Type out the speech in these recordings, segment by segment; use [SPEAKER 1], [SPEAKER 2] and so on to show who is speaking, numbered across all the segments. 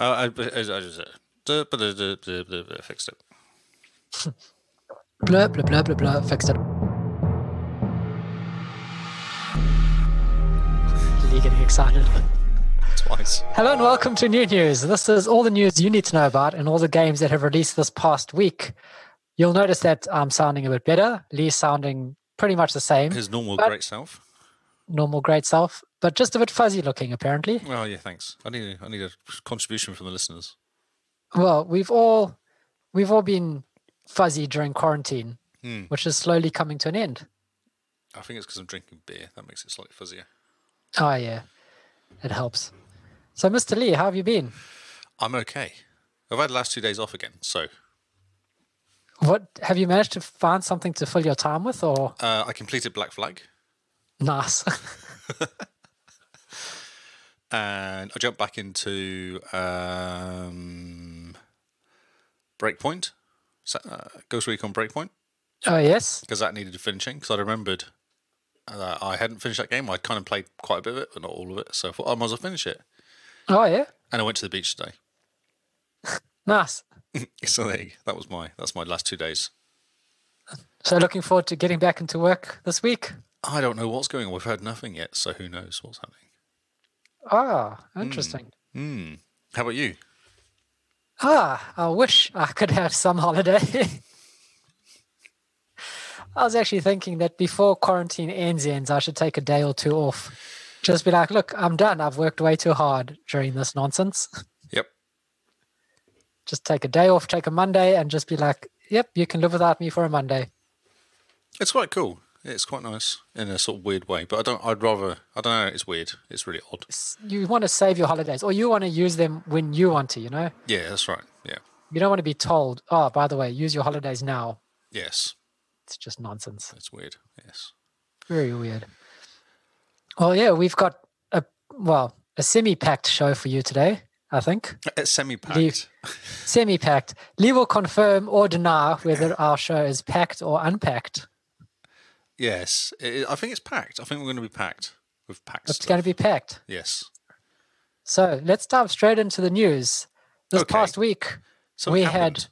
[SPEAKER 1] Oh, I, I, I just uh, I fixed it.
[SPEAKER 2] Blah, blah, blah, blah, blah. Fixed it. You're getting excited.
[SPEAKER 1] Twice.
[SPEAKER 2] Hello and welcome to New News. This is all the news you need to know about and all the games that have released this past week. You'll notice that I'm sounding a bit better. Lee's sounding pretty much the same,
[SPEAKER 1] His normal
[SPEAKER 2] But-
[SPEAKER 1] great self.
[SPEAKER 2] normal great self, but just a bit fuzzy looking apparently.
[SPEAKER 1] Well, yeah, thanks. I need a, I need a contribution from the listeners.
[SPEAKER 2] Well, we've all we've all been fuzzy during quarantine,
[SPEAKER 1] Hmm.
[SPEAKER 2] which is slowly coming to an end.
[SPEAKER 1] I think it's because I'm drinking beer. That makes it slightly fuzzier.
[SPEAKER 2] Oh yeah. It helps. So Mr. Lee, how have you been?
[SPEAKER 1] I'm okay. I've had the last two days off again, so
[SPEAKER 2] What have you managed to find something to fill your time with or
[SPEAKER 1] uh, I completed Black Flag
[SPEAKER 2] nice?
[SPEAKER 1] and I jumped back into um, Breakpoint, Sa- uh, Ghost Recon Breakpoint.
[SPEAKER 2] oh yes.
[SPEAKER 1] because that needed finishing. Because I remembered uh, I hadn't finished that game. I kind of played quite a bit of it, but not all of it. So I thought I might as well finish it.
[SPEAKER 2] Oh yeah.
[SPEAKER 1] And I went to the beach today.
[SPEAKER 2] Nice.
[SPEAKER 1] So there, you- that was my that's my last two days.
[SPEAKER 2] So looking forward to getting back into work this week.
[SPEAKER 1] I don't know what's going on. We've heard nothing yet, so who knows what's happening.
[SPEAKER 2] Ah, interesting.
[SPEAKER 1] Hmm. How about you?
[SPEAKER 2] Ah, I wish I could have some holiday. I was actually thinking that before quarantine ends, ends, I should take a day or two off. Just be like, look, I'm done. I've worked way too hard during this nonsense.
[SPEAKER 1] Yep.
[SPEAKER 2] Just take a day off, take a Monday, and just be like, yep, you can live without me for a Monday.
[SPEAKER 1] It's quite cool. It's quite nice in a sort of weird way, but I don't. I'd rather. I don't know. It's weird. It's really odd.
[SPEAKER 2] S- You want to save your holidays or you want to use them when you want to, you know?
[SPEAKER 1] Yeah, that's right. Yeah.
[SPEAKER 2] You don't want to be told, oh, by the way, use your holidays now.
[SPEAKER 1] Yes.
[SPEAKER 2] It's just nonsense.
[SPEAKER 1] It's weird. Yes.
[SPEAKER 2] Very weird. Well, yeah, we've got a well a semi-packed show for you today. I think
[SPEAKER 1] It's semi-packed.
[SPEAKER 2] semi-packed. Lee will confirm or deny whether our show is packed or unpacked.
[SPEAKER 1] Yes. It, I think it's packed. I think we're going to be packed. We've packed.
[SPEAKER 2] It's
[SPEAKER 1] stuff.
[SPEAKER 2] going to be packed.
[SPEAKER 1] Yes.
[SPEAKER 2] So let's dive straight into the news. This
[SPEAKER 1] Okay.
[SPEAKER 2] past week,
[SPEAKER 1] So
[SPEAKER 2] we had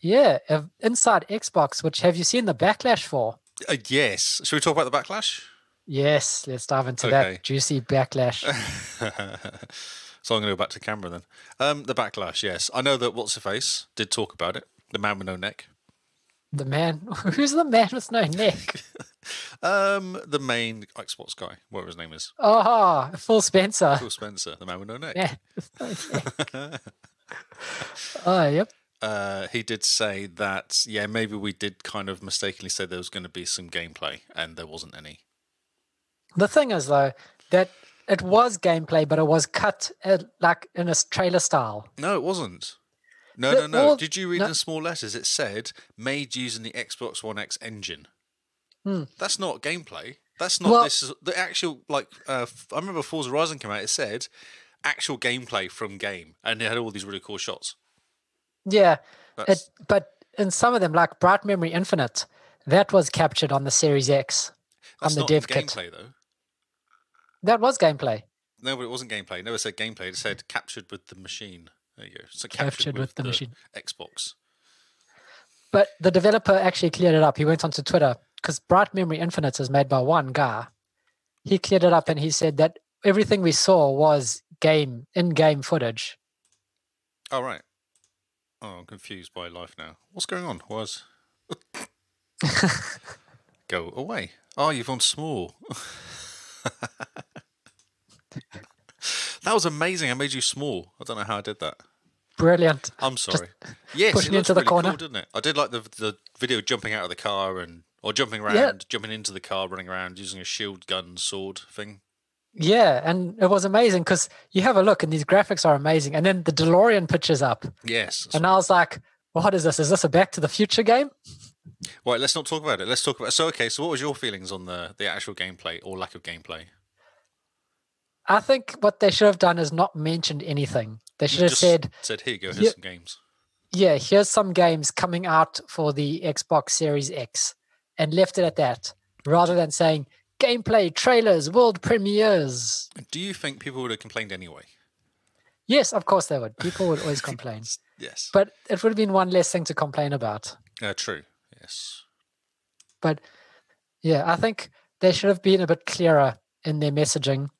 [SPEAKER 2] yeah a- inside Xbox. Which have you seen the backlash for?
[SPEAKER 1] had. Uh, yes. Should we talk about the backlash?
[SPEAKER 2] Yes, let's dive into
[SPEAKER 1] Okay.
[SPEAKER 2] that juicy backlash.
[SPEAKER 1] so I'm going to go back to camera then. Um, the backlash. Yes, I know that what's her face did talk about it. The man with no neck.
[SPEAKER 2] the man, who's the man with no neck?
[SPEAKER 1] Um, the main Xbox guy, whatever his name is,
[SPEAKER 2] Oh, Phil Spencer.
[SPEAKER 1] Phil Spencer, the man with no neck.
[SPEAKER 2] Yeah. oh, yep.
[SPEAKER 1] Uh, he did say that. Yeah, maybe we did kind of mistakenly say there was going to be some gameplay, and there wasn't any.
[SPEAKER 2] The thing is, though, that it was gameplay, but it was cut at, like in a s- trailer style.
[SPEAKER 1] No, it wasn't. No,
[SPEAKER 2] The-
[SPEAKER 1] no, no.
[SPEAKER 2] well,
[SPEAKER 1] Did you read
[SPEAKER 2] no-
[SPEAKER 1] in small letters? It said made using the Xbox One X engine.
[SPEAKER 2] Hmm.
[SPEAKER 1] That's not gameplay. That's not
[SPEAKER 2] Well-
[SPEAKER 1] this. Is, the actual like uh, f- I remember Forza Horizon came out. It said actual gameplay from game, and it had all these really cool shots.
[SPEAKER 2] Yeah. It,
[SPEAKER 1] That's,
[SPEAKER 2] but in some of them, like Bright Memory Infinite, that was captured on the Series X.
[SPEAKER 1] that's
[SPEAKER 2] the
[SPEAKER 1] not
[SPEAKER 2] dev kit.
[SPEAKER 1] gameplay though.
[SPEAKER 2] That was gameplay.
[SPEAKER 1] No, but it wasn't gameplay. It never said gameplay. It said captured with the machine. There you go. So captured,
[SPEAKER 2] Captured with the machine.
[SPEAKER 1] Xbox.
[SPEAKER 2] But the developer actually cleared it up. He went onto Twitter because Bright Memory Infinite is made by one guy. He cleared it up and he said that everything we saw was game in-game footage.
[SPEAKER 1] All right. Oh, I'm confused by life now. What's going on? Was go away. Oh, you've gone small. that was amazing. I made you small. I don't know how I did that.
[SPEAKER 2] Brilliant.
[SPEAKER 1] I'm sorry. yes,
[SPEAKER 2] pushing
[SPEAKER 1] it looks
[SPEAKER 2] into the
[SPEAKER 1] really
[SPEAKER 2] corner.
[SPEAKER 1] cool, didn't it? I did like the the video jumping out of the car and or jumping around, jumping into the car, running around using a shield, gun, sword thing.
[SPEAKER 2] Yeah, and it was amazing because you have a look and these graphics are amazing. And then the DeLorean pictures up,
[SPEAKER 1] Yes.
[SPEAKER 2] and I was like, "What is this? Is this a Back to the Future game?"
[SPEAKER 1] Right. Let's not talk about it. Let's talk about. So okay. So what was your feelings on the the actual gameplay or lack of gameplay?
[SPEAKER 2] I think what they should have done is not mentioned anything. They should have
[SPEAKER 1] Just
[SPEAKER 2] said,
[SPEAKER 1] said here you go. Here's
[SPEAKER 2] Yeah.
[SPEAKER 1] some games.
[SPEAKER 2] "Yeah, here's some games coming out for the Xbox Series X," and left it at that, rather than saying gameplay trailers, world premieres.
[SPEAKER 1] Do you think people would have complained anyway?
[SPEAKER 2] Yes, of course they would. People would always complain.
[SPEAKER 1] Yes.
[SPEAKER 2] But it would have been one less thing to complain about.
[SPEAKER 1] Uh, true. Yes.
[SPEAKER 2] But yeah, I think they should have been a bit clearer in their messaging.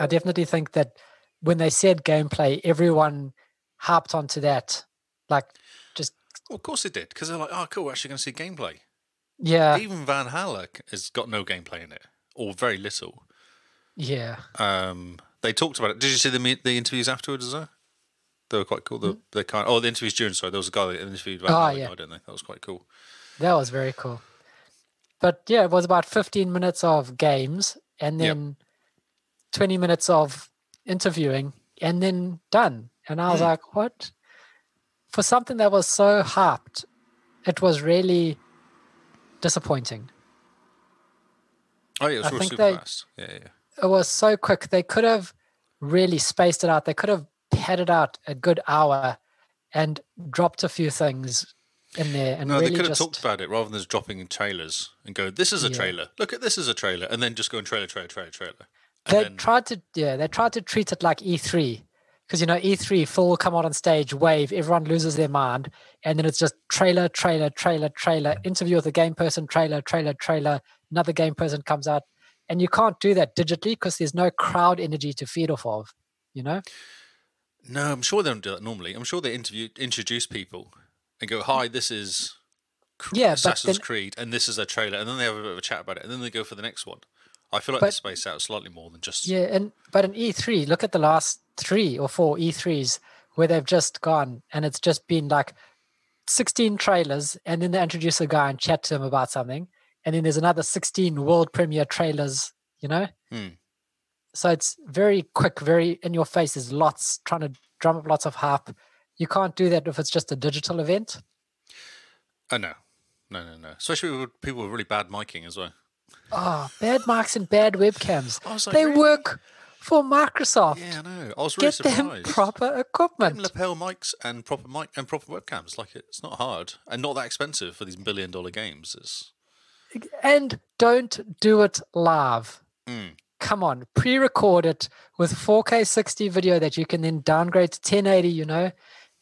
[SPEAKER 2] I definitely think that when they said gameplay, everyone harped onto that. Like, just
[SPEAKER 1] Well, of course it did because they're like, oh, cool. We're actually going to see gameplay.
[SPEAKER 2] yeah,
[SPEAKER 1] Even Van Halleck has got no gameplay in it, or very little.
[SPEAKER 2] yeah.
[SPEAKER 1] Um, they talked about it. Did you see the me- the interviews afterwards? Though they were quite cool. The, the kind oh the interviews during sorry there was a guy that interviewed Van
[SPEAKER 2] Oh,
[SPEAKER 1] Halleck,
[SPEAKER 2] Hmm? yeah.
[SPEAKER 1] I don't know. That was quite cool.
[SPEAKER 2] That was very cool. But yeah, it was about 15 minutes of games and
[SPEAKER 1] Yep.
[SPEAKER 2] then 20 minutes of interviewing and then done. And I was
[SPEAKER 1] Mm.
[SPEAKER 2] like, what? For something that was so hyped, it was really disappointing.
[SPEAKER 1] Oh yeah, it was
[SPEAKER 2] I
[SPEAKER 1] real
[SPEAKER 2] think
[SPEAKER 1] super
[SPEAKER 2] they-
[SPEAKER 1] fast. Yeah, yeah.
[SPEAKER 2] It was so quick. They could have really spaced it out. They could have padded out a good hour and dropped a few things in there and
[SPEAKER 1] No,
[SPEAKER 2] really
[SPEAKER 1] they could have
[SPEAKER 2] just
[SPEAKER 1] talked about it rather than just dropping in trailers and go, "This is a
[SPEAKER 2] Yeah.
[SPEAKER 1] trailer. Look at this is a trailer," and then just go and trailer, trailer, trailer, trailer. And
[SPEAKER 2] they
[SPEAKER 1] then,
[SPEAKER 2] tried to yeah they tried to treat it like E3 because you know E3 full will come out on stage wave everyone loses their mind and then it's just trailer trailer trailer trailer interview with a game person trailer trailer trailer another game person comes out and you can't do that digitally because there's no crowd energy to feed off of you know
[SPEAKER 1] no, I'm sure they don't do that normally. I'm sure they interview introduce people and go, "Hi, this is Cr-
[SPEAKER 2] Yeah, but
[SPEAKER 1] Assassin's
[SPEAKER 2] then-
[SPEAKER 1] Creed, and this is a trailer," and then they have a bit of a chat about it, and then they go for the next one. I feel like they
[SPEAKER 2] But-
[SPEAKER 1] space out slightly more than just
[SPEAKER 2] yeah and but in E3 look at the last 3 or 4 E3s where they've just gone and it's just been like 16 trailers and then they introduce a guy and chat to him about something and then there's another 16 world premiere trailers you know
[SPEAKER 1] Hmm.
[SPEAKER 2] so it's very quick very in your face there's lots trying to drum up lots of hype you can't do that if it's just a digital event
[SPEAKER 1] Oh no, no, no, no. Especially with people with really bad miking as well.
[SPEAKER 2] oh bad marks and bad webcams
[SPEAKER 1] I was like,
[SPEAKER 2] they
[SPEAKER 1] "Really?"
[SPEAKER 2] work for microsoft
[SPEAKER 1] Yeah, I know. I was really
[SPEAKER 2] get them
[SPEAKER 1] surprised.
[SPEAKER 2] proper equipment
[SPEAKER 1] lapel mics and proper mic and proper webcams. Like it's not hard and not that expensive for these billion dollar games. It's
[SPEAKER 2] and don't do it live.
[SPEAKER 1] Mm.
[SPEAKER 2] Come on, pre-record it with 4K 60 video that you can then downgrade to 1080, you know,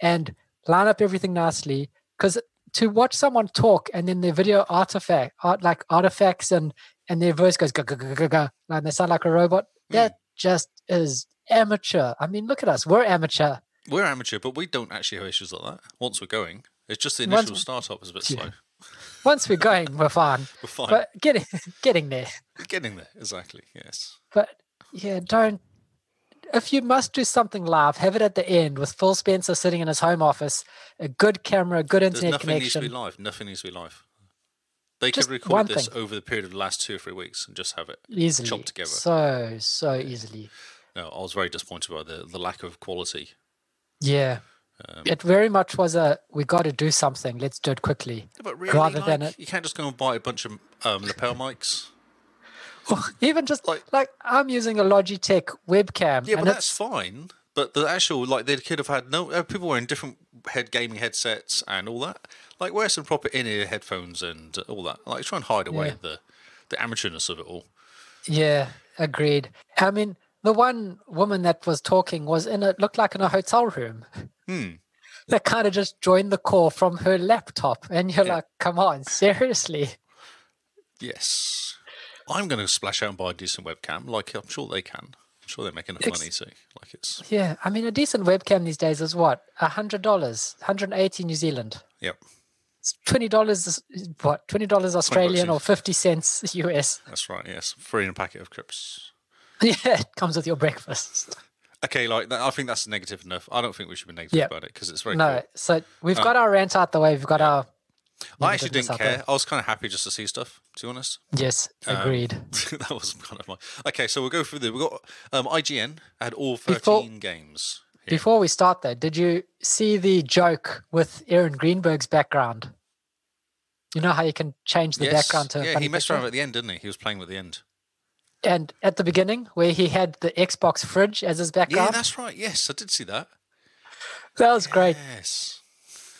[SPEAKER 2] and line up everything nicely. Because to watch someone talk and then their video artifact, art, like artifacts, and and their voice goes go go go go go, and they sound like a robot. That just is amateur. I mean, look at us. We're amateur.
[SPEAKER 1] we're amateur, but we don't actually have issues like that. Once we're going, it's just the
[SPEAKER 2] Once
[SPEAKER 1] initial
[SPEAKER 2] we-
[SPEAKER 1] start up is a bit
[SPEAKER 2] Yeah.
[SPEAKER 1] slow.
[SPEAKER 2] Once we're going, we're fine.
[SPEAKER 1] We're fine.
[SPEAKER 2] But getting getting there.
[SPEAKER 1] We're getting there exactly. Yes.
[SPEAKER 2] But yeah, don't. If you must do something live, have it at the end with Phil Spencer sitting in his home office, a good camera, good
[SPEAKER 1] There's
[SPEAKER 2] internet
[SPEAKER 1] nothing needs to be
[SPEAKER 2] connection.
[SPEAKER 1] live. Nothing needs to be live. They
[SPEAKER 2] Just
[SPEAKER 1] could
[SPEAKER 2] one
[SPEAKER 1] record this
[SPEAKER 2] thing.
[SPEAKER 1] over the period of the last two or three weeks and just have it.
[SPEAKER 2] Easily,
[SPEAKER 1] together.
[SPEAKER 2] so so easily.
[SPEAKER 1] No, I was very disappointed by the, the lack of quality.
[SPEAKER 2] Yeah,
[SPEAKER 1] Um,
[SPEAKER 2] it very much was a we got to do something. Let's do it quickly.
[SPEAKER 1] Yeah, but really,
[SPEAKER 2] Rather than
[SPEAKER 1] like, you can't just go and buy a bunch of um, lapel mics.
[SPEAKER 2] Even just like,
[SPEAKER 1] Like-
[SPEAKER 2] I'm using a Logitech webcam,
[SPEAKER 1] Yeah, but
[SPEAKER 2] and
[SPEAKER 1] that's
[SPEAKER 2] it's
[SPEAKER 1] fine. But the actual, like, they could have had no uh, people wearing different head gaming headsets and all that. Like, wear some proper in-ear headphones and uh, all that. Like, try and hide away
[SPEAKER 2] Yeah.
[SPEAKER 1] the the amateurness of it all.
[SPEAKER 2] yeah, agreed. I mean, the one woman that was talking was in a looked like in a hotel room.
[SPEAKER 1] Hmm.
[SPEAKER 2] that kind of just joined the call from her laptop. And you're
[SPEAKER 1] Yeah.
[SPEAKER 2] like, come on, seriously.
[SPEAKER 1] Yes. I'm going to splash out and buy a decent webcam. Like, I'm sure they can. I'm sure they're making enough
[SPEAKER 2] Ex-
[SPEAKER 1] money too. Like, it's
[SPEAKER 2] Yeah. I mean, a decent webcam these days is what? $100, 180 New Zealand.
[SPEAKER 1] yep.
[SPEAKER 2] It's $20, is- is what? $20 Australian
[SPEAKER 1] yeah.
[SPEAKER 2] or 50 cents US.
[SPEAKER 1] That's right. Yes, free in a packet of crisps.
[SPEAKER 2] yeah, it comes with your breakfast.
[SPEAKER 1] Okay, like that, I think that's negative enough. I don't think we should be negative
[SPEAKER 2] Yeah.
[SPEAKER 1] about it because it's very.
[SPEAKER 2] No.
[SPEAKER 1] cool.
[SPEAKER 2] So we've
[SPEAKER 1] Uh,
[SPEAKER 2] got our rant out the way. We've got our.
[SPEAKER 1] I actually
[SPEAKER 2] negativeness
[SPEAKER 1] didn't
[SPEAKER 2] out the way.
[SPEAKER 1] care. I was kind of happy just to see stuff. To be honest,
[SPEAKER 2] Yes,
[SPEAKER 1] Um,
[SPEAKER 2] agreed.
[SPEAKER 1] that was kind of my okay. So we'll go through the we got um, IGN had all
[SPEAKER 2] Before-
[SPEAKER 1] thirteen games. Here.
[SPEAKER 2] Before we start, though, did you see the joke with Aaron Greenberg's background? You know how you can change the background to a
[SPEAKER 1] yeah,
[SPEAKER 2] funny
[SPEAKER 1] he messed
[SPEAKER 2] picture?
[SPEAKER 1] around at the end, didn't he? He was playing with the end.
[SPEAKER 2] and at the beginning where he had the Xbox fridge as his
[SPEAKER 1] Yeah,
[SPEAKER 2] background.
[SPEAKER 1] that's right. Yes, I did see that.
[SPEAKER 2] that was great.
[SPEAKER 1] Yes,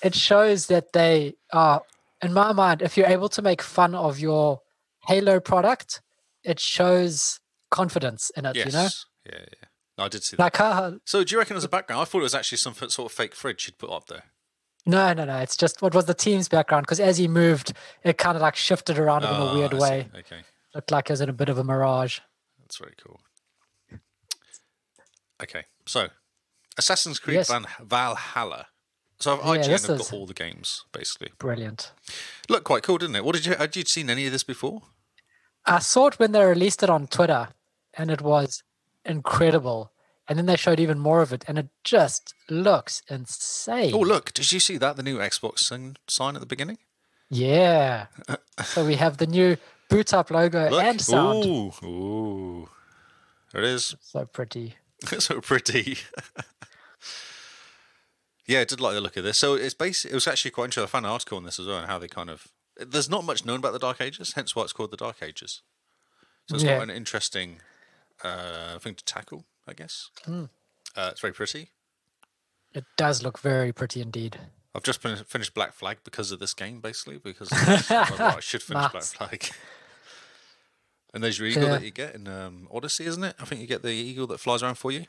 [SPEAKER 2] It shows that they are, in my mind, if you're able to make fun of your Halo product, it shows confidence in it,
[SPEAKER 1] yes,
[SPEAKER 2] you know?
[SPEAKER 1] yeah, yeah. I did see that.
[SPEAKER 2] Like how?
[SPEAKER 1] So do you reckon as a background? I thought it was actually some sort of fake fridge you'd put up there.
[SPEAKER 2] No, no, no. It's just what was the team's background because as he moved, it kind of like shifted around in a
[SPEAKER 1] Ah,
[SPEAKER 2] weird
[SPEAKER 1] I see.
[SPEAKER 2] way.
[SPEAKER 1] Okay,
[SPEAKER 2] Looked like it was in a bit of a mirage.
[SPEAKER 1] that's very cool. Okay, so Assassin's Creed
[SPEAKER 2] Yes.
[SPEAKER 1] Van- Valhalla. So I've
[SPEAKER 2] Yeah,
[SPEAKER 1] IGN
[SPEAKER 2] this
[SPEAKER 1] have
[SPEAKER 2] is-
[SPEAKER 1] got all the games basically.
[SPEAKER 2] Brilliant.
[SPEAKER 1] Looked quite cool, didn't it? What did you? Had you seen any of this before?
[SPEAKER 2] I saw it when they released it on Twitter, and it was incredible. And then they showed even more of it, and it just looks insane.
[SPEAKER 1] Oh, look! Did you see that the new Xbox sign, sign at the beginning?
[SPEAKER 2] Yeah. so we have the new boot up logo
[SPEAKER 1] Look.
[SPEAKER 2] and sound.
[SPEAKER 1] Ooh, ooh, there it is.
[SPEAKER 2] So pretty.
[SPEAKER 1] It's so pretty. yeah, I did like the look of this. So it's basically it was actually quite interesting. I found an article on this as well and how they kind of there's not much known about the Dark Ages, hence why it's called the Dark Ages. So it's
[SPEAKER 2] Yeah.
[SPEAKER 1] quite an interesting uh, thing to tackle, I guess.
[SPEAKER 2] Hmm.
[SPEAKER 1] Uh, it's very pretty.
[SPEAKER 2] It does look very pretty indeed.
[SPEAKER 1] I've just been, finished Black Flag because of this game, basically. Because of this. I'm like, right, I should finish Black
[SPEAKER 2] Nice.
[SPEAKER 1] Flag. and there's your eagle
[SPEAKER 2] Yeah.
[SPEAKER 1] that you get in um, Odyssey, isn't it? I think you get the eagle that flies around for you.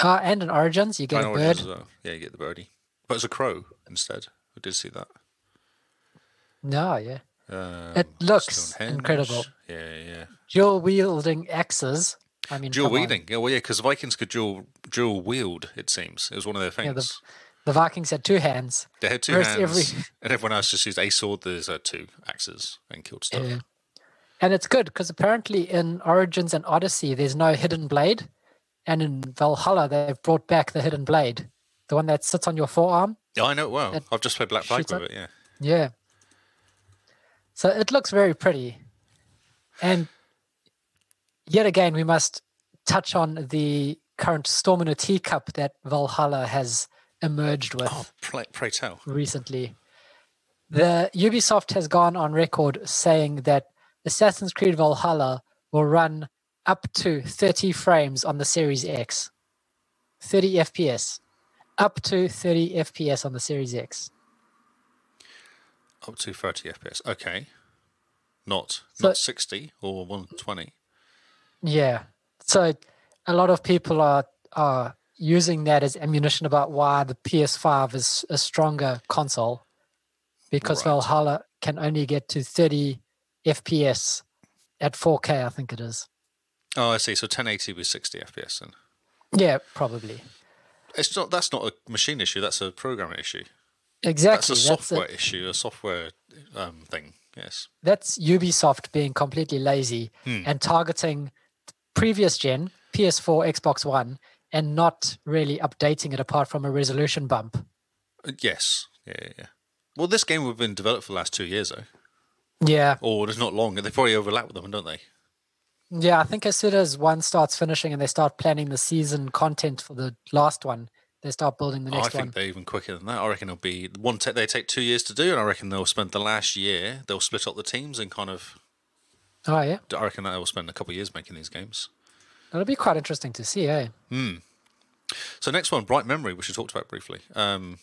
[SPEAKER 2] Uh, and in Origins, you get
[SPEAKER 1] And
[SPEAKER 2] a
[SPEAKER 1] oranges
[SPEAKER 2] bird.
[SPEAKER 1] as well. Yeah, you get the birdie. But it's a crow instead. I did see that.
[SPEAKER 2] No, yeah.
[SPEAKER 1] Um,
[SPEAKER 2] It looks
[SPEAKER 1] Stonehenge.
[SPEAKER 2] incredible.
[SPEAKER 1] Yeah, yeah.
[SPEAKER 2] Dual wielding axes. I mean,
[SPEAKER 1] Dual
[SPEAKER 2] come on.
[SPEAKER 1] wielding. Yeah, well, yeah, because Vikings could dual dual wield. It seems it was one of their
[SPEAKER 2] Yeah, the-
[SPEAKER 1] things.
[SPEAKER 2] The Vikings had two hands.
[SPEAKER 1] they had two
[SPEAKER 2] whereas
[SPEAKER 1] hands,
[SPEAKER 2] every-
[SPEAKER 1] and everyone else just used a sword. There's uh, two axes and killed stuff.
[SPEAKER 2] Yeah. And it's good because apparently in Origins and Odyssey, there's no hidden blade. And in Valhalla, they've brought back the hidden blade, the one that sits on your forearm.
[SPEAKER 1] Yeah, I know it well.
[SPEAKER 2] That
[SPEAKER 1] I've just played Black Flag
[SPEAKER 2] shoots
[SPEAKER 1] with
[SPEAKER 2] up.
[SPEAKER 1] it. Yeah,
[SPEAKER 2] Yeah. So it looks very pretty. And yet again, we must touch on the current storm in a teacup that Valhalla has emerged with.
[SPEAKER 1] pray, pray tell.
[SPEAKER 2] recently. The Ubisoft has gone on record saying that Assassin's Creed Valhalla will run up to 30 frames on the Series X. 30 FPS. Up to 30 FPS on the Series X.
[SPEAKER 1] Up to 30 FPS. Okay, not
[SPEAKER 2] So-
[SPEAKER 1] not 60 or 120.
[SPEAKER 2] Yeah. So a lot of people are are using that as ammunition about why the PS5 is a stronger console because
[SPEAKER 1] Right.
[SPEAKER 2] Valhalla can only get to 30 FPS at 4K, I think it is.
[SPEAKER 1] Oh, I see. So 1080 with 60 FPS. Then
[SPEAKER 2] Yeah, probably.
[SPEAKER 1] it's not. That's not a machine issue. That's a programming issue.
[SPEAKER 2] Exactly.
[SPEAKER 1] that's a
[SPEAKER 2] That's,
[SPEAKER 1] software issue, a software um, thing. Yes.
[SPEAKER 2] that's Ubisoft being completely lazy
[SPEAKER 1] Hmm.
[SPEAKER 2] and targeting previous gen PS4, Xbox One, and not really updating it apart from a resolution bump.
[SPEAKER 1] Uh, Yes. Yeah, yeah, yeah. Well, this game would have been developed for the last two years, though.
[SPEAKER 2] Yeah.
[SPEAKER 1] Or it's not long. They probably overlap with them, don't they?
[SPEAKER 2] Yeah, I think as soon as one starts finishing and they start planning the season content for the last one, they start building the
[SPEAKER 1] Oh, I
[SPEAKER 2] next
[SPEAKER 1] think
[SPEAKER 2] one.
[SPEAKER 1] they're even quicker than that. I reckon it'll be one. Te- they take two years to do, and I reckon they'll spend the last year. They'll split up the teams and kind of.
[SPEAKER 2] Oh yeah.
[SPEAKER 1] I reckon that they'll spend a couple of years making these games.
[SPEAKER 2] That'll be quite interesting to see, eh?
[SPEAKER 1] So next one, Bright Memory, which we talked about briefly. Um,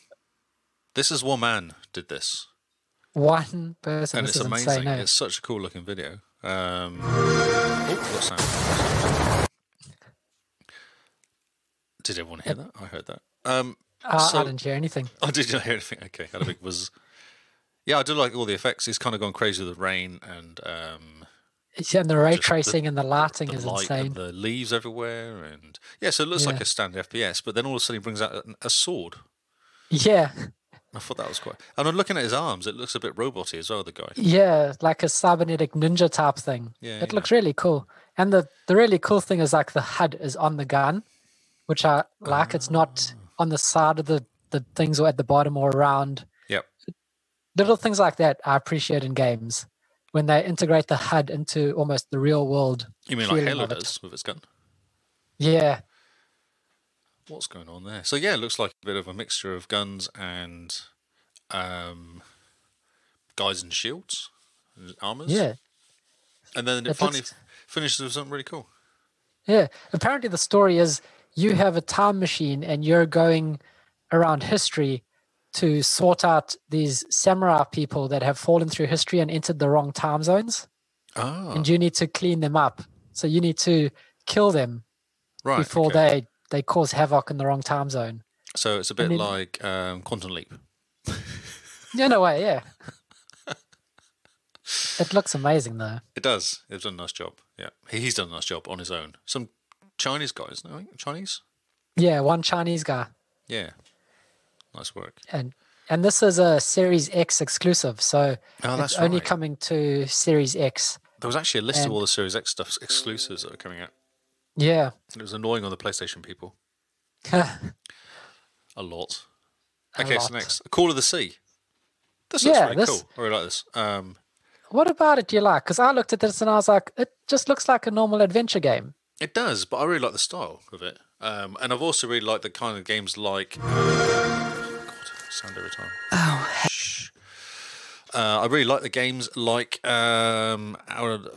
[SPEAKER 1] this is one man did this,
[SPEAKER 2] One person.
[SPEAKER 1] and
[SPEAKER 2] this
[SPEAKER 1] it's
[SPEAKER 2] is
[SPEAKER 1] amazing.
[SPEAKER 2] insane. eh?
[SPEAKER 1] It's such a cool looking video. Um, oh, what sound? Did everyone hear that? I heard that. Um,
[SPEAKER 2] I- I
[SPEAKER 1] so-
[SPEAKER 2] didn't hear anything.
[SPEAKER 1] oh, did you not hear anything? Okay, had a big was. Yeah, I do like all the effects. He's kind of gone crazy with the rain and um,
[SPEAKER 2] Yeah, and the ray
[SPEAKER 1] the-
[SPEAKER 2] tracing and the lighting
[SPEAKER 1] the
[SPEAKER 2] is
[SPEAKER 1] light
[SPEAKER 2] insane.
[SPEAKER 1] and the leaves everywhere, and yeah, so it looks like
[SPEAKER 2] Yeah.
[SPEAKER 1] a standard FPS. But then all of a sudden, he brings out a, a sword.
[SPEAKER 2] Yeah,
[SPEAKER 1] I thought that was quite. And I'm looking at his arms; it looks a bit roboty as well. The guy.
[SPEAKER 2] yeah, like a cybernetic ninja type thing.
[SPEAKER 1] Yeah,
[SPEAKER 2] it
[SPEAKER 1] yeah.
[SPEAKER 2] looks really cool. And the the really cool thing is like the HUD is on the gun, which I like. It's not
[SPEAKER 1] Ah.
[SPEAKER 2] on the side of the the things or at the bottom or around.
[SPEAKER 1] Yep.
[SPEAKER 2] little things like that I appreciate in games when they integrate the HUD into almost the real world.
[SPEAKER 1] You mean like
[SPEAKER 2] feeling
[SPEAKER 1] Halo
[SPEAKER 2] of it.
[SPEAKER 1] does with its gun?
[SPEAKER 2] Yeah,
[SPEAKER 1] What's going on there? So yeah, it looks like a bit of a mixture of guns and um, guys and shields, and armors.
[SPEAKER 2] yeah,
[SPEAKER 1] and then it,
[SPEAKER 2] It
[SPEAKER 1] finally
[SPEAKER 2] looks-
[SPEAKER 1] finishes with something really cool.
[SPEAKER 2] yeah. Apparently, the story is you have a time machine and you're going around history to sort out these samurai people that have fallen through history and entered the wrong time zones,
[SPEAKER 1] Ah,
[SPEAKER 2] and you need to clean them up. So you need to kill them
[SPEAKER 1] right.
[SPEAKER 2] before
[SPEAKER 1] okay.
[SPEAKER 2] they they cause havoc in the wrong time zone.
[SPEAKER 1] So it's a bit
[SPEAKER 2] mean-
[SPEAKER 1] like um, Quantum Leap.
[SPEAKER 2] Yeah, no way, yeah. it looks amazing though.
[SPEAKER 1] It does. They've done a nice job. Yeah, He- he's done a nice job on his own. Some Chinese guys, no, I think, Chinese.
[SPEAKER 2] Yeah, one Chinese guy.
[SPEAKER 1] Yeah, nice work.
[SPEAKER 2] And and this is a Series X exclusive, so
[SPEAKER 1] Oh, that's
[SPEAKER 2] it's only
[SPEAKER 1] right.
[SPEAKER 2] coming to Series X.
[SPEAKER 1] there was actually a list of
[SPEAKER 2] and-
[SPEAKER 1] all the Series X stuff exclusives that were coming out.
[SPEAKER 2] Yeah.
[SPEAKER 1] It was annoying on the PlayStation people. A lot.
[SPEAKER 2] A
[SPEAKER 1] okay,
[SPEAKER 2] lot.
[SPEAKER 1] so next, Call of the Sea. This looks
[SPEAKER 2] Yeah,
[SPEAKER 1] really
[SPEAKER 2] this-
[SPEAKER 1] cool. I really like this. Um,
[SPEAKER 2] what about it do you like? Because I looked at this and I was like, it just looks like a normal adventure game.
[SPEAKER 1] it does, but I really like the style of it. Um, and I've also really liked the kind of games like. oh, God, sound every time. Oh. Shh. Uh, I really like the games like um, Outer,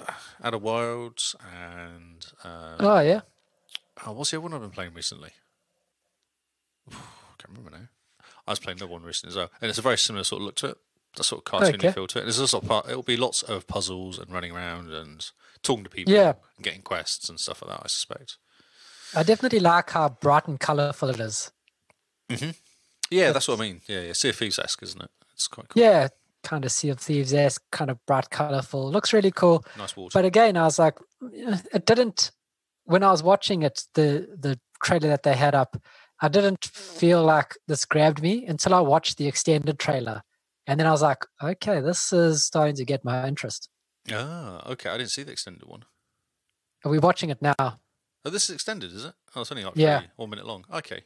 [SPEAKER 1] Outer Wilds and um,
[SPEAKER 2] Oh yeah.
[SPEAKER 1] Oh, what's the other one I've been playing recently? I can't remember now. I was playing another one recently as well, and it's a very similar sort of look to it. That sort of cartoony
[SPEAKER 2] Okay.
[SPEAKER 1] feel to it. And it's also part. It'll be lots of puzzles and running around and talking to people,
[SPEAKER 2] Yeah.
[SPEAKER 1] and getting quests and stuff like that. I suspect.
[SPEAKER 2] I definitely like how bright and colourful it is.
[SPEAKER 1] Yeah, that's what I mean. Yeah, yeah. Sea of Thieves esque, isn't it? It's quite cool.
[SPEAKER 2] Yeah, kind of Sea of Thieves esque, kind of bright, colourful. Looks really cool.
[SPEAKER 1] Nice water.
[SPEAKER 2] But again, I was like, "Mm, it didn't. When I was watching it, the the trailer that they had up, I didn't feel like this grabbed me until I watched the extended trailer, and then I was like, okay, this is starting to get my interest.
[SPEAKER 1] ah, okay. I didn't see the extended one.
[SPEAKER 2] Are we watching it now?
[SPEAKER 1] Oh, this is extended, is it? Oh, it's only like
[SPEAKER 2] Yeah.
[SPEAKER 1] three, one minute long. Okay.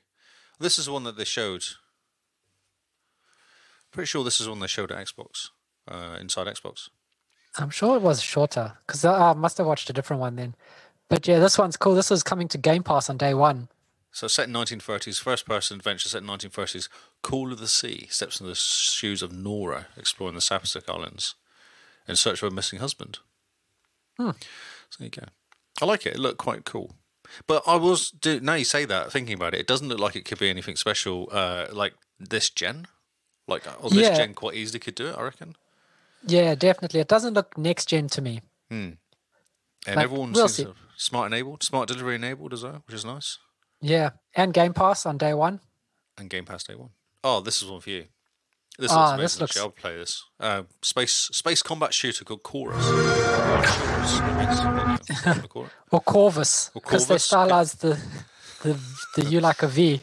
[SPEAKER 1] This is the one that they showed. Pretty sure this is the one they showed at Xbox, uh, inside Xbox.
[SPEAKER 2] I'm sure it was shorter because I, I must have watched a different one then. But yeah, this one's cool. This is coming to Game Pass on day one.
[SPEAKER 1] So set in 1930s, first-person adventure set in 1930s. Call of the Sea steps into the shoes of Nora, exploring the Sapsic Islands in search of a missing husband.
[SPEAKER 2] Hmm.
[SPEAKER 1] So there you go. I like it. It looked quite cool. But I was do, now you say that thinking about it, it doesn't look like it could be anything special. Uh, like this gen, like uh, or this
[SPEAKER 2] Yeah.
[SPEAKER 1] gen quite easily could do it. I reckon.
[SPEAKER 2] Yeah, definitely. It doesn't look next gen to me.
[SPEAKER 1] And
[SPEAKER 2] Like,
[SPEAKER 1] everyone
[SPEAKER 2] we'll
[SPEAKER 1] seems
[SPEAKER 2] see.
[SPEAKER 1] to have smart enabled, smart delivery enabled as well, which is nice.
[SPEAKER 2] Yeah, and Game Pass on day one.
[SPEAKER 1] and Game Pass Day One. Oh, this is one for you. This
[SPEAKER 2] Ah,
[SPEAKER 1] looks amazing.
[SPEAKER 2] this
[SPEAKER 1] actually. I'll
[SPEAKER 2] looks-
[SPEAKER 1] play this. Uh, space space combat shooter called Chorus. Chorus, I guess. That's what they call it.
[SPEAKER 2] Or Corvus,
[SPEAKER 1] Or
[SPEAKER 2] because they
[SPEAKER 1] Corvus, yeah.
[SPEAKER 2] stylized the the the U like a V.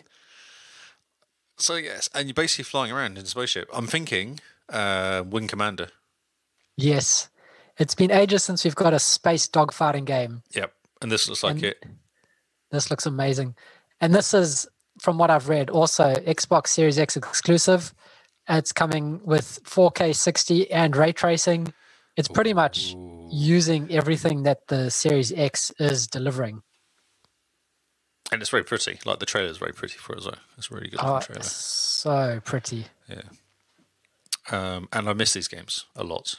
[SPEAKER 1] so yes, and you're basically flying around in a spaceship. I'm thinking uh, Wing Commander.
[SPEAKER 2] Yes, it's been ages since we've got a space dogfighting game.
[SPEAKER 1] Yep. And this looks like
[SPEAKER 2] And-
[SPEAKER 1] it.
[SPEAKER 2] This looks amazing, and this is from what I've read also Xbox Series X exclusive. It's coming with 4K 60 and ray tracing. It's pretty much
[SPEAKER 1] Ooh.
[SPEAKER 2] using everything that the Series X is delivering.
[SPEAKER 1] And it's very pretty. Like the trailer's very pretty for it as well. It's a really good
[SPEAKER 2] Oh,
[SPEAKER 1] looking trailer.
[SPEAKER 2] so pretty.
[SPEAKER 1] Um, and I miss these games a lot.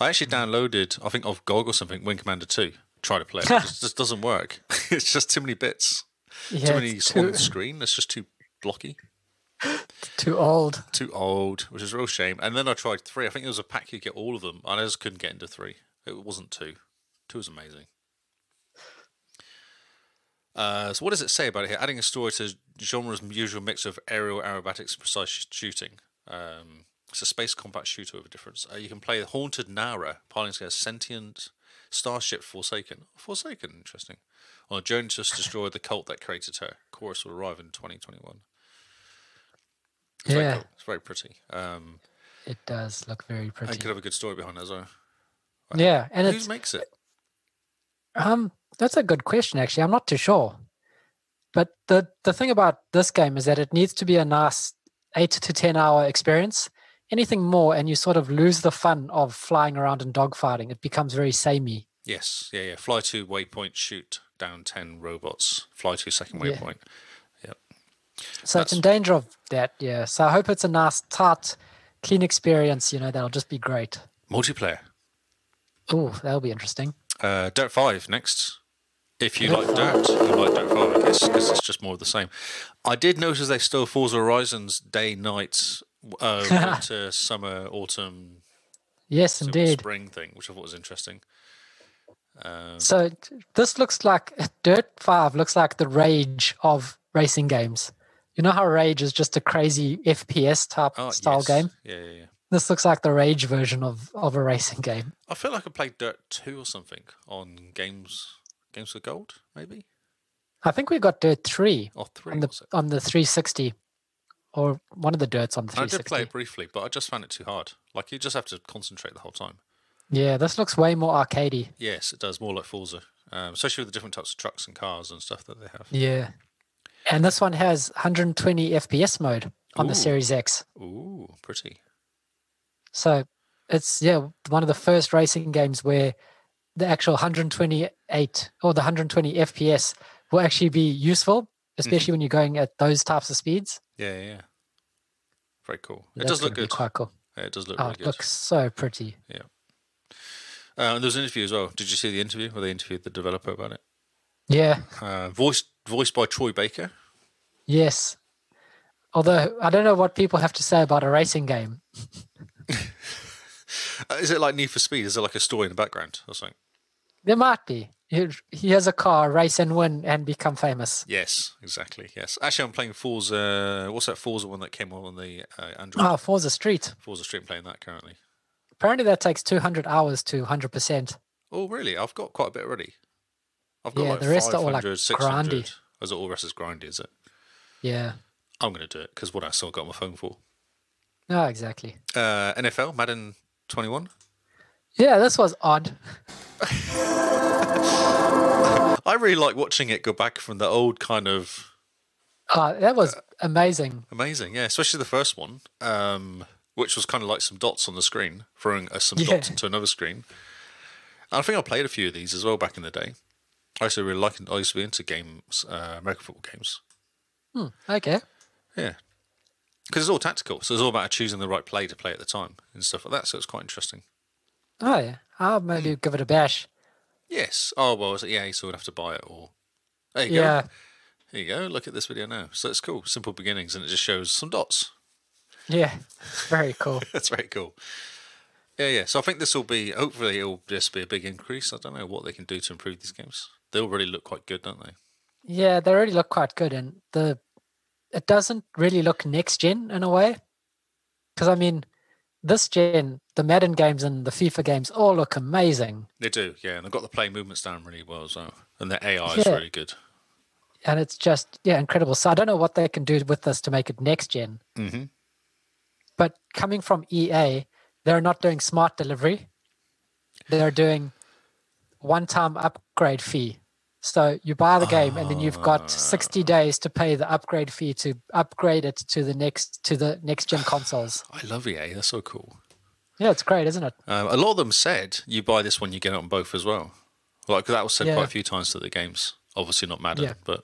[SPEAKER 1] I actually
[SPEAKER 2] Mm-hmm.
[SPEAKER 1] downloaded, I think, of GOG or something, Wing Commander 2. Try to play it. It just, just doesn't work. it's just too many bits.
[SPEAKER 2] Yeah,
[SPEAKER 1] too many
[SPEAKER 2] it's
[SPEAKER 1] s-
[SPEAKER 2] too,
[SPEAKER 1] on the screen. It's just too blocky,
[SPEAKER 2] too old.
[SPEAKER 1] too old, which is a real shame. And then I tried three. I think there was a pack you get all of them. and I just couldn't get into three. It wasn't two. Two was amazing. Uh, so what does it say about it here? Adding a story to genre's usual mix of aerial aerobatics and precise sh- shooting. Um, it's a space combat shooter with a difference. Uh, you can play the Haunted Nara, piling together sentient starship Forsaken. Forsaken, interesting. On a journey to destroy the cult that created her. Chorus will arrive in 2021. It's very
[SPEAKER 2] Yeah.
[SPEAKER 1] cool. It's very pretty. Um,
[SPEAKER 2] It does look very
[SPEAKER 1] and
[SPEAKER 2] pretty.
[SPEAKER 1] could have a good story behind it as well.
[SPEAKER 2] Yeah, and
[SPEAKER 1] Who
[SPEAKER 2] it's
[SPEAKER 1] makes it?
[SPEAKER 2] um that's a good question actually. I'm not too sure. But the the thing about this game is that it needs to be a nice 8 to 10 hour experience. Anything more and you sort of lose the fun of flying around and dogfighting. It becomes very samey.
[SPEAKER 1] Yes, yeah, yeah. Fly to waypoint, shoot down ten robots. Fly to second
[SPEAKER 2] Yeah.
[SPEAKER 1] waypoint.
[SPEAKER 2] So it's
[SPEAKER 1] That's-
[SPEAKER 2] in danger of that, yeah. So I hope it's a nice tight clean experience, you know, that'll just be great.
[SPEAKER 1] Multiplayer.
[SPEAKER 2] Oh, that'll be interesting.
[SPEAKER 1] Uh, Dirt Five next. If you like Dirt, you like Dirt Five, I guess, because it's just more of the same. I did notice they still Forza Horizons day, night, uh, winter, summer, autumn,
[SPEAKER 2] Yes,
[SPEAKER 1] sort of
[SPEAKER 2] indeed.
[SPEAKER 1] spring thing, which I thought was interesting. Um,
[SPEAKER 2] So t- this looks like Dirt Five looks like the rage of racing games. You know how Rage is just a crazy FPS type
[SPEAKER 1] Oh,
[SPEAKER 2] style
[SPEAKER 1] yes.
[SPEAKER 2] game?
[SPEAKER 1] Yeah, yeah, yeah.
[SPEAKER 2] This looks like the Rage version of, of a racing game.
[SPEAKER 1] I feel like I played Dirt Two or something on games, games for gold, maybe
[SPEAKER 2] I think we got Dirt 3
[SPEAKER 1] or three.
[SPEAKER 2] on the
[SPEAKER 1] was it?
[SPEAKER 2] on the 360 or one of the dirts on the
[SPEAKER 1] And I did
[SPEAKER 2] 360.
[SPEAKER 1] play it briefly, but I just found it too hard. Like you just have to concentrate the whole time.
[SPEAKER 2] Yeah, this looks way more arcadey.
[SPEAKER 1] Yes, it does more like Forza, um, especially with the different types of trucks and cars and stuff that they have.
[SPEAKER 2] Yeah. And this one has 120 FPS mode on
[SPEAKER 1] Ooh.
[SPEAKER 2] the Series X.
[SPEAKER 1] Ooh, pretty.
[SPEAKER 2] So it's yeah, one of the first racing games where the actual 128 or the 120 FPS will actually be useful,
[SPEAKER 1] Mm-hmm.
[SPEAKER 2] especially when you're going at those types of speeds.
[SPEAKER 1] Yeah, yeah. yeah. Very cool. It
[SPEAKER 2] That's
[SPEAKER 1] does look
[SPEAKER 2] gonna be
[SPEAKER 1] good.
[SPEAKER 2] Quite cool.
[SPEAKER 1] Yeah, it does look
[SPEAKER 2] Oh,
[SPEAKER 1] really
[SPEAKER 2] it
[SPEAKER 1] good.
[SPEAKER 2] looks so pretty.
[SPEAKER 1] Uh, and there was an interview as well. Did you see the interview where they interviewed the developer about it?
[SPEAKER 2] Yeah.
[SPEAKER 1] Uh, voiced voiced by Troy Baker.
[SPEAKER 2] Yes. Although I don't know what people have to say about a racing game.
[SPEAKER 1] Uh, is it like Need for Speed? Is there like a story in the background or something?
[SPEAKER 2] There might be. He he has a car, race and win, and become famous.
[SPEAKER 1] Yes, exactly. Yes. Actually, I'm playing Forza. What's that Forza one that came on the uh, Android?
[SPEAKER 2] Ah, Forza Street.
[SPEAKER 1] Forza Street. I'm playing that currently.
[SPEAKER 2] Apparently, that takes 200 hours to 100%.
[SPEAKER 1] Oh, really? I've got quite a bit already. I've got
[SPEAKER 2] Yeah,
[SPEAKER 1] like
[SPEAKER 2] the rest are all,
[SPEAKER 1] 500,
[SPEAKER 2] like,
[SPEAKER 1] 600.
[SPEAKER 2] grindy.
[SPEAKER 1] Oh, Is it all rest is grindy? Is it?
[SPEAKER 2] Yeah.
[SPEAKER 1] I'm going to do it because what I still got my phone for.
[SPEAKER 2] No, Ah, exactly.
[SPEAKER 1] Uh, NFL Madden 21.
[SPEAKER 2] Yeah, this was odd.
[SPEAKER 1] I really like watching it go back from the old kind of
[SPEAKER 2] Uh, that was amazing.
[SPEAKER 1] Amazing, yeah. Especially the first one, um, which was kind of like some dots on the screen, throwing uh, some
[SPEAKER 2] Yeah.
[SPEAKER 1] dots into another screen. And I think I played a few of these as well back in the day. I used to really like. I used to be into games, uh, American football games.
[SPEAKER 2] Hmm, okay.
[SPEAKER 1] Yeah, because it's all tactical, so it's all about choosing the right play to play at the time and stuff like that. So it's quite interesting.
[SPEAKER 2] Oh, yeah. I'll maybe give it a bash.
[SPEAKER 1] Yes. Oh well, is it EA, so we'd have to buy it all. There you
[SPEAKER 2] Yeah.
[SPEAKER 1] go. There you go. Look at this video now. So it's cool. Simple beginnings, and it just shows some dots.
[SPEAKER 2] Yeah. Very cool.
[SPEAKER 1] That's very cool. Yeah, yeah. So I think this will be hopefully it'll just be a big increase. I don't know what they can do to improve these games. They already look quite good, don't they?
[SPEAKER 2] Yeah, they already look quite good, and the it doesn't really look next gen in a way, because I mean, this gen, the Madden games and the FIFA games all look amazing,
[SPEAKER 1] They do, yeah. And they've got the play movements down really well as well. And their AI is
[SPEAKER 2] Yeah.
[SPEAKER 1] really good.
[SPEAKER 2] and it's just yeah incredible. So I don't know what they can do with this to make it next gen,
[SPEAKER 1] Mm-hmm.
[SPEAKER 2] but coming from EA, they're not doing smart delivery; they're doing one-time upgrade fee. So you buy the game, and then you've got
[SPEAKER 1] Ah.
[SPEAKER 2] sixty days to pay the upgrade fee to upgrade it to the next to the next gen consoles.
[SPEAKER 1] I love EA. That's so cool.
[SPEAKER 2] Yeah, it's great, isn't it?
[SPEAKER 1] Um, a lot of them said you buy this one, you get it on both as well. Like that was said
[SPEAKER 2] Yeah.
[SPEAKER 1] quite a few times to the games. Obviously not Madden,
[SPEAKER 2] Yeah.
[SPEAKER 1] but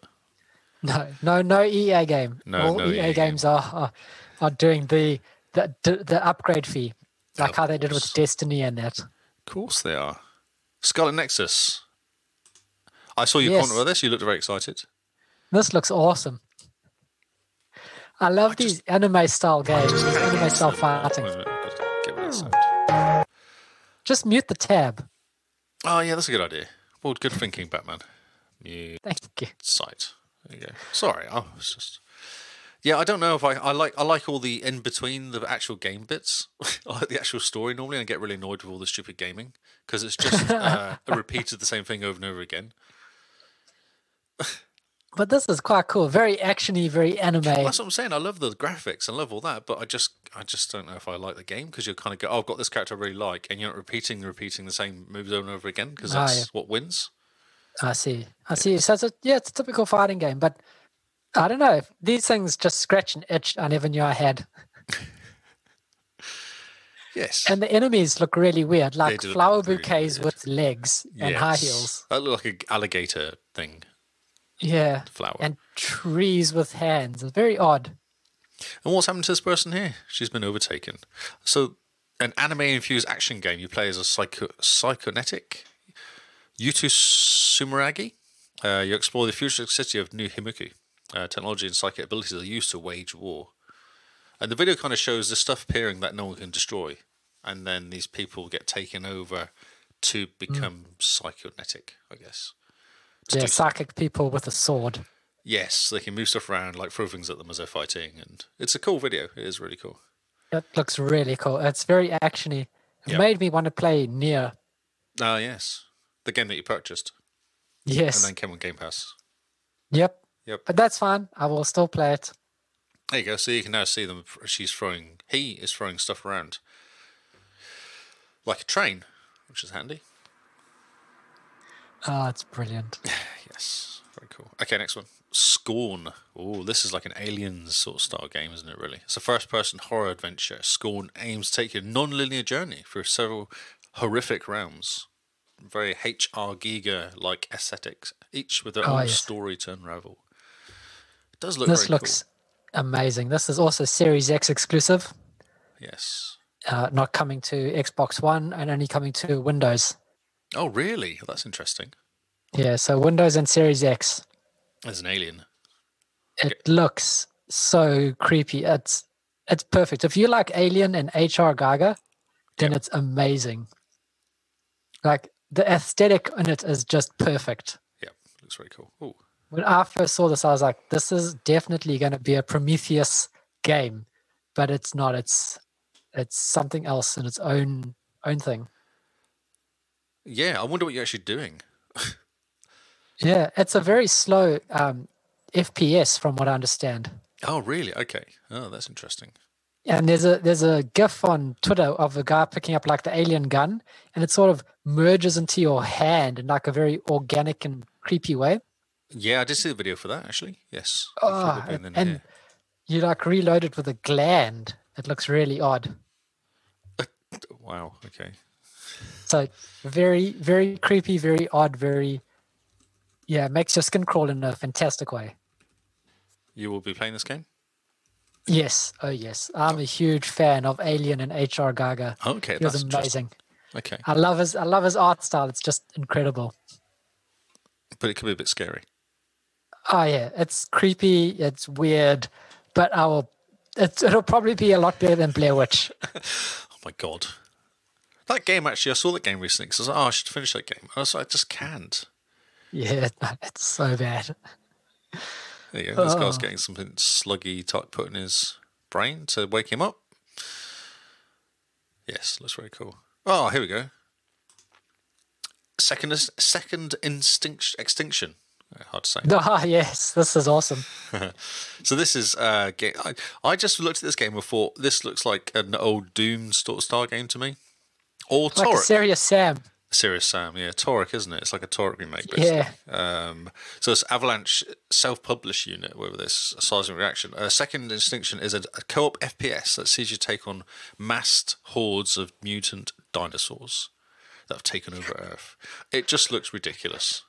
[SPEAKER 2] No, no, no EA game.
[SPEAKER 1] No,
[SPEAKER 2] All
[SPEAKER 1] no
[SPEAKER 2] EA,
[SPEAKER 1] EA game.
[SPEAKER 2] games are, are are doing the the the upgrade fee, like
[SPEAKER 1] Of
[SPEAKER 2] how they did
[SPEAKER 1] course.
[SPEAKER 2] with Destiny and that.
[SPEAKER 1] of course they are. Scarlet Nexus. I saw you
[SPEAKER 2] Yes.
[SPEAKER 1] comment about this. You looked very excited.
[SPEAKER 2] This looks awesome. I love these anime style games, anime style fighting.
[SPEAKER 1] Wait a minute, I've got to get rid of that
[SPEAKER 2] Hmm.
[SPEAKER 1] sound.
[SPEAKER 2] Just mute the tab.
[SPEAKER 1] Oh yeah, that's a good idea. Well, good thinking, Batman. Mute
[SPEAKER 2] Thank you.
[SPEAKER 1] site. There you go. Sorry, I was just. Yeah, I don't know if I, I like I like all the in between the actual game bits. I like the actual story normally, and I get really annoyed with all the stupid gaming because it's just uh, a repeat of the same thing over and over again.
[SPEAKER 2] But this is quite cool. Very actiony, very anime.
[SPEAKER 1] That's what I'm saying. I love the graphics, I love all that, but I just I just don't know if I like the game because you kind of go, oh, I've got this character I really like, and you're not repeating repeating the same moves over and over again because
[SPEAKER 2] Ah,
[SPEAKER 1] that's
[SPEAKER 2] yeah.
[SPEAKER 1] what wins.
[SPEAKER 2] I see. I see. So it's a, yeah, it's a typical fighting game, but I don't know. These things just scratch an itch I never knew I had.
[SPEAKER 1] Yes.
[SPEAKER 2] And the enemies look really weird, like
[SPEAKER 1] do look
[SPEAKER 2] flower
[SPEAKER 1] really
[SPEAKER 2] bouquets
[SPEAKER 1] weird.
[SPEAKER 2] with legs and high heels.
[SPEAKER 1] That looked like an alligator thing
[SPEAKER 2] Yeah.
[SPEAKER 1] flower. And,
[SPEAKER 2] And trees with hands. It's very odd.
[SPEAKER 1] what's happened to this person here? She's been overtaken. So, an anime-infused action game you play as a psycho- psychonetic Yutu Sumeragi. Uh, you explore the future city of New Himuki. Uh, technology and psychic abilities are used to wage war. And the video kind of shows the stuff appearing that no one can destroy, and then these people get taken over to become psychonetic. I guess.
[SPEAKER 2] Yeah,
[SPEAKER 1] do-
[SPEAKER 2] psychic people with a sword.
[SPEAKER 1] Yes, they can move stuff around, like throw things at them as they're fighting, and it's a cool video. It is really cool.
[SPEAKER 2] It looks really cool. It's very actiony. It
[SPEAKER 1] Yeah.
[SPEAKER 2] made me want to play near.
[SPEAKER 1] Ah, yes, the game that you purchased
[SPEAKER 2] Yes.
[SPEAKER 1] and then came on Game Pass.
[SPEAKER 2] Yep.
[SPEAKER 1] Yep.
[SPEAKER 2] But that's fine. I will still play it.
[SPEAKER 1] There you go. So you can now see them. She's throwing. He is throwing stuff around like a train, which is handy.
[SPEAKER 2] Oh, it's brilliant.
[SPEAKER 1] Yes, very cool. Okay, next one. Scorn. Oh, this is like an aliens sort of style game, isn't it? Really, it's a first-person horror adventure. Scorn aims to take you on a non-linear journey through several horrific realms. Very H.R. Giger-like aesthetics, each with their
[SPEAKER 2] Oh,
[SPEAKER 1] own
[SPEAKER 2] yes.
[SPEAKER 1] story to unravel. It does look.
[SPEAKER 2] This
[SPEAKER 1] very
[SPEAKER 2] looks amazing. This is also Series X exclusive,
[SPEAKER 1] Cool. Yes.
[SPEAKER 2] uh, not coming to Xbox One and only coming to Windows.
[SPEAKER 1] Oh, really? That's interesting.
[SPEAKER 2] Yeah, so Windows and Series X.
[SPEAKER 1] There's an alien.
[SPEAKER 2] It looks so creepy. It's it's perfect. If you like Alien and HR Gaga, then
[SPEAKER 1] Yep.
[SPEAKER 2] it's amazing. Like the aesthetic in it is just perfect.
[SPEAKER 1] Yeah, looks very cool. Oh,
[SPEAKER 2] when I first saw this, I was like, this is definitely going to be a Prometheus game, but it's not. It's it's something else in its own own thing.
[SPEAKER 1] yeah. I wonder what you're actually doing.
[SPEAKER 2] Yeah, it's a very slow um, FPS from what I understand.
[SPEAKER 1] Oh, really? Okay. Oh, that's interesting.
[SPEAKER 2] And there's a there's a GIF on Twitter of a guy picking up like the alien gun, and it sort of merges into your hand in like a very organic and creepy way.
[SPEAKER 1] Yeah, I did see the video for that actually. Yes. It flew
[SPEAKER 2] Oh,
[SPEAKER 1] up in
[SPEAKER 2] and,
[SPEAKER 1] and
[SPEAKER 2] and
[SPEAKER 1] here.
[SPEAKER 2] you like reload it with a gland. It looks really odd.
[SPEAKER 1] wow. Okay.
[SPEAKER 2] So very, very creepy, very odd, very yeah, makes your skin crawl in a fantastic way.
[SPEAKER 1] You will be playing this game.
[SPEAKER 2] Yes, oh yes, I'm a huge fan of Alien and HR Gaga.
[SPEAKER 1] Okay,
[SPEAKER 2] He was
[SPEAKER 1] that's interesting.
[SPEAKER 2] amazing.
[SPEAKER 1] Okay,
[SPEAKER 2] I love his, I love his art style. It's just incredible.
[SPEAKER 1] but it could be a bit scary.
[SPEAKER 2] Oh yeah, it's creepy, it's weird, but I will. It's, it'll probably be a lot better than Blair Witch.
[SPEAKER 1] Oh my god. That game actually, I saw that game recently because I was like, oh, I should finish that game. I was like, I just can't.
[SPEAKER 2] Yeah, it's so bad.
[SPEAKER 1] There you go. This guy's
[SPEAKER 2] Oh.
[SPEAKER 1] getting something sluggy type put in his brain to wake him up. Yes, looks very cool. Oh, here we go. Second, is- second instinct extinction. Uh, Hard to say.
[SPEAKER 2] Ah yes, this is awesome.
[SPEAKER 1] So this is uh, game. I, I just looked at this game and thought this looks like an old Doom sort of style game to me. Or
[SPEAKER 2] Like a
[SPEAKER 1] Toric.
[SPEAKER 2] serious Sam.
[SPEAKER 1] Serious Sam, yeah, Toric, isn't it? It's like a Toric remake, basically.
[SPEAKER 2] Yeah,
[SPEAKER 1] Um, so it's Avalanche self-published unit with this seismic reaction. Uh, Second Extinction is a, a co-op FPS that sees you take on massed hordes of mutant dinosaurs that have taken over Earth. It just looks ridiculous.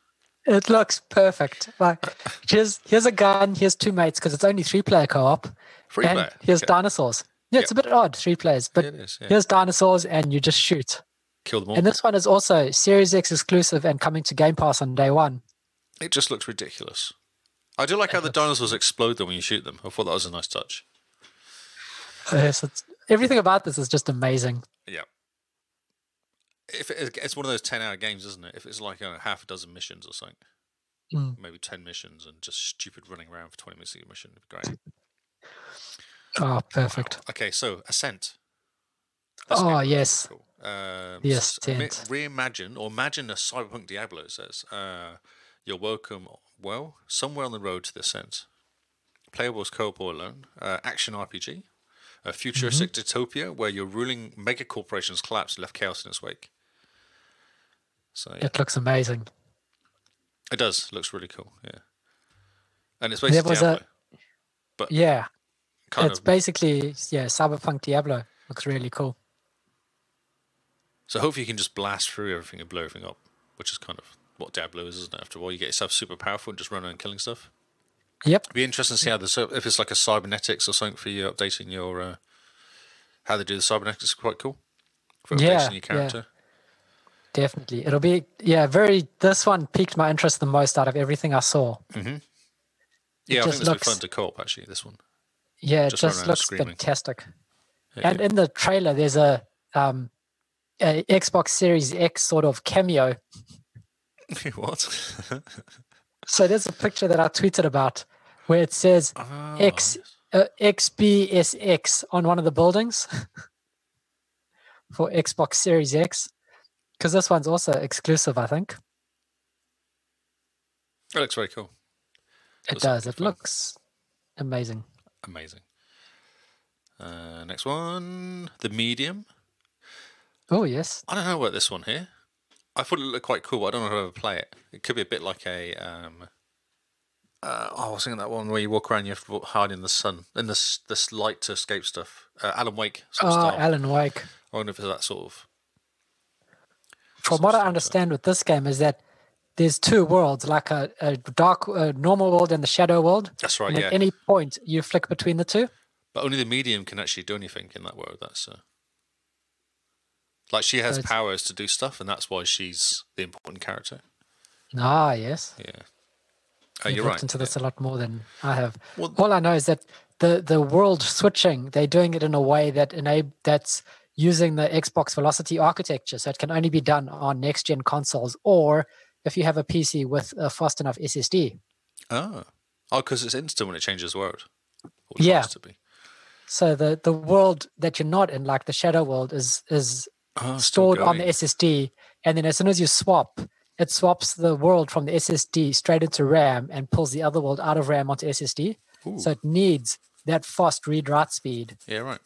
[SPEAKER 2] It looks perfect. Like here's here's a gun, here's two mates because it's only three player co-op.
[SPEAKER 1] Three
[SPEAKER 2] and
[SPEAKER 1] player,
[SPEAKER 2] Here's
[SPEAKER 1] okay.
[SPEAKER 2] dinosaurs. Yeah, it's a bit odd, three players, but
[SPEAKER 1] It is, yeah.
[SPEAKER 2] here's dinosaurs and you just shoot.
[SPEAKER 1] Kill them all.
[SPEAKER 2] And this one is also Series X exclusive and coming to Game Pass on day one.
[SPEAKER 1] It just looks ridiculous. I do like how the dinosaurs explode though when you shoot them. I thought that was a nice touch.
[SPEAKER 2] Uh, so it's, everything about this is just amazing.
[SPEAKER 1] Yeah. If it, it's one of those ten-hour games, isn't it? If it's like uh, half a dozen missions or something,
[SPEAKER 2] Mm.
[SPEAKER 1] maybe ten missions, and just stupid running around for twenty minutes each mission, it'd be great.
[SPEAKER 2] Oh, perfect.
[SPEAKER 1] Okay, so Ascent.
[SPEAKER 2] Oh,
[SPEAKER 1] game looks
[SPEAKER 2] yes.
[SPEAKER 1] Cool. Um,
[SPEAKER 2] The
[SPEAKER 1] s- mi-
[SPEAKER 2] Ascent.
[SPEAKER 1] reimagine or imagine a cyberpunk Diablo. It says uh, you're welcome. Well, somewhere on the road to the Ascent. Playables co-op or alone. Uh, action RPG. A futuristic
[SPEAKER 2] Mm-hmm.
[SPEAKER 1] dystopia where your ruling mega corporations collapsed and left chaos in its wake. So yeah,
[SPEAKER 2] It looks amazing.
[SPEAKER 1] it does. Looks really cool. Yeah, and it's
[SPEAKER 2] There
[SPEAKER 1] basically
[SPEAKER 2] was a-
[SPEAKER 1] Diablo,
[SPEAKER 2] Yeah,
[SPEAKER 1] kind
[SPEAKER 2] it's
[SPEAKER 1] of.
[SPEAKER 2] basically yeah, Cyberpunk Diablo. Looks really cool.
[SPEAKER 1] So hopefully you can just blast through everything and blow everything up, which is kind of what Diablo is, isn't it? After all, you get yourself super powerful and just run around killing stuff.
[SPEAKER 2] Yep.
[SPEAKER 1] Be interesting to see how this if it's like a cybernetics or something for you updating your uh, how they do the cybernetics is quite cool for updating
[SPEAKER 2] Yeah,
[SPEAKER 1] your
[SPEAKER 2] yeah.
[SPEAKER 1] character.
[SPEAKER 2] Definitely. It'll be yeah, very this one piqued my interest the most out of everything I saw.
[SPEAKER 1] Yeah, I think
[SPEAKER 2] just
[SPEAKER 1] this would be fun
[SPEAKER 2] looks-
[SPEAKER 1] to co-op actually. This one.
[SPEAKER 2] Yeah, it
[SPEAKER 1] Just
[SPEAKER 2] just,
[SPEAKER 1] run around
[SPEAKER 2] looks
[SPEAKER 1] screaming.
[SPEAKER 2] fantastic.
[SPEAKER 1] Yeah,
[SPEAKER 2] And in the trailer, there's a, um, a Xbox Series X sort of cameo.
[SPEAKER 1] yeah. what?
[SPEAKER 2] So there's a picture that I tweeted about where it says
[SPEAKER 1] Oh,
[SPEAKER 2] X uh, XBSX on one of the buildings for Xbox Series X because this one's also exclusive, I think.
[SPEAKER 1] That looks very cool.
[SPEAKER 2] It
[SPEAKER 1] Looks
[SPEAKER 2] does.
[SPEAKER 1] like
[SPEAKER 2] It
[SPEAKER 1] fun.
[SPEAKER 2] looks amazing.
[SPEAKER 1] Amazing. Uh, next one, the medium.
[SPEAKER 2] Oh yes,
[SPEAKER 1] I don't know about this one here. I thought it looked quite cool. But I don't know how to play it. It could be a bit like a. Um, uh, oh, I was thinking that one where you walk around, you have to walk hard in the sun, in this this light to escape stuff. Uh, Alan Wake sort of
[SPEAKER 2] oh,
[SPEAKER 1] style.
[SPEAKER 2] Alan Wake.
[SPEAKER 1] I wonder if it's that sort of.
[SPEAKER 2] From what I
[SPEAKER 1] Something.
[SPEAKER 2] understand with this game is that there's two worlds, like a, a dark, a normal world and the shadow world.
[SPEAKER 1] That's right,
[SPEAKER 2] and
[SPEAKER 1] Oh, yeah.
[SPEAKER 2] At any point, you flick between the two.
[SPEAKER 1] But only the medium can actually do anything in that world. That's uh, like she has
[SPEAKER 2] it's-
[SPEAKER 1] powers to do stuff, and that's why she's the important character.
[SPEAKER 2] Ah, yes.
[SPEAKER 1] Yeah, uh,
[SPEAKER 2] You've
[SPEAKER 1] you're
[SPEAKER 2] looked
[SPEAKER 1] right.
[SPEAKER 2] into
[SPEAKER 1] yeah.
[SPEAKER 2] this a lot more than I have.
[SPEAKER 1] Well-
[SPEAKER 2] All I know is that the the world switching, they're doing it in a way that enable that's using the Xbox Velocity architecture, so it can only be done on next gen consoles or if you have a PC with a fast enough SSD.
[SPEAKER 1] Oh, oh, because it's instant when it changes world. Or
[SPEAKER 2] Yeah.
[SPEAKER 1] tries To be.
[SPEAKER 2] So the the world that you're not in, like the shadow world, is is
[SPEAKER 1] Oh, it's still
[SPEAKER 2] stored on the
[SPEAKER 1] going.
[SPEAKER 2] SSD, and then as soon as you swap, it swaps the world from the SSD straight into RAM and pulls the other world out of RAM onto SSD.
[SPEAKER 1] Ooh,
[SPEAKER 2] So it needs that fast read write speed
[SPEAKER 1] yeah, right.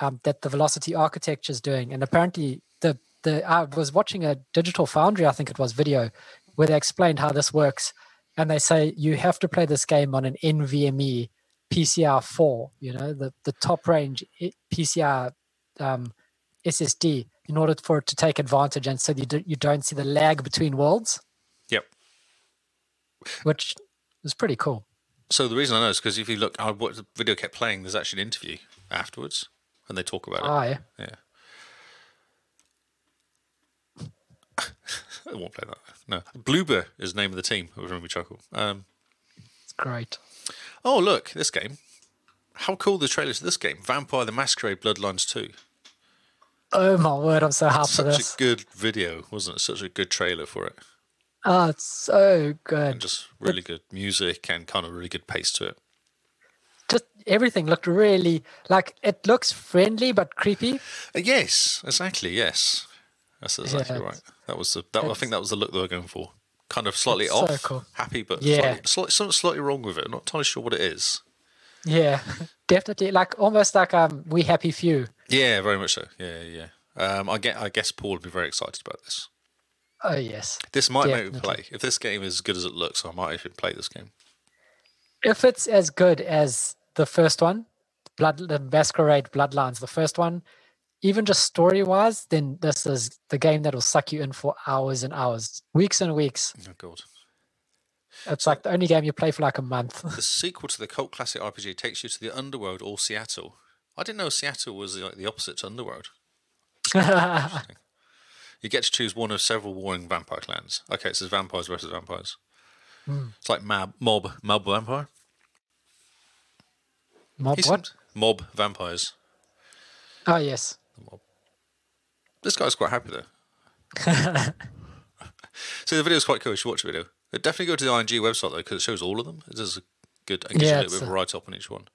[SPEAKER 2] um, that the Velocity architecture is doing. And apparently, the the I was watching a Digital Foundry, I think it was, video where they explained how this works, and they say you have to play this game on an NVMe PCI4, you know, the the top range eh, i- PCI um, SSD, in order for it to take advantage, and so you do, you don't see the lag between worlds,
[SPEAKER 1] Yep.
[SPEAKER 2] which is pretty cool.
[SPEAKER 1] So the reason I know is because if you look, I what the video kept playing. There's actually an interview afterwards, and they talk about
[SPEAKER 2] Ah, yeah.
[SPEAKER 1] it. Yeah. I won't play that. No, Bloober is the name of the team. It was when we chuckle. Um,
[SPEAKER 2] it's great.
[SPEAKER 1] Oh, look, this game. How cool the trailer to this game Vampire the Masquerade Bloodlines 2.
[SPEAKER 2] Oh my word, I'm so hyped for
[SPEAKER 1] Such
[SPEAKER 2] this.
[SPEAKER 1] a good video, wasn't it? Such a good trailer for it.
[SPEAKER 2] Oh, it's so
[SPEAKER 1] And
[SPEAKER 2] good.
[SPEAKER 1] just really good music and kind of really good pace to it.
[SPEAKER 2] just everything looked really like it looks friendly but creepy.
[SPEAKER 1] Uh, yes, exactly. Yes. That's exactly
[SPEAKER 2] Yeah,
[SPEAKER 1] right. That was the, that, I think that was the look they were going for. Kind of slightly
[SPEAKER 2] it's so
[SPEAKER 1] off,
[SPEAKER 2] cool.
[SPEAKER 1] happy, but
[SPEAKER 2] Yeah.
[SPEAKER 1] slightly, slightly, something slightly wrong with it. I'm not entirely sure what it is.
[SPEAKER 2] Yeah, definitely. Like almost like um, we happy few.
[SPEAKER 1] Yeah, very much so. Yeah, yeah. yeah. Um, I, get, I guess Paul would be very excited about this.
[SPEAKER 2] Oh yes.
[SPEAKER 1] This might make me
[SPEAKER 2] Definitely.
[SPEAKER 1] play. If this game is as good as it looks, I might even play this game.
[SPEAKER 2] If it's as good as the first one, Blood the Masquerade Bloodlines, the first one, even just story wise, then this is the game that'll suck you in for hours and hours, weeks and weeks.
[SPEAKER 1] Oh god.
[SPEAKER 2] It's like the only game you play for like a month.
[SPEAKER 1] The sequel to the cult classic RPG takes you to the underworld or Seattle. I didn't know Seattle was like the opposite to underworld.
[SPEAKER 2] yeah,
[SPEAKER 1] You get to choose one of several warring vampire clans. Okay, it says vampires versus vampires.
[SPEAKER 2] Hmm.
[SPEAKER 1] It's like mab, mob, mob vampire.
[SPEAKER 2] mob
[SPEAKER 1] He
[SPEAKER 2] what?
[SPEAKER 1] seems- Mob vampires.
[SPEAKER 2] Oh yes.
[SPEAKER 1] This guy's quite happy though. so the video's quite cool. You should watch the video. But definitely go to the ING website though, because it shows all of them. It does a good, it gives you
[SPEAKER 2] Yeah,
[SPEAKER 1] a
[SPEAKER 2] it's
[SPEAKER 1] little bit of
[SPEAKER 2] a-
[SPEAKER 1] a write up on each one.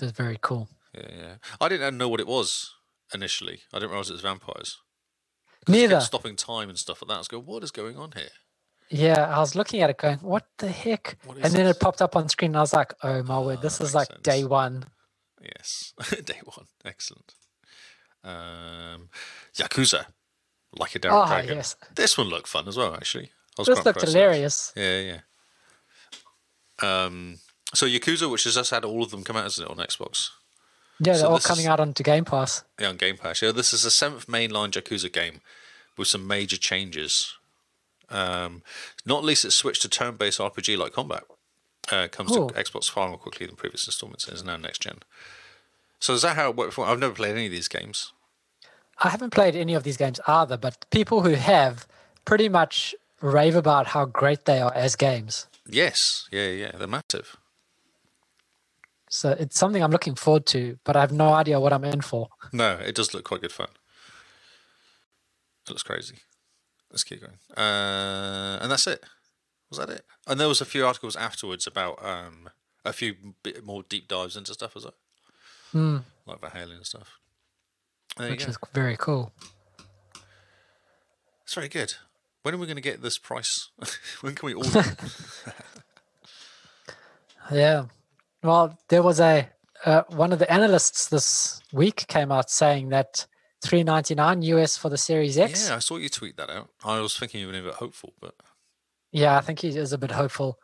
[SPEAKER 2] It's very cool.
[SPEAKER 1] Yeah, yeah. I didn't know what it was initially. I didn't realize it was vampires. 'Cause it kept
[SPEAKER 2] Neither.
[SPEAKER 1] stopping time and stuff like that. I was going, what is going on here?
[SPEAKER 2] Yeah, I was looking at it going, what the heck?
[SPEAKER 1] What
[SPEAKER 2] and
[SPEAKER 1] is
[SPEAKER 2] then
[SPEAKER 1] this?
[SPEAKER 2] it popped up on screen and I was like, oh my word, this
[SPEAKER 1] that
[SPEAKER 2] is like
[SPEAKER 1] makes
[SPEAKER 2] day
[SPEAKER 1] sense.
[SPEAKER 2] one.
[SPEAKER 1] Yes, day one. Excellent. Um, Yakuza, like a Darren
[SPEAKER 2] Ah,
[SPEAKER 1] Dragon.
[SPEAKER 2] yes.
[SPEAKER 1] This one looked fun as well, actually. I was
[SPEAKER 2] This
[SPEAKER 1] quite
[SPEAKER 2] looked
[SPEAKER 1] impressed with it.
[SPEAKER 2] hilarious.
[SPEAKER 1] Yeah, yeah. Um, so Yakuza, which has just had all of them come out, isn't it, on Xbox?
[SPEAKER 2] Yeah, they're
[SPEAKER 1] So
[SPEAKER 2] all
[SPEAKER 1] this
[SPEAKER 2] coming
[SPEAKER 1] is-
[SPEAKER 2] out onto Game Pass.
[SPEAKER 1] Yeah, on Game Pass. Yeah, this is the seventh mainline Yakuza game with some major changes. Um, not least, it switched to turn-based RPG-like combat. Uh, comes
[SPEAKER 2] Cool.
[SPEAKER 1] to Xbox far more quickly than previous installments, and is now next gen. So is that how it worked before? I've never played any of these games.
[SPEAKER 2] I haven't played any of these games either, but people who have pretty much rave about how great they are as games.
[SPEAKER 1] Yes, yeah, yeah, they're massive.
[SPEAKER 2] So it's something I'm looking forward to, but I have no idea what I'm in for.
[SPEAKER 1] No, it does look quite good fun. It looks crazy. Let's keep going. Uh, and that's it. Was that it? And there was a few articles afterwards about um, a few bit more deep dives into stuff, was it?
[SPEAKER 2] Mm,
[SPEAKER 1] Like Valhalla and stuff. There you
[SPEAKER 2] which
[SPEAKER 1] go.
[SPEAKER 2] is very cool.
[SPEAKER 1] It's very good. When are we going to get this price? when can we order? it?
[SPEAKER 2] Yeah. Well, there was a uh, one of the analysts this week came out saying that 399 US for the Series X.
[SPEAKER 1] yeah, I saw you tweet that out. I was thinking you were a bit hopeful, but
[SPEAKER 2] Yeah, I think he is a bit hopeful,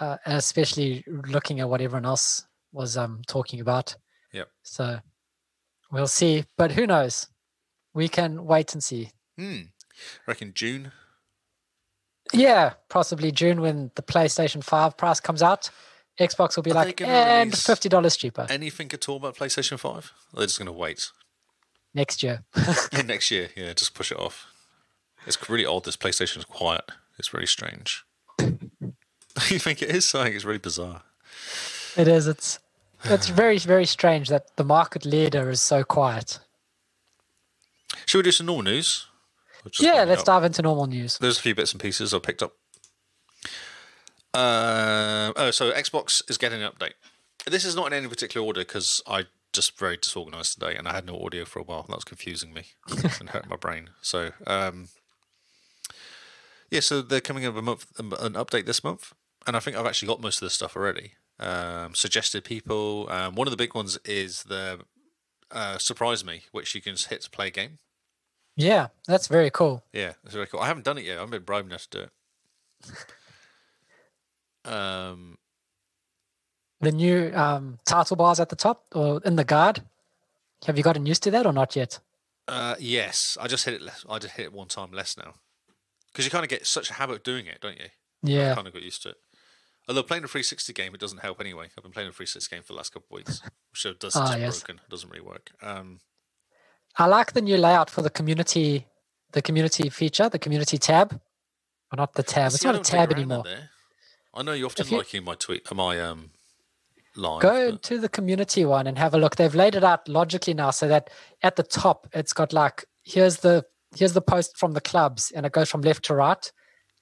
[SPEAKER 2] uh, and especially looking at what everyone else was um, talking about.
[SPEAKER 1] Yep.
[SPEAKER 2] So we'll see, but who knows? We can wait and see.
[SPEAKER 1] hmm. I reckon June.
[SPEAKER 2] Yeah, possibly June when the PlayStation 5 price comes out. Xbox will be
[SPEAKER 1] Are they
[SPEAKER 2] like,
[SPEAKER 1] gonna
[SPEAKER 2] and
[SPEAKER 1] release
[SPEAKER 2] $50 cheaper
[SPEAKER 1] Anything at all about PlayStation Five? They're just going to wait
[SPEAKER 2] next year.
[SPEAKER 1] Yeah, next year. Yeah, just push it off. It's really odd. This PlayStation is quiet. It's really strange. you think it is something? It's really bizarre.
[SPEAKER 2] It is. It's it's very very strange that the market leader is so quiet.
[SPEAKER 1] Should we do some normal news? Or just
[SPEAKER 2] yeah,
[SPEAKER 1] round it
[SPEAKER 2] let's
[SPEAKER 1] up?
[SPEAKER 2] dive into normal news.
[SPEAKER 1] There's a few bits and pieces I picked up. Um oh, so Xbox is getting an update. This is not in any particular order because I just very disorganized today and I had no audio for a while. That was confusing me and hurt my brain. So, um, yeah, so they're coming up a month, um, an update this month, and I think I've actually got most of this stuff already. Um, suggested people. Um, one of the big ones is the uh, surprise me, which you can just hit to play a game.
[SPEAKER 2] Yeah, that's very cool.
[SPEAKER 1] Yeah, it's really cool. I haven't done it yet. I've been bribed enough to do it. Um,
[SPEAKER 2] The new um, title bars at the top or in the guard. Have you gotten used to that or not yet?
[SPEAKER 1] uh, yes, I just hit it. Less, I just hit it one time less now, because you kind of get such a habit of doing it, don't you?
[SPEAKER 2] Yeah,
[SPEAKER 1] Kind of got used to it. Although playing a 360 game, it doesn't help anyway. I've been playing a 360 game for the last couple of weeks, which it does
[SPEAKER 2] Ah,
[SPEAKER 1] just
[SPEAKER 2] yes.
[SPEAKER 1] broken. It doesn't really work. Um,
[SPEAKER 2] I like the new layout for the community, the community feature, the community tab, or not the tab. it's
[SPEAKER 1] see, I
[SPEAKER 2] not a
[SPEAKER 1] don't really
[SPEAKER 2] tab
[SPEAKER 1] round that
[SPEAKER 2] anymore.
[SPEAKER 1] there. I know you often
[SPEAKER 2] you-
[SPEAKER 1] like you my tweet, uh, my um, line.
[SPEAKER 2] Go to the community one and have a look. They've laid it out logically now, so that at the top it's got like here's the here's the post from the clubs, and it goes from left to right,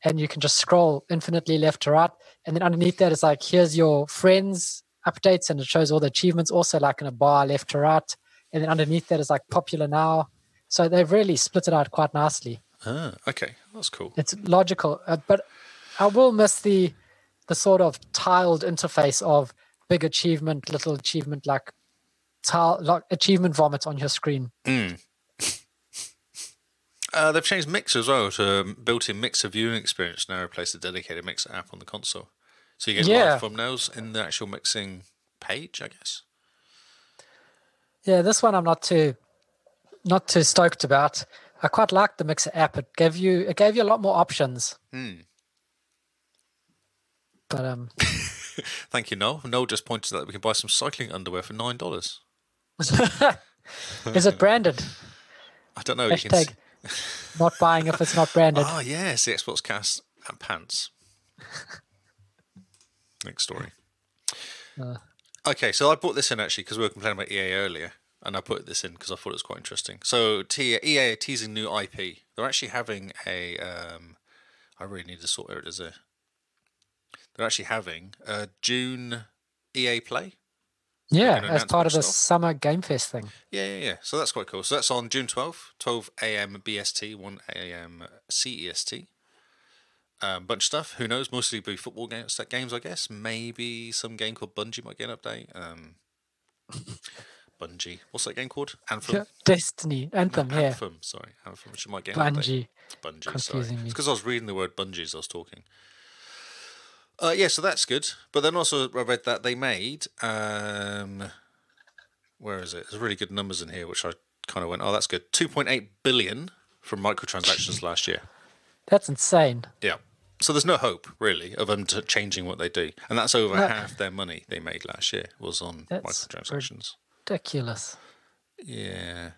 [SPEAKER 2] and you can just scroll infinitely left to right, and then underneath that it's like here's your friends updates, and it shows all the achievements, also like in a bar left to right, and then underneath that is like popular now. So they've really split it out quite nicely
[SPEAKER 1] Ah, okay, that's cool.
[SPEAKER 2] it's logical uh, but i will miss the the sort of tiled interface of big achievement little achievement like tile like achievement vomit on your screen
[SPEAKER 1] Uh, they've changed Mixer as well to a built-in Mixer viewing experience now replace the dedicated Mixer app on the console. So you get
[SPEAKER 2] Yeah.
[SPEAKER 1] live thumbnails in the actual mixing page, I guess.
[SPEAKER 2] yeah this one i'm not too not too stoked about i quite liked the mixer app it gave you it gave you a lot more options
[SPEAKER 1] Hmm.
[SPEAKER 2] but um
[SPEAKER 1] Thank you, Noel. Noel just pointed out that we can buy some cycling underwear for nine dollars.
[SPEAKER 2] is it branded
[SPEAKER 1] I don't know. you can
[SPEAKER 2] hashtag
[SPEAKER 1] see-
[SPEAKER 2] not buying if it's not branded
[SPEAKER 1] Ah, yes, the Xbox cast and pants. Next story.
[SPEAKER 2] Uh.
[SPEAKER 1] Okay, so I put this in actually because we were complaining about EA earlier, and I put this in because I thought it was quite interesting. So T- EA are teasing new IP. They're actually having a. Um, I really need to sort where it is here. They're actually having a June EA Play.
[SPEAKER 2] yeah
[SPEAKER 1] gonna
[SPEAKER 2] as
[SPEAKER 1] announce
[SPEAKER 2] part of the
[SPEAKER 1] more stuff?
[SPEAKER 2] summer game fest thing
[SPEAKER 1] Yeah, yeah, yeah. So that's quite cool. So that's on June 12th, 12 a.m. BST, 1 a.m. CEST. E Um, bunch of stuff. Who knows? Mostly be football games, like games, I guess. Maybe some game called Bungie might get an update. Um, Bungie. What's that game called? Anthem.
[SPEAKER 2] Yeah, destiny anthem yeah
[SPEAKER 1] Anthem. Sorry, Anthem. Which might get an update.
[SPEAKER 2] Bungie.
[SPEAKER 1] Bungie. sorry.
[SPEAKER 2] Confusing me.
[SPEAKER 1] It's because I was reading the word Bungie as I was talking. Uh, yeah, so that's good. But then also I read that they made um, where is it? There's really good numbers in here, which I kind of went, oh, that's good. Two point eight billion from microtransactions last year.
[SPEAKER 2] That's insane.
[SPEAKER 1] Yeah. So there's no hope really of them t- changing what they do, and that's over
[SPEAKER 2] No.
[SPEAKER 1] half their money they made last year was on
[SPEAKER 2] That's
[SPEAKER 1] microtransactions.
[SPEAKER 2] Ridiculous.
[SPEAKER 1] Yeah.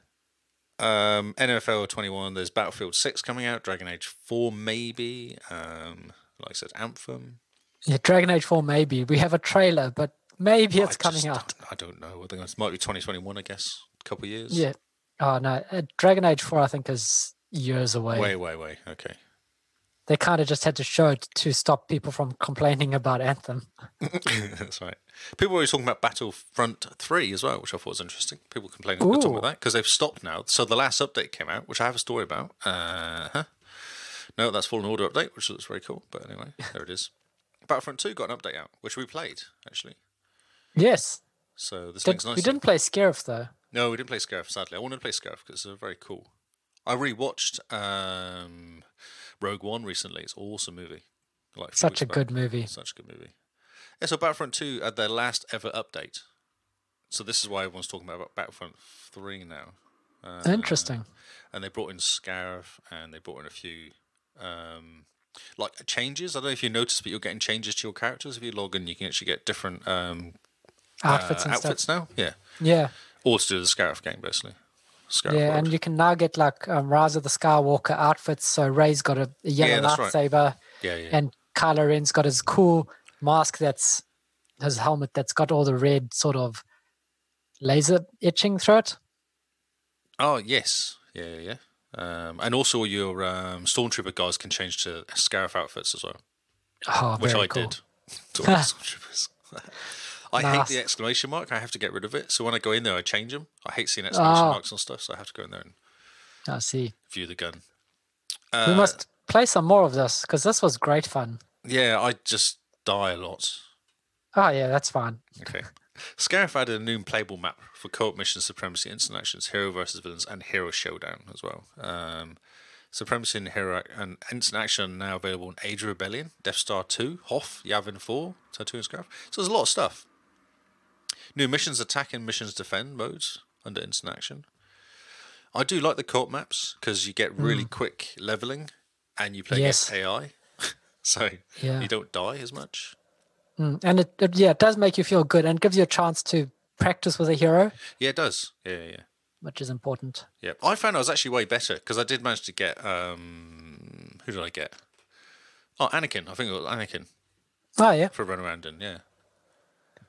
[SPEAKER 1] Um, NFL 21, there's Battlefield 6 coming out, Dragon Age 4 maybe, um, like I said, Anthem.
[SPEAKER 2] Yeah, Dragon Age 4 maybe. We have a trailer, but maybe it's
[SPEAKER 1] I
[SPEAKER 2] coming
[SPEAKER 1] just
[SPEAKER 2] out.
[SPEAKER 1] don't- I don't know. I think it might be 2021, I guess. A couple of years.
[SPEAKER 2] Yeah. Oh no. Uh, Dragon Age 4 I think is years away.
[SPEAKER 1] Way, way, way. Okay.
[SPEAKER 2] they kind of just had to show it to stop people from complaining about Anthem.
[SPEAKER 1] That's right. People were always talking about Battlefront 3 as well, which I thought was interesting. People complaining about talking
[SPEAKER 2] Ooh.
[SPEAKER 1] about that because they've stopped now. So the last update came out, which I have a story about. Uh-huh. No, that's Fallen Order update, which looks very cool. But anyway, there it is. Battlefront 2 got an update out, which we played, actually.
[SPEAKER 2] Yes,
[SPEAKER 1] So this
[SPEAKER 2] Did,
[SPEAKER 1] links
[SPEAKER 2] we
[SPEAKER 1] nicely.
[SPEAKER 2] didn't play Scarif though.
[SPEAKER 1] No, we didn't play Scarif, sadly. I wanted to play Scarif because it's very cool. I rewatched um, Rogue One recently. It's an awesome movie. Like few
[SPEAKER 2] Such
[SPEAKER 1] weeks
[SPEAKER 2] a
[SPEAKER 1] back.
[SPEAKER 2] good movie.
[SPEAKER 1] Such a good movie. Yeah, so Battlefront 2 had their last ever update. So this is why everyone's talking about Battlefront 3 now. Uh,
[SPEAKER 2] Interesting.
[SPEAKER 1] And they brought in Scarif and they brought in a few um, like changes. I don't know if you noticed, but you're getting changes to your characters. If you log in, you can actually get different um,
[SPEAKER 2] Outfits
[SPEAKER 1] uh,
[SPEAKER 2] and
[SPEAKER 1] outfits
[SPEAKER 2] stuff.
[SPEAKER 1] now. Yeah.
[SPEAKER 2] Yeah,
[SPEAKER 1] All to do with the Scarif game, basically. Scarif
[SPEAKER 2] yeah,
[SPEAKER 1] World.
[SPEAKER 2] and you can now get like um, Rise of the Skywalker outfits. So Ray's got a, a yellow
[SPEAKER 1] Yeah, that's right.
[SPEAKER 2] lightsaber,
[SPEAKER 1] yeah, yeah.
[SPEAKER 2] and Kylo Ren's got his cool mask that's his helmet that's got all the red sort of laser etching through it.
[SPEAKER 1] Oh yes, yeah, yeah. yeah. Um, and also your um, stormtrooper guys can change to Scarif outfits as well,
[SPEAKER 2] Oh,
[SPEAKER 1] which
[SPEAKER 2] very
[SPEAKER 1] I
[SPEAKER 2] cool.
[SPEAKER 1] did. To all the stormtroopers. I
[SPEAKER 2] Nice.
[SPEAKER 1] hate the exclamation mark. I have to get rid of it. So when I go in there, I change them. I hate seeing exclamation
[SPEAKER 2] Ah.
[SPEAKER 1] marks and stuff. So I have to go in there and
[SPEAKER 2] I see.
[SPEAKER 1] view the gun.
[SPEAKER 2] we
[SPEAKER 1] Uh,
[SPEAKER 2] must play some more of this because this was great fun.
[SPEAKER 1] Yeah, I just die a lot.
[SPEAKER 2] Oh yeah, that's fine.
[SPEAKER 1] Okay. Scarif added a new playable map for co-op missions, supremacy, instant actions, hero versus villains, and hero showdown as well. Um, supremacy and hero ac- and instant action are now available in Age of Rebellion, Death Star Two, Hoth, Yavin Four, Tattoo and Scarif. So there's a lot of stuff. New missions attack and missions defend modes under instant action. I do like the co-op maps because you get really quick leveling, and you play against
[SPEAKER 2] Hmm. Yes.
[SPEAKER 1] AI, so
[SPEAKER 2] Yeah.
[SPEAKER 1] you don't die as much.
[SPEAKER 2] Mm, And it, it yeah, it does make you feel good and gives you a chance to practice with a hero,
[SPEAKER 1] Yeah, it does. Yeah, yeah. yeah.
[SPEAKER 2] which is important.
[SPEAKER 1] Yeah, I found I was actually way better because I did manage to get um, who did I get? Oh, Anakin. I think it was Anakin
[SPEAKER 2] Oh yeah.
[SPEAKER 1] for a run around in. Yeah,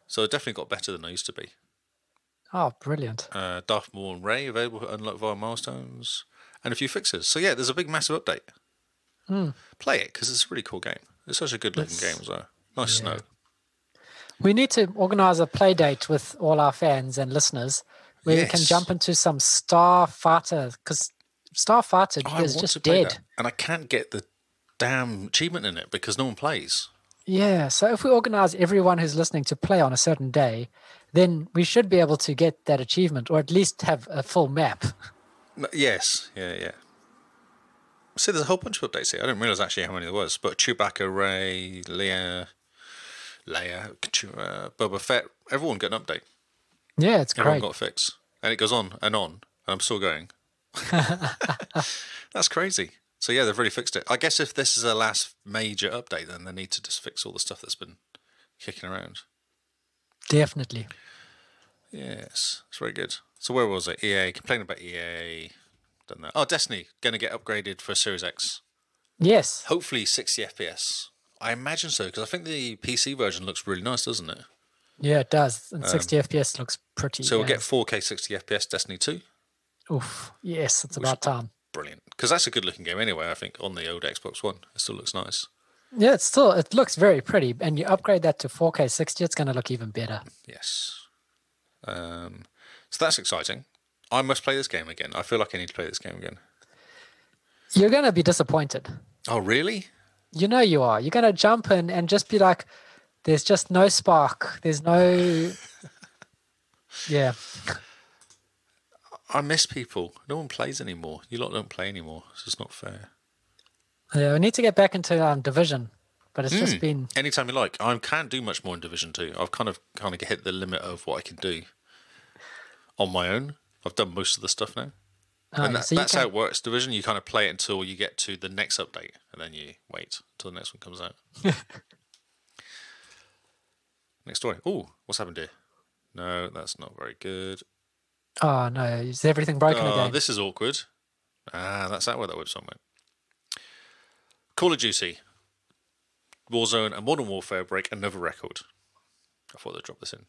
[SPEAKER 1] so I definitely got better than I used to be.
[SPEAKER 2] Oh, brilliant.
[SPEAKER 1] Uh, Darth Maul and Ray available to unlock via milestones and a few fixes. So yeah, there's a big massive update.
[SPEAKER 2] Hmm.
[SPEAKER 1] Play it because it's a really cool game. It's such a good looking
[SPEAKER 2] Let's-
[SPEAKER 1] game as well. Nice snow.
[SPEAKER 2] We need to organize a play date with all our fans and listeners where we can
[SPEAKER 1] Yes.
[SPEAKER 2] jump into some Starfighter because Starfighter
[SPEAKER 1] I want
[SPEAKER 2] is
[SPEAKER 1] to
[SPEAKER 2] just
[SPEAKER 1] play
[SPEAKER 2] dead.
[SPEAKER 1] that, and I can't get the damn achievement in it because no one plays.
[SPEAKER 2] Yeah. So if we organize everyone who's listening to play on a certain day, then we should be able to get that achievement or at least have a full map.
[SPEAKER 1] No, Yes, yeah, yeah. See, there's a whole bunch of updates here. I didn't realize actually how many there was, but Chewbacca, Ray, Leia, Leia, Chew- uh, Boba Fett, everyone got an update.
[SPEAKER 2] Yeah, it's
[SPEAKER 1] Everyone
[SPEAKER 2] great.
[SPEAKER 1] got a fix, and it goes on and on. And I'm still going. That's crazy. So yeah, they've really fixed it. I guess if this is the last major update, then they need to just fix all the stuff that's been kicking around.
[SPEAKER 2] Definitely.
[SPEAKER 1] Yes, it's very good. So where was it? EA complaining about EA. Done that. Oh, Destiny going to get upgraded for Series X.
[SPEAKER 2] Yes.
[SPEAKER 1] hopefully 60 FPS. I imagine so because I think the PC version looks really nice, doesn't it?
[SPEAKER 2] Yeah, it does. And 60 FPS looks pretty.
[SPEAKER 1] Um, So we'll
[SPEAKER 2] yeah.
[SPEAKER 1] get 4K 60 FPS Destiny 2.
[SPEAKER 2] Oof. Yes, it's about time.
[SPEAKER 1] Brilliant, because that's a good-looking game anyway. I think on the old Xbox One, it still looks nice.
[SPEAKER 2] Yeah, it's still it looks very pretty, and you upgrade that to 4K 60, it's going to look even better.
[SPEAKER 1] Yes. Um, so that's exciting. I must play this game again. I feel like I need to play this game again.
[SPEAKER 2] You're going to be disappointed.
[SPEAKER 1] Oh, really?
[SPEAKER 2] You know you are. You're going to jump in and just be like, "There's just no spark. There's no." yeah,
[SPEAKER 1] I miss people. No one plays anymore. You lot don't play anymore. It's just not fair.
[SPEAKER 2] yeah. We need to get back into um, division, but it's
[SPEAKER 1] Hmm.
[SPEAKER 2] just been
[SPEAKER 1] Anytime you like. I can't do much more in Division Two. I've kind of kind of hit the limit of what I can do on my own. I've done most of the stuff now,
[SPEAKER 2] uh,
[SPEAKER 1] and that,
[SPEAKER 2] so you
[SPEAKER 1] that's
[SPEAKER 2] can,
[SPEAKER 1] how it works. Division, you kind of play it until you get to the next update, and then you wait until the next one comes out. next story. Oh, what's happened here? No, that's not very good.
[SPEAKER 2] oh no, is everything broken
[SPEAKER 1] Oh,
[SPEAKER 2] again?
[SPEAKER 1] this is awkward. Ah, that's that where that website went. Call of Duty, Warzone, and Modern Warfare break another record. I thought they'd drop this in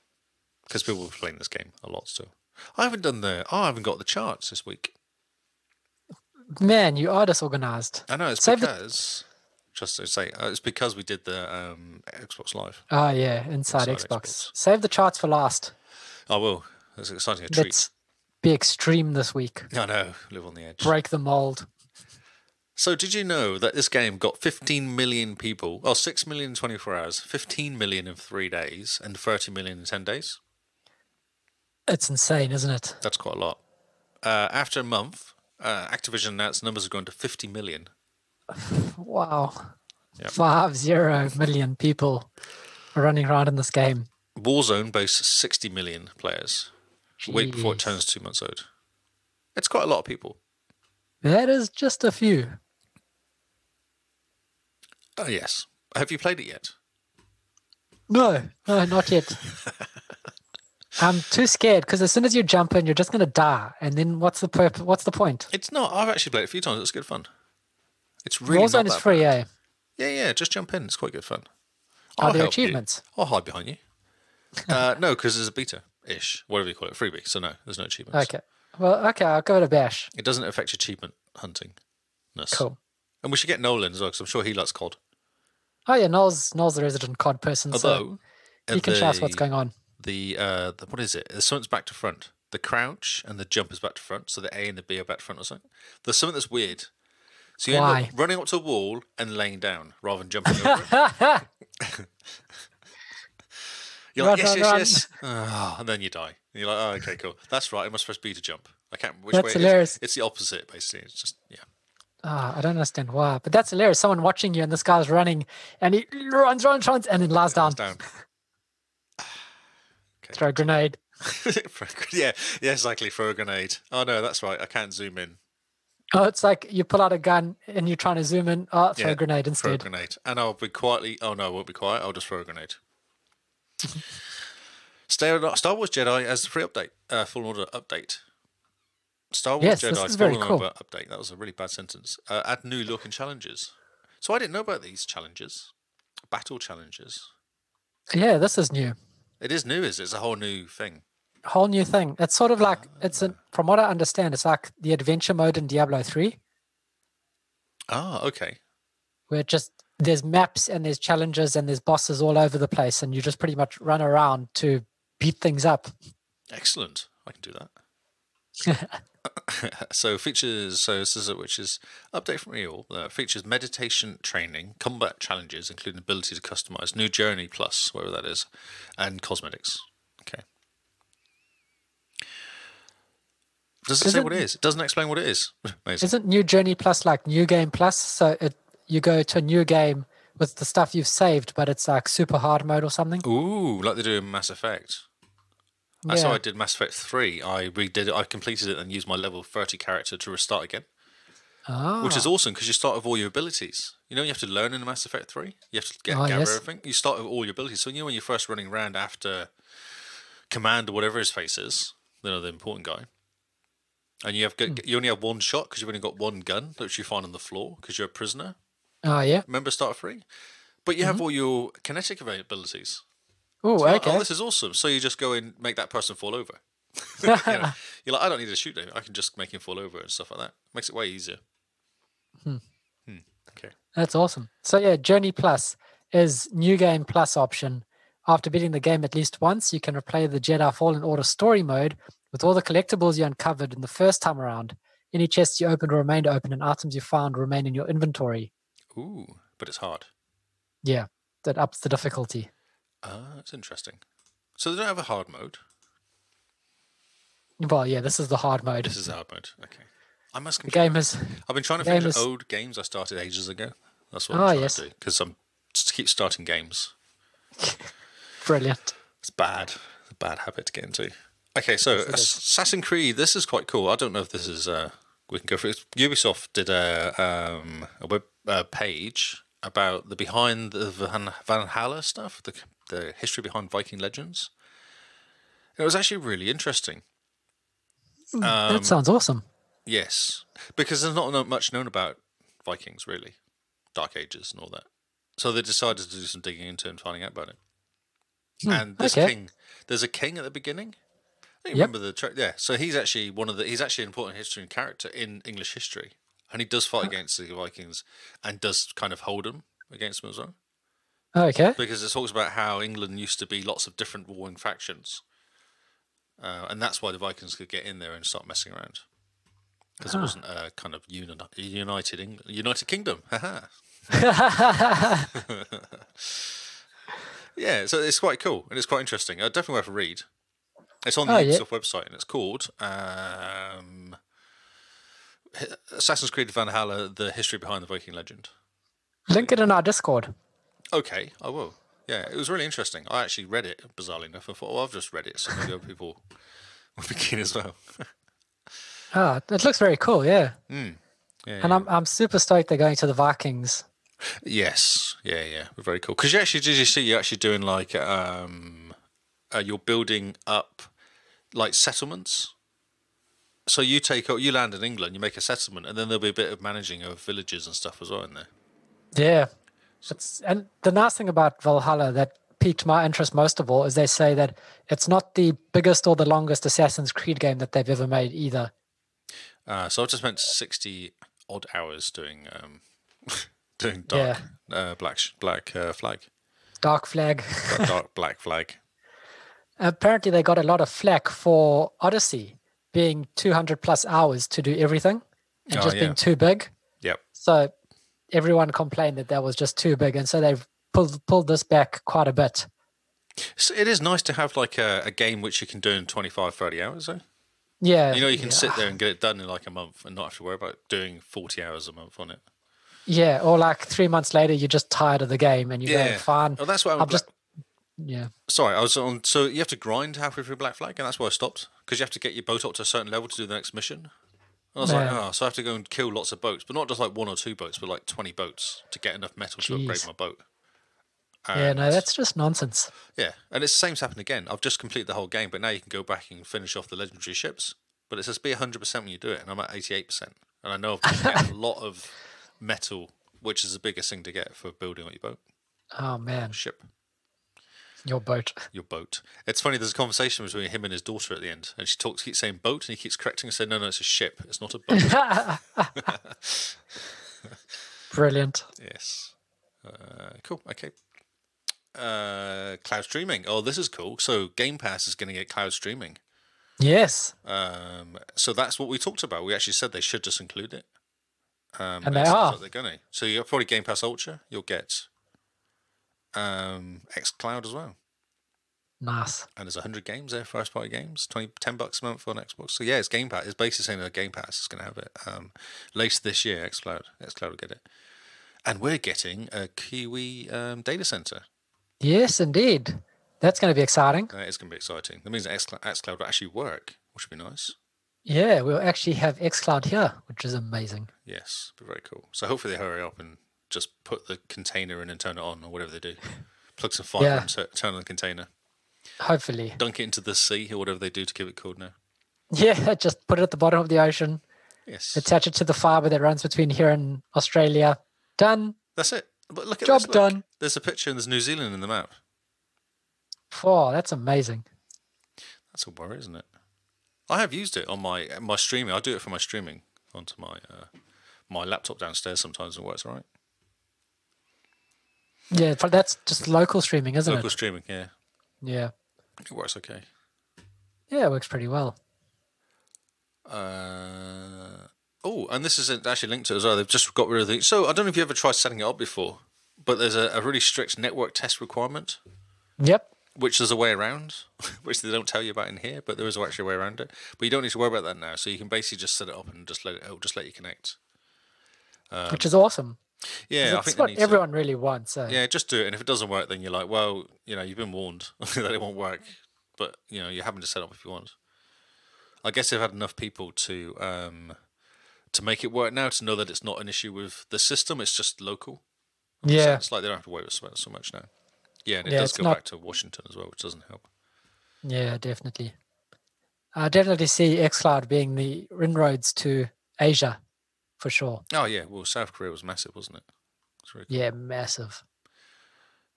[SPEAKER 1] because people were playing this game a lot still. I haven't done the. Oh, I haven't got the charts this week.
[SPEAKER 2] Man, you are disorganized.
[SPEAKER 1] I know it's
[SPEAKER 2] Save the-
[SPEAKER 1] because Just to say, uh, it's because we did the um, Xbox Live.
[SPEAKER 2] Oh yeah, inside,
[SPEAKER 1] Inside
[SPEAKER 2] Xbox.
[SPEAKER 1] Xbox.
[SPEAKER 2] Save the charts for last.
[SPEAKER 1] I will. Oh, That's exciting. A treat.
[SPEAKER 2] Let's be extreme this week.
[SPEAKER 1] I know. Live on the edge.
[SPEAKER 2] Break the mold.
[SPEAKER 1] So, did you know that this game got 15 million people, oh, 6 million in 24 hours, 15 million in three days, and 30 million in 10 days?
[SPEAKER 2] It's insane, isn't it?
[SPEAKER 1] That's quite a lot. Uh, after a month, uh, Activision announced numbers have gone to 50 million.
[SPEAKER 2] Wow.
[SPEAKER 1] Yep.
[SPEAKER 2] Five zero million people are running around in this game.
[SPEAKER 1] Warzone boasts 60 million players. Wait before it
[SPEAKER 2] Jeez.
[SPEAKER 1] turns two months old. It's quite a lot of people.
[SPEAKER 2] That is just a few.
[SPEAKER 1] Oh, yes. Have you played it yet?
[SPEAKER 2] No, no, not yet. I'm too scared because as soon as you jump in, you're just gonna die. And then what's the purpose? What's the point?
[SPEAKER 1] It's not. I've actually played it a few times. It's good fun. It's really not
[SPEAKER 2] Warzone is
[SPEAKER 1] that
[SPEAKER 2] free,
[SPEAKER 1] bad.
[SPEAKER 2] eh?
[SPEAKER 1] Yeah, yeah. Just jump in. It's quite good fun.
[SPEAKER 2] Are there
[SPEAKER 1] help you.
[SPEAKER 2] achievements?
[SPEAKER 1] I'll hide behind you. Uh, no, because there's a beta ish, whatever you call it, freebie. So no, there's no achievements.
[SPEAKER 2] Okay. Well, okay, I'll give it a bash.
[SPEAKER 1] It doesn't affect achievement hunting.
[SPEAKER 2] Cool.
[SPEAKER 1] And we should get Nolan as well, because I'm sure he likes COD.
[SPEAKER 2] Oh yeah, Noel's Noel's the resident COD person,
[SPEAKER 1] Although
[SPEAKER 2] so he can show us what's going on.
[SPEAKER 1] The, uh, the what is it? There's something's back to front. The crouch and the jump is back to front, so the A and the B are back to front or something. There's something that's weird. So you end
[SPEAKER 2] Why?
[SPEAKER 1] up running up to a wall and laying down rather than jumping over it.
[SPEAKER 2] Ah,
[SPEAKER 1] You're like,
[SPEAKER 2] Run,
[SPEAKER 1] yes,
[SPEAKER 2] run,
[SPEAKER 1] yes,
[SPEAKER 2] run.
[SPEAKER 1] yes. Ah, and then you die. And you're like, oh, okay, cool. That's right. It must supposed to be to jump. I can't remember which
[SPEAKER 2] That's
[SPEAKER 1] way it is.
[SPEAKER 2] hilarious.
[SPEAKER 1] It's the opposite, basically. It's just, yeah.
[SPEAKER 2] Ah, I don't understand why, but that's hilarious. Someone watching you, and this guy's running, and he runs, runs, runs, and then lies down.
[SPEAKER 1] It's down.
[SPEAKER 2] Throw a grenade.
[SPEAKER 1] For a gr- yeah, yeah, exactly. For a grenade. Oh, no, that's right. I can't zoom in.
[SPEAKER 2] Oh, it's like you pull out a gun and you're trying to zoom in. Oh, throw
[SPEAKER 1] Yeah,
[SPEAKER 2] a grenade
[SPEAKER 1] Throw a
[SPEAKER 2] instead.
[SPEAKER 1] grenade. And I'll be quietly. Oh, no, I won't be quiet. I'll just throw a grenade. Star Star Wars Jedi as the free update, uh, Fallen Order update. Star Wars
[SPEAKER 2] Yes,
[SPEAKER 1] Jedi
[SPEAKER 2] this is very
[SPEAKER 1] Fallen
[SPEAKER 2] cool.
[SPEAKER 1] Order update. That was a really bad sentence. Uh, add new look and challenges. So I didn't know about these challenges, battle challenges.
[SPEAKER 2] Yeah, this is new.
[SPEAKER 1] It is new, is it? It's a whole new thing.
[SPEAKER 2] Whole new thing. It's sort of like it's an, from what I understand, it's like the adventure mode in Diablo three,
[SPEAKER 1] Ah, okay.
[SPEAKER 2] where it just there's maps and there's challenges and there's bosses all over the place, and you just pretty much run around to beat things up.
[SPEAKER 1] Excellent. I can do that. so features. So this is a, which is update from EOL. Uh, features meditation training, combat challenges, including ability to customize, new journey plus whatever that is, and cosmetics. Okay. Does it
[SPEAKER 2] Is
[SPEAKER 1] say
[SPEAKER 2] it-
[SPEAKER 1] what it is? It doesn't explain what it is. Amazing.
[SPEAKER 2] Isn't New Journey Plus like New Game Plus? So it you go to a new game with the stuff you've saved, but it's like super hard mode or something.
[SPEAKER 1] Ooh, like they do in Mass Effect. That's
[SPEAKER 2] yeah.
[SPEAKER 1] how I did Mass Effect Three. I redid it. I completed it and used my level thirty character to restart again. which is awesome because you start with all your abilities. You know, you have to learn in Mass Effect Three. You have to get
[SPEAKER 2] Oh,
[SPEAKER 1] gather
[SPEAKER 2] yes.
[SPEAKER 1] everything. You start with all your abilities. So you know when you're first running around after Command or whatever his face is, you know, the important guy, and you have g you only have one shot because you've only got one gun which you find on the floor because you're a prisoner.
[SPEAKER 2] oh yeah.
[SPEAKER 1] Remember, start of three, but you have all your kinetic ava- abilities.
[SPEAKER 2] Oh
[SPEAKER 1] You're like,
[SPEAKER 2] okay.
[SPEAKER 1] Oh, this is awesome. So you just go and make that person fall over. You know, you're like, I don't need to shoot him. I can just make him fall over and stuff like that. Makes it way easier. Hmm. Okay.
[SPEAKER 2] That's awesome. So yeah, Journey Plus is new game plus option. After beating the game at least once, you can replay the Jedi Fallen Order story mode with all the collectibles you uncovered in the first time around. Any chests you opened remained open, and items you found remain in your inventory.
[SPEAKER 1] Ooh, but it's hard.
[SPEAKER 2] Yeah, that ups the difficulty.
[SPEAKER 1] Ah, that's interesting. So they don't have a hard mode.
[SPEAKER 2] Well, yeah, this is the hard mode.
[SPEAKER 1] This is hard mode. Okay. I must.
[SPEAKER 2] The
[SPEAKER 1] Compl-
[SPEAKER 2] game is
[SPEAKER 1] I've been trying to
[SPEAKER 2] game
[SPEAKER 1] finish
[SPEAKER 2] is-
[SPEAKER 1] old games I started ages ago. That's what
[SPEAKER 2] Ah,
[SPEAKER 1] I'm trying
[SPEAKER 2] yes.
[SPEAKER 1] to do because I'm just keep starting games.
[SPEAKER 2] brilliant.
[SPEAKER 1] It's bad. It's a bad habit to get into. Okay, so Assassin's Creed. This is quite cool. I don't know if this is. Uh, we can go through. it. Ubisoft did a um, a web uh, page about the behind the Van Valhalla stuff, the the history behind Viking legends. It was actually really interesting. Um,
[SPEAKER 2] that sounds awesome.
[SPEAKER 1] Yes, because there's not no- much known about Vikings really, Dark Ages and all that. So they decided to do some digging into and finding out about it. and this
[SPEAKER 2] Hmm, okay.
[SPEAKER 1] king, there's a king at the beginning. I don't
[SPEAKER 2] Yep.
[SPEAKER 1] remember the track. Yeah, so he's actually one of the. He's actually an important history and character in English history. and he does fight against the Vikings and does kind of hold them against them as well.
[SPEAKER 2] Okay.
[SPEAKER 1] because it talks about how England used to be lots of different warring factions, uh, and that's why the Vikings could get in there and start messing around because it wasn't a kind of uni- united England, United Kingdom. Haha. yeah, so it's quite cool and it's quite interesting. I definitely worth a read. It's on the
[SPEAKER 2] Oh, yeah.
[SPEAKER 1] Ubisoft website and it's called um, H- Assassin's Creed Valhalla: The History Behind the Viking Legend.
[SPEAKER 2] Link it in our Discord.
[SPEAKER 1] Okay, I will. Yeah, it was really interesting. I actually read it, bizarrely enough. I thought, oh, I've just read it, so maybe other people will begin as well.
[SPEAKER 2] Ah, it looks very cool, yeah.
[SPEAKER 1] Hmm. Yeah,
[SPEAKER 2] And I'm I'm super stoked they're going to the Vikings.
[SPEAKER 1] Yes, yeah, yeah, we're very cool. Because you actually did you see you're actually doing like um, uh, you're building up like settlements. So you take o- you land in England, you make a settlement, and then there'll be a bit of managing of villages and stuff as well in there.
[SPEAKER 2] Yeah. It's, and the nice thing about Valhalla that piqued my interest most of all is they say that it's not the biggest or the longest Assassin's Creed game that they've ever made either.
[SPEAKER 1] Uh, so I've just spent sixty odd hours doing um, doing dark uh, black sh- black uh, flag.
[SPEAKER 2] Dark Flag.
[SPEAKER 1] Black- dark black flag.
[SPEAKER 2] Apparently, they got a lot of flack for Odyssey being 200 plus hours to do everything and
[SPEAKER 1] Oh,
[SPEAKER 2] just
[SPEAKER 1] yeah.
[SPEAKER 2] being too big.
[SPEAKER 1] Yep.
[SPEAKER 2] So everyone complained that that was just too big. And so they've pulled, pulled this back quite a bit.
[SPEAKER 1] So it is nice to have like a, a game which you can do in 25, 30 hours though.
[SPEAKER 2] Yeah.
[SPEAKER 1] You know, you can
[SPEAKER 2] yeah.
[SPEAKER 1] sit there and get it done in like a month and not have to worry about doing 40 hours a month on it.
[SPEAKER 2] Yeah. Or like three months later, you're just tired of the game and you're
[SPEAKER 1] Yeah.
[SPEAKER 2] going, fine.
[SPEAKER 1] Oh, that's why I'm,
[SPEAKER 2] I'm
[SPEAKER 1] black-
[SPEAKER 2] just. Yeah.
[SPEAKER 1] sorry. I was on. So you have to grind halfway through Black Flag, and that's why I stopped because you have to get your boat up to a certain level to do the next mission. And I was like,
[SPEAKER 2] Yeah.
[SPEAKER 1] oh, so I have to go and kill lots of boats, but not just like one or two boats, but like 20 boats to get enough metal to upgrade
[SPEAKER 2] Jeez.
[SPEAKER 1] my boat.
[SPEAKER 2] Yeah, no,
[SPEAKER 1] And-
[SPEAKER 2] that's just nonsense.
[SPEAKER 1] Yeah, and it's the same's happened again. I've just completed the whole game, but now you can go back and finish off the legendary ships. But it says be 100% when you do it, and I'm at 88%. And I know I've got to get a lot of metal, which is the biggest thing to get for building out your boat,
[SPEAKER 2] Oh man,
[SPEAKER 1] ship,
[SPEAKER 2] your boat.
[SPEAKER 1] your boat. It's funny, there's a conversation between him and his daughter at the end, and she talks, keeps saying boat, and he keeps correcting and saying, no, no, it's a ship. It's not a boat.
[SPEAKER 2] Brilliant.
[SPEAKER 1] Yes. Uh, cool. Okay. Uh, cloud streaming. Oh, this is cool. So Game Pass is going to get cloud streaming.
[SPEAKER 2] Yes,
[SPEAKER 1] Um, so that's what we talked about. We actually said they should just include it. Um,
[SPEAKER 2] And they
[SPEAKER 1] it sounds
[SPEAKER 2] are.
[SPEAKER 1] like they're going to. So you're probably Game Pass Ultra. You'll get um, XCloud as well.
[SPEAKER 2] nice.
[SPEAKER 1] And there's 100 games there, first party games, 20, 10 bucks a month for an Xbox. So yeah, it's Game Pass. It's basically saying that Game Pass is going to have it um, later this year. XCloud, XCloud will get it. And we're getting a Kiwi um, data center.
[SPEAKER 2] Yes, indeed. That's going to be exciting.
[SPEAKER 1] That is going to be exciting. That means that XCloud, XCloud will actually work, which would be nice.
[SPEAKER 2] Yeah, we'll actually have XCloud here, which is amazing.
[SPEAKER 1] Yes, be very cool. So hopefully they hurry up and just put the container in and turn it on, or whatever they do. Plug some fiber
[SPEAKER 2] Yeah.
[SPEAKER 1] and tu- turn on the container.
[SPEAKER 2] Hopefully.
[SPEAKER 1] Dunk it into the sea or whatever they do to keep it cool now.
[SPEAKER 2] Yeah, just put it at the bottom of the ocean,
[SPEAKER 1] Yes,
[SPEAKER 2] attach it to the fiber that runs between here and Australia. Done.
[SPEAKER 1] that's it. But look at
[SPEAKER 2] Job
[SPEAKER 1] this, look.
[SPEAKER 2] done.
[SPEAKER 1] There's a picture and there's New Zealand in the map.
[SPEAKER 2] Oh, that's amazing.
[SPEAKER 1] That's a worry, isn't it? I have used it on my my streaming. I do it for my streaming onto my uh, my laptop downstairs sometimes, and it works all right.
[SPEAKER 2] Yeah, but that's just local streaming, isn't
[SPEAKER 1] Local
[SPEAKER 2] it?
[SPEAKER 1] streaming, yeah,
[SPEAKER 2] Yeah.
[SPEAKER 1] it works okay.
[SPEAKER 2] Yeah, it works pretty well.
[SPEAKER 1] Uh, oh, and this isn't actually linked to it as well. They've just got rid of the. So I don't know if you ever tried setting it up before, but there's a, a really strict network test requirement,
[SPEAKER 2] Yep.
[SPEAKER 1] which there's a way around, which they don't tell you about in here, but there is actually a way around it. But you don't need to worry about that now. So you can basically just set it up and just let it. It'll just let you connect.
[SPEAKER 2] which is awesome. 'cause
[SPEAKER 1] Um, Yeah, I think
[SPEAKER 2] it's
[SPEAKER 1] they
[SPEAKER 2] what
[SPEAKER 1] need to-
[SPEAKER 2] everyone really wants. eh?
[SPEAKER 1] Yeah, just do it. And if it doesn't work, then you're like, well, you know, you've been warned that it won't work, but you know, you're having to set up if you want. I guess they've had enough people to um, to make it work now to know that it's not an issue with the system. It's just local. So
[SPEAKER 2] Yeah.
[SPEAKER 1] it's like they don't have to worry about so much now. Yeah, and it
[SPEAKER 2] Yeah,
[SPEAKER 1] does
[SPEAKER 2] it's
[SPEAKER 1] go
[SPEAKER 2] not-
[SPEAKER 1] back to Washington as well, which doesn't help.
[SPEAKER 2] Yeah, definitely. I definitely see xCloud being the inroads to Asia for sure.
[SPEAKER 1] Oh yeah, well, South Korea was massive, wasn't it? It's really cool.
[SPEAKER 2] Yeah, massive.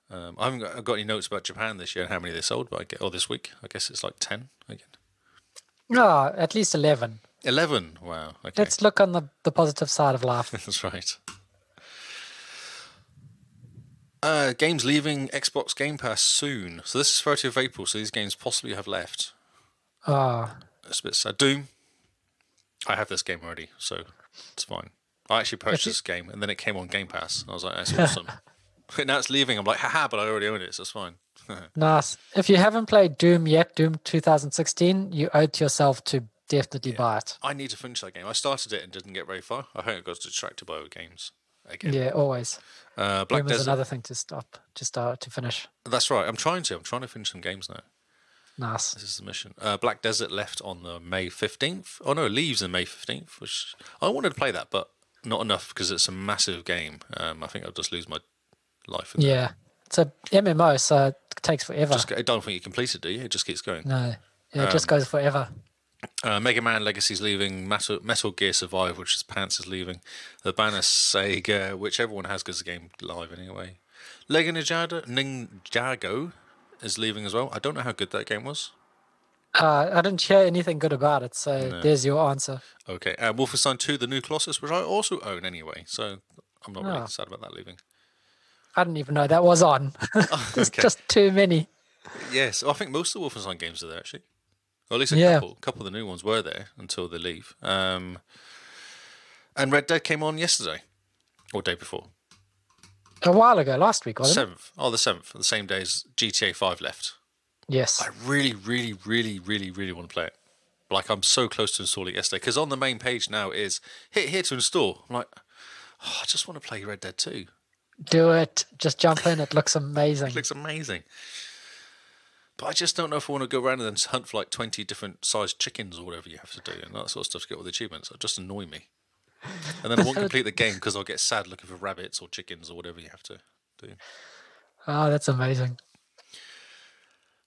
[SPEAKER 1] Um, I haven't got, got any notes about Japan this year and how oh, many they sold, but I get or this week. I guess it's like ten again.
[SPEAKER 2] No, at least 11.
[SPEAKER 1] Eleven. Wow. Okay.
[SPEAKER 2] Let's look on the, the positive side of life.
[SPEAKER 1] That's right. Uh, games leaving Xbox Game Pass soon. So this is 30th of April. So these games possibly have left.
[SPEAKER 2] Oh,
[SPEAKER 1] It's a bit sad. Doom. I have this game already, so it's fine. I actually purchased this game, and then it came on Game Pass. And I was like, that's awesome. now it's leaving. I'm like, haha, but I already own it, so it's fine.
[SPEAKER 2] nice. If you haven't played Doom yet, Doom 2016, you owe it to yourself to definitely buy it.
[SPEAKER 1] I need to finish that game. I started it and didn't get very far. I think I got distracted by other games again.
[SPEAKER 2] Yeah, always.
[SPEAKER 1] Uh, Black
[SPEAKER 2] Doom is
[SPEAKER 1] Desert.
[SPEAKER 2] another thing to stop, to start, to finish.
[SPEAKER 1] That's right. I'm trying to. I'm trying to finish some games now.
[SPEAKER 2] Nice.
[SPEAKER 1] This is the mission. Uh, Black Desert left on the May 15th. Oh no, leaves on May 15th. Which I wanted to play that, but not enough because it's a massive game. Um, I think I'll just lose my life. In
[SPEAKER 2] Yeah. It's a MMO, so it takes forever.
[SPEAKER 1] Just, I don't think you completed, do you? It just keeps going.
[SPEAKER 2] no. Yeah, it just goes forever.
[SPEAKER 1] Uh, Mega Man Legacy's leaving. Metal, Metal Gear Survive, which is Pants, is leaving. The Banner Sega, which everyone has because the game live anyway. Lego Ninjago, Ninjago is leaving as well. I don't know how good that game was.
[SPEAKER 2] Uh, I didn't hear anything good about it, so there's your answer.
[SPEAKER 1] Okay, uh, Wolfenstein 2, The New Colossus, which I also own anyway, so I'm not
[SPEAKER 2] Ah.
[SPEAKER 1] really sad about that leaving.
[SPEAKER 2] I didn't even know that was on. There's
[SPEAKER 1] okay.
[SPEAKER 2] just too many.
[SPEAKER 1] Yes, I think most of the Wolfenstein games are there actually. Or at least a
[SPEAKER 2] Yeah.
[SPEAKER 1] couple. couple of the new ones were there until they leave. Um, and Red Dead came on yesterday or day before.
[SPEAKER 2] A while ago, last week, wasn't it?
[SPEAKER 1] 7th. Oh, the 7th. The same day as GTA 5 left.
[SPEAKER 2] Yes.
[SPEAKER 1] I really, really, really, really, really want to play it. Like, I'm so close to installing it yesterday because on the main page now is hit here to install. I'm like, oh, I just want to play Red Dead 2.
[SPEAKER 2] Do it. Just jump in. It looks amazing.
[SPEAKER 1] looks amazing. But I just don't know if I want to go around and then hunt for like 20 different sized chickens or whatever you have to do and that sort of stuff to get all the achievements. It just annoy me. And then I won't complete the game because I'll get sad looking for rabbits or chickens or whatever you have to do.
[SPEAKER 2] Oh, that's amazing.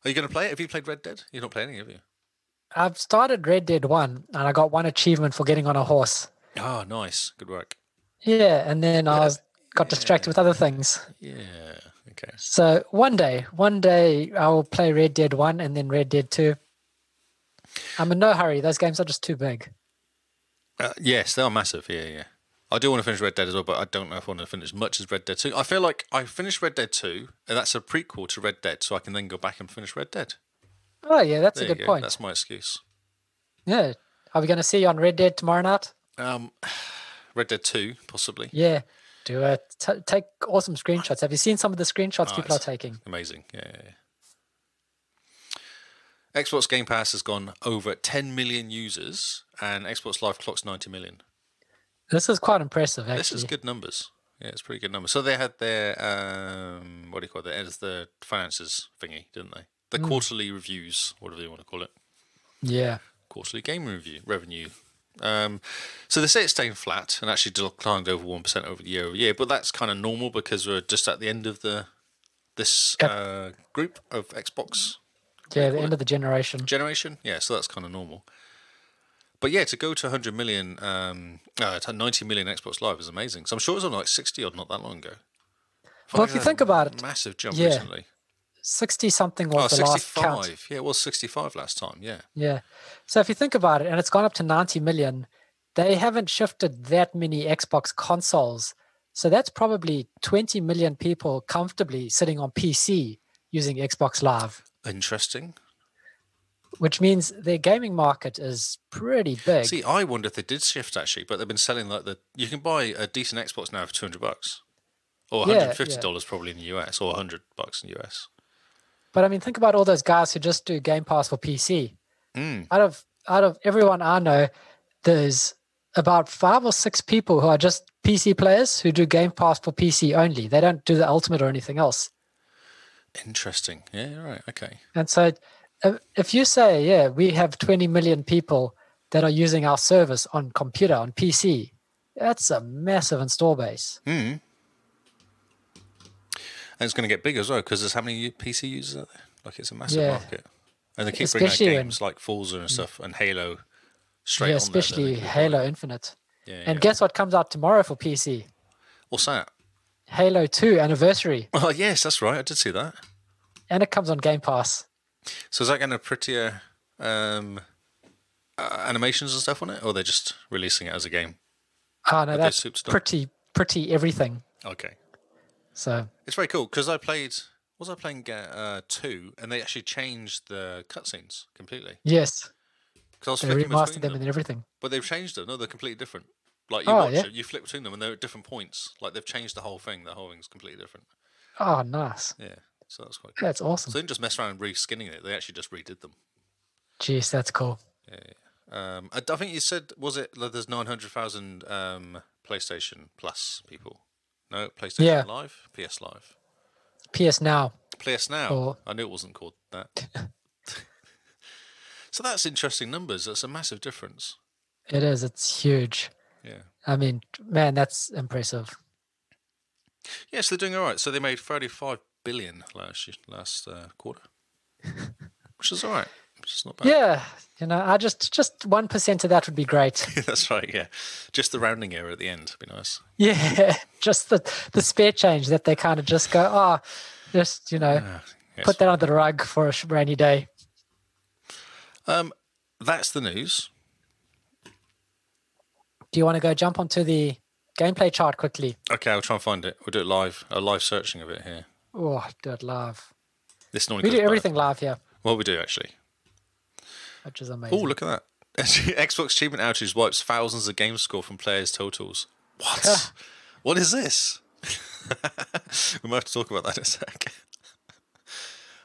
[SPEAKER 1] Are you going to play it? Have you played Red Dead? You're not playing it, have you?
[SPEAKER 2] I've started Red Dead 1 and I got one achievement for getting on a horse.
[SPEAKER 1] Oh, nice. Good work.
[SPEAKER 2] Yeah, and then I was got distracted with other things.
[SPEAKER 1] Yeah. Okay.
[SPEAKER 2] So one day, one day I will play Red Dead 1 and then Red Dead 2. I'm in no hurry. Those games are just too big.
[SPEAKER 1] Uh, yes, they are massive. Yeah, yeah. I do want to finish Red Dead as well, but I don't know if I want to finish much as Red Dead 2. I feel like I finished Red Dead 2, and that's a prequel to Red Dead, so I can then go back and finish Red Dead.
[SPEAKER 2] Oh, yeah, that's
[SPEAKER 1] There
[SPEAKER 2] a
[SPEAKER 1] you
[SPEAKER 2] good
[SPEAKER 1] go.
[SPEAKER 2] point.
[SPEAKER 1] That's my excuse.
[SPEAKER 2] Yeah. Are we going to see you on Red Dead tomorrow night?
[SPEAKER 1] Um, Red Dead Two, possibly.
[SPEAKER 2] Yeah. Do it. T- take awesome screenshots. Have you seen some of the screenshots people are
[SPEAKER 1] it's-
[SPEAKER 2] taking?
[SPEAKER 1] Amazing. Yeah, yeah, yeah. Xbox Game Pass has gone over 10 million users, and Xbox Live clocks 90 million.
[SPEAKER 2] This is quite impressive, actually.
[SPEAKER 1] This is good numbers. Yeah, it's pretty good numbers. So they had their um, what do you call it? Their, the finances thingy, didn't they? The
[SPEAKER 2] Mm.
[SPEAKER 1] quarterly reviews, whatever you want to call it.
[SPEAKER 2] Yeah.
[SPEAKER 1] quarterly game review revenue. Um, so they say it's staying flat and actually declined over one percent over the year over year, but that's kind of normal because we're just at the end of the this
[SPEAKER 2] Yep.
[SPEAKER 1] uh, group of Xbox
[SPEAKER 2] Yeah, the end of the generation.
[SPEAKER 1] generation. Yeah, so that's kind of normal. But yeah, to go to 100 million, um, uh, to 90 million Xbox Live is amazing. So I'm sure it was on like 60 odd not that long ago.
[SPEAKER 2] Well, if
[SPEAKER 1] Fucking
[SPEAKER 2] you think about it,
[SPEAKER 1] massive jump
[SPEAKER 2] yeah.
[SPEAKER 1] recently.
[SPEAKER 2] 60 something
[SPEAKER 1] Oh,
[SPEAKER 2] was the last count.
[SPEAKER 1] 65. Yeah, it was 65 last time. Yeah.
[SPEAKER 2] Yeah. So if you think about it, and it's gone up to 90 million, they haven't shifted that many Xbox consoles. So that's probably 20 million people comfortably sitting on PC using Xbox Live,
[SPEAKER 1] Interesting.
[SPEAKER 2] which means their gaming market is pretty big.
[SPEAKER 1] See, I wonder if they did shift actually, but they've been selling like the you can buy a decent Xbox now for two hundred bucks, or one
[SPEAKER 2] Yeah,
[SPEAKER 1] hundred and fifty
[SPEAKER 2] yeah.
[SPEAKER 1] dollars probably in the US, or hundred bucks in the US.
[SPEAKER 2] But I mean, think about all those guys who just do Game Pass for PC.
[SPEAKER 1] Mm.
[SPEAKER 2] Out of out of everyone I know, there's about five or six people who are just PC players who do Game Pass for PC only. They don't do the Ultimate or anything else.
[SPEAKER 1] Interesting. Yeah, you're right. Okay.
[SPEAKER 2] And so, uh, if you say, yeah, we have 20 million people that are using our service on computer on PC, that's a massive install base.
[SPEAKER 1] Hmm. And it's going to get bigger as well because there's how many PC users are there? Like it's a massive
[SPEAKER 2] Yeah.
[SPEAKER 1] market, and they keep bringing
[SPEAKER 2] Especially
[SPEAKER 1] out
[SPEAKER 2] when- Mm.
[SPEAKER 1] games like Forza and stuff and Halo. Straight
[SPEAKER 2] yeah,
[SPEAKER 1] on there, don't
[SPEAKER 2] especially
[SPEAKER 1] they?
[SPEAKER 2] Halo Infinite.
[SPEAKER 1] Yeah,
[SPEAKER 2] And
[SPEAKER 1] yeah.
[SPEAKER 2] guess what comes out tomorrow for PC?
[SPEAKER 1] What's that?
[SPEAKER 2] Halo 2 Anniversary,
[SPEAKER 1] Oh yes, that's right. I did see that.
[SPEAKER 2] and it comes on Game Pass.
[SPEAKER 1] So is that going to prettier um, uh, animations and stuff on it, or they're just releasing it as a game?
[SPEAKER 2] Oh no,
[SPEAKER 1] Have they
[SPEAKER 2] that's
[SPEAKER 1] souped it up?
[SPEAKER 2] pretty pretty everything.
[SPEAKER 1] Okay,
[SPEAKER 2] So
[SPEAKER 1] it's very cool because I played. Was I playing Ga- uh, two? And they actually changed the cutscenes completely.
[SPEAKER 2] yes,
[SPEAKER 1] 'Cause I was
[SPEAKER 2] they
[SPEAKER 1] flicking
[SPEAKER 2] remastered
[SPEAKER 1] between
[SPEAKER 2] them and everything.
[SPEAKER 1] But they've changed them. No, they're completely different. Like you
[SPEAKER 2] Oh,
[SPEAKER 1] watch
[SPEAKER 2] yeah.
[SPEAKER 1] it, you flip between them, and they're at different points. Like they've changed the whole thing. The whole thing's completely different.
[SPEAKER 2] Oh, nice.
[SPEAKER 1] Yeah, so that's quite. Cool.
[SPEAKER 2] That's awesome.
[SPEAKER 1] So they didn't just mess around reskinning it. They actually just redid them.
[SPEAKER 2] Jeez, that's cool.
[SPEAKER 1] Um, I, I think you said was it like there's nine hundred thousand um, PlayStation Plus people. No, PlayStation
[SPEAKER 2] Yeah.
[SPEAKER 1] Live, PS Live,
[SPEAKER 2] PS Now.
[SPEAKER 1] PS Now.
[SPEAKER 2] Or-
[SPEAKER 1] I knew it wasn't called that. so that's interesting numbers. That's a massive difference.
[SPEAKER 2] It is. It's huge.
[SPEAKER 1] Yeah.
[SPEAKER 2] I mean, man, that's impressive.
[SPEAKER 1] Yes, they're doing all right. So they made 35 billion last year, last uh, quarter, which is all right. Which is not bad.
[SPEAKER 2] Yeah, you know, I just just one percent of that would be great.
[SPEAKER 1] that's right. Yeah, just the rounding error at the end would be nice.
[SPEAKER 2] Yeah, just the the spare change that they kind of just go, oh, just you know,
[SPEAKER 1] Ah, yes.
[SPEAKER 2] put that under the rug for a sh- rainy day.
[SPEAKER 1] um, that's the news.
[SPEAKER 2] Do you want to go jump onto the gameplay chart quickly?
[SPEAKER 1] Okay, I'll try and find it. We'll do it live. A live searching of it here.
[SPEAKER 2] Oh, do it live.
[SPEAKER 1] This normally
[SPEAKER 2] We
[SPEAKER 1] goes
[SPEAKER 2] do
[SPEAKER 1] bad.
[SPEAKER 2] everything live here,
[SPEAKER 1] Well, we do actually.
[SPEAKER 2] which is
[SPEAKER 1] Oh,
[SPEAKER 2] amazing.
[SPEAKER 1] look at that. Xbox achievement outage wipes thousands of game score from players' totals. What? what is this? we might have to talk about that in a sec.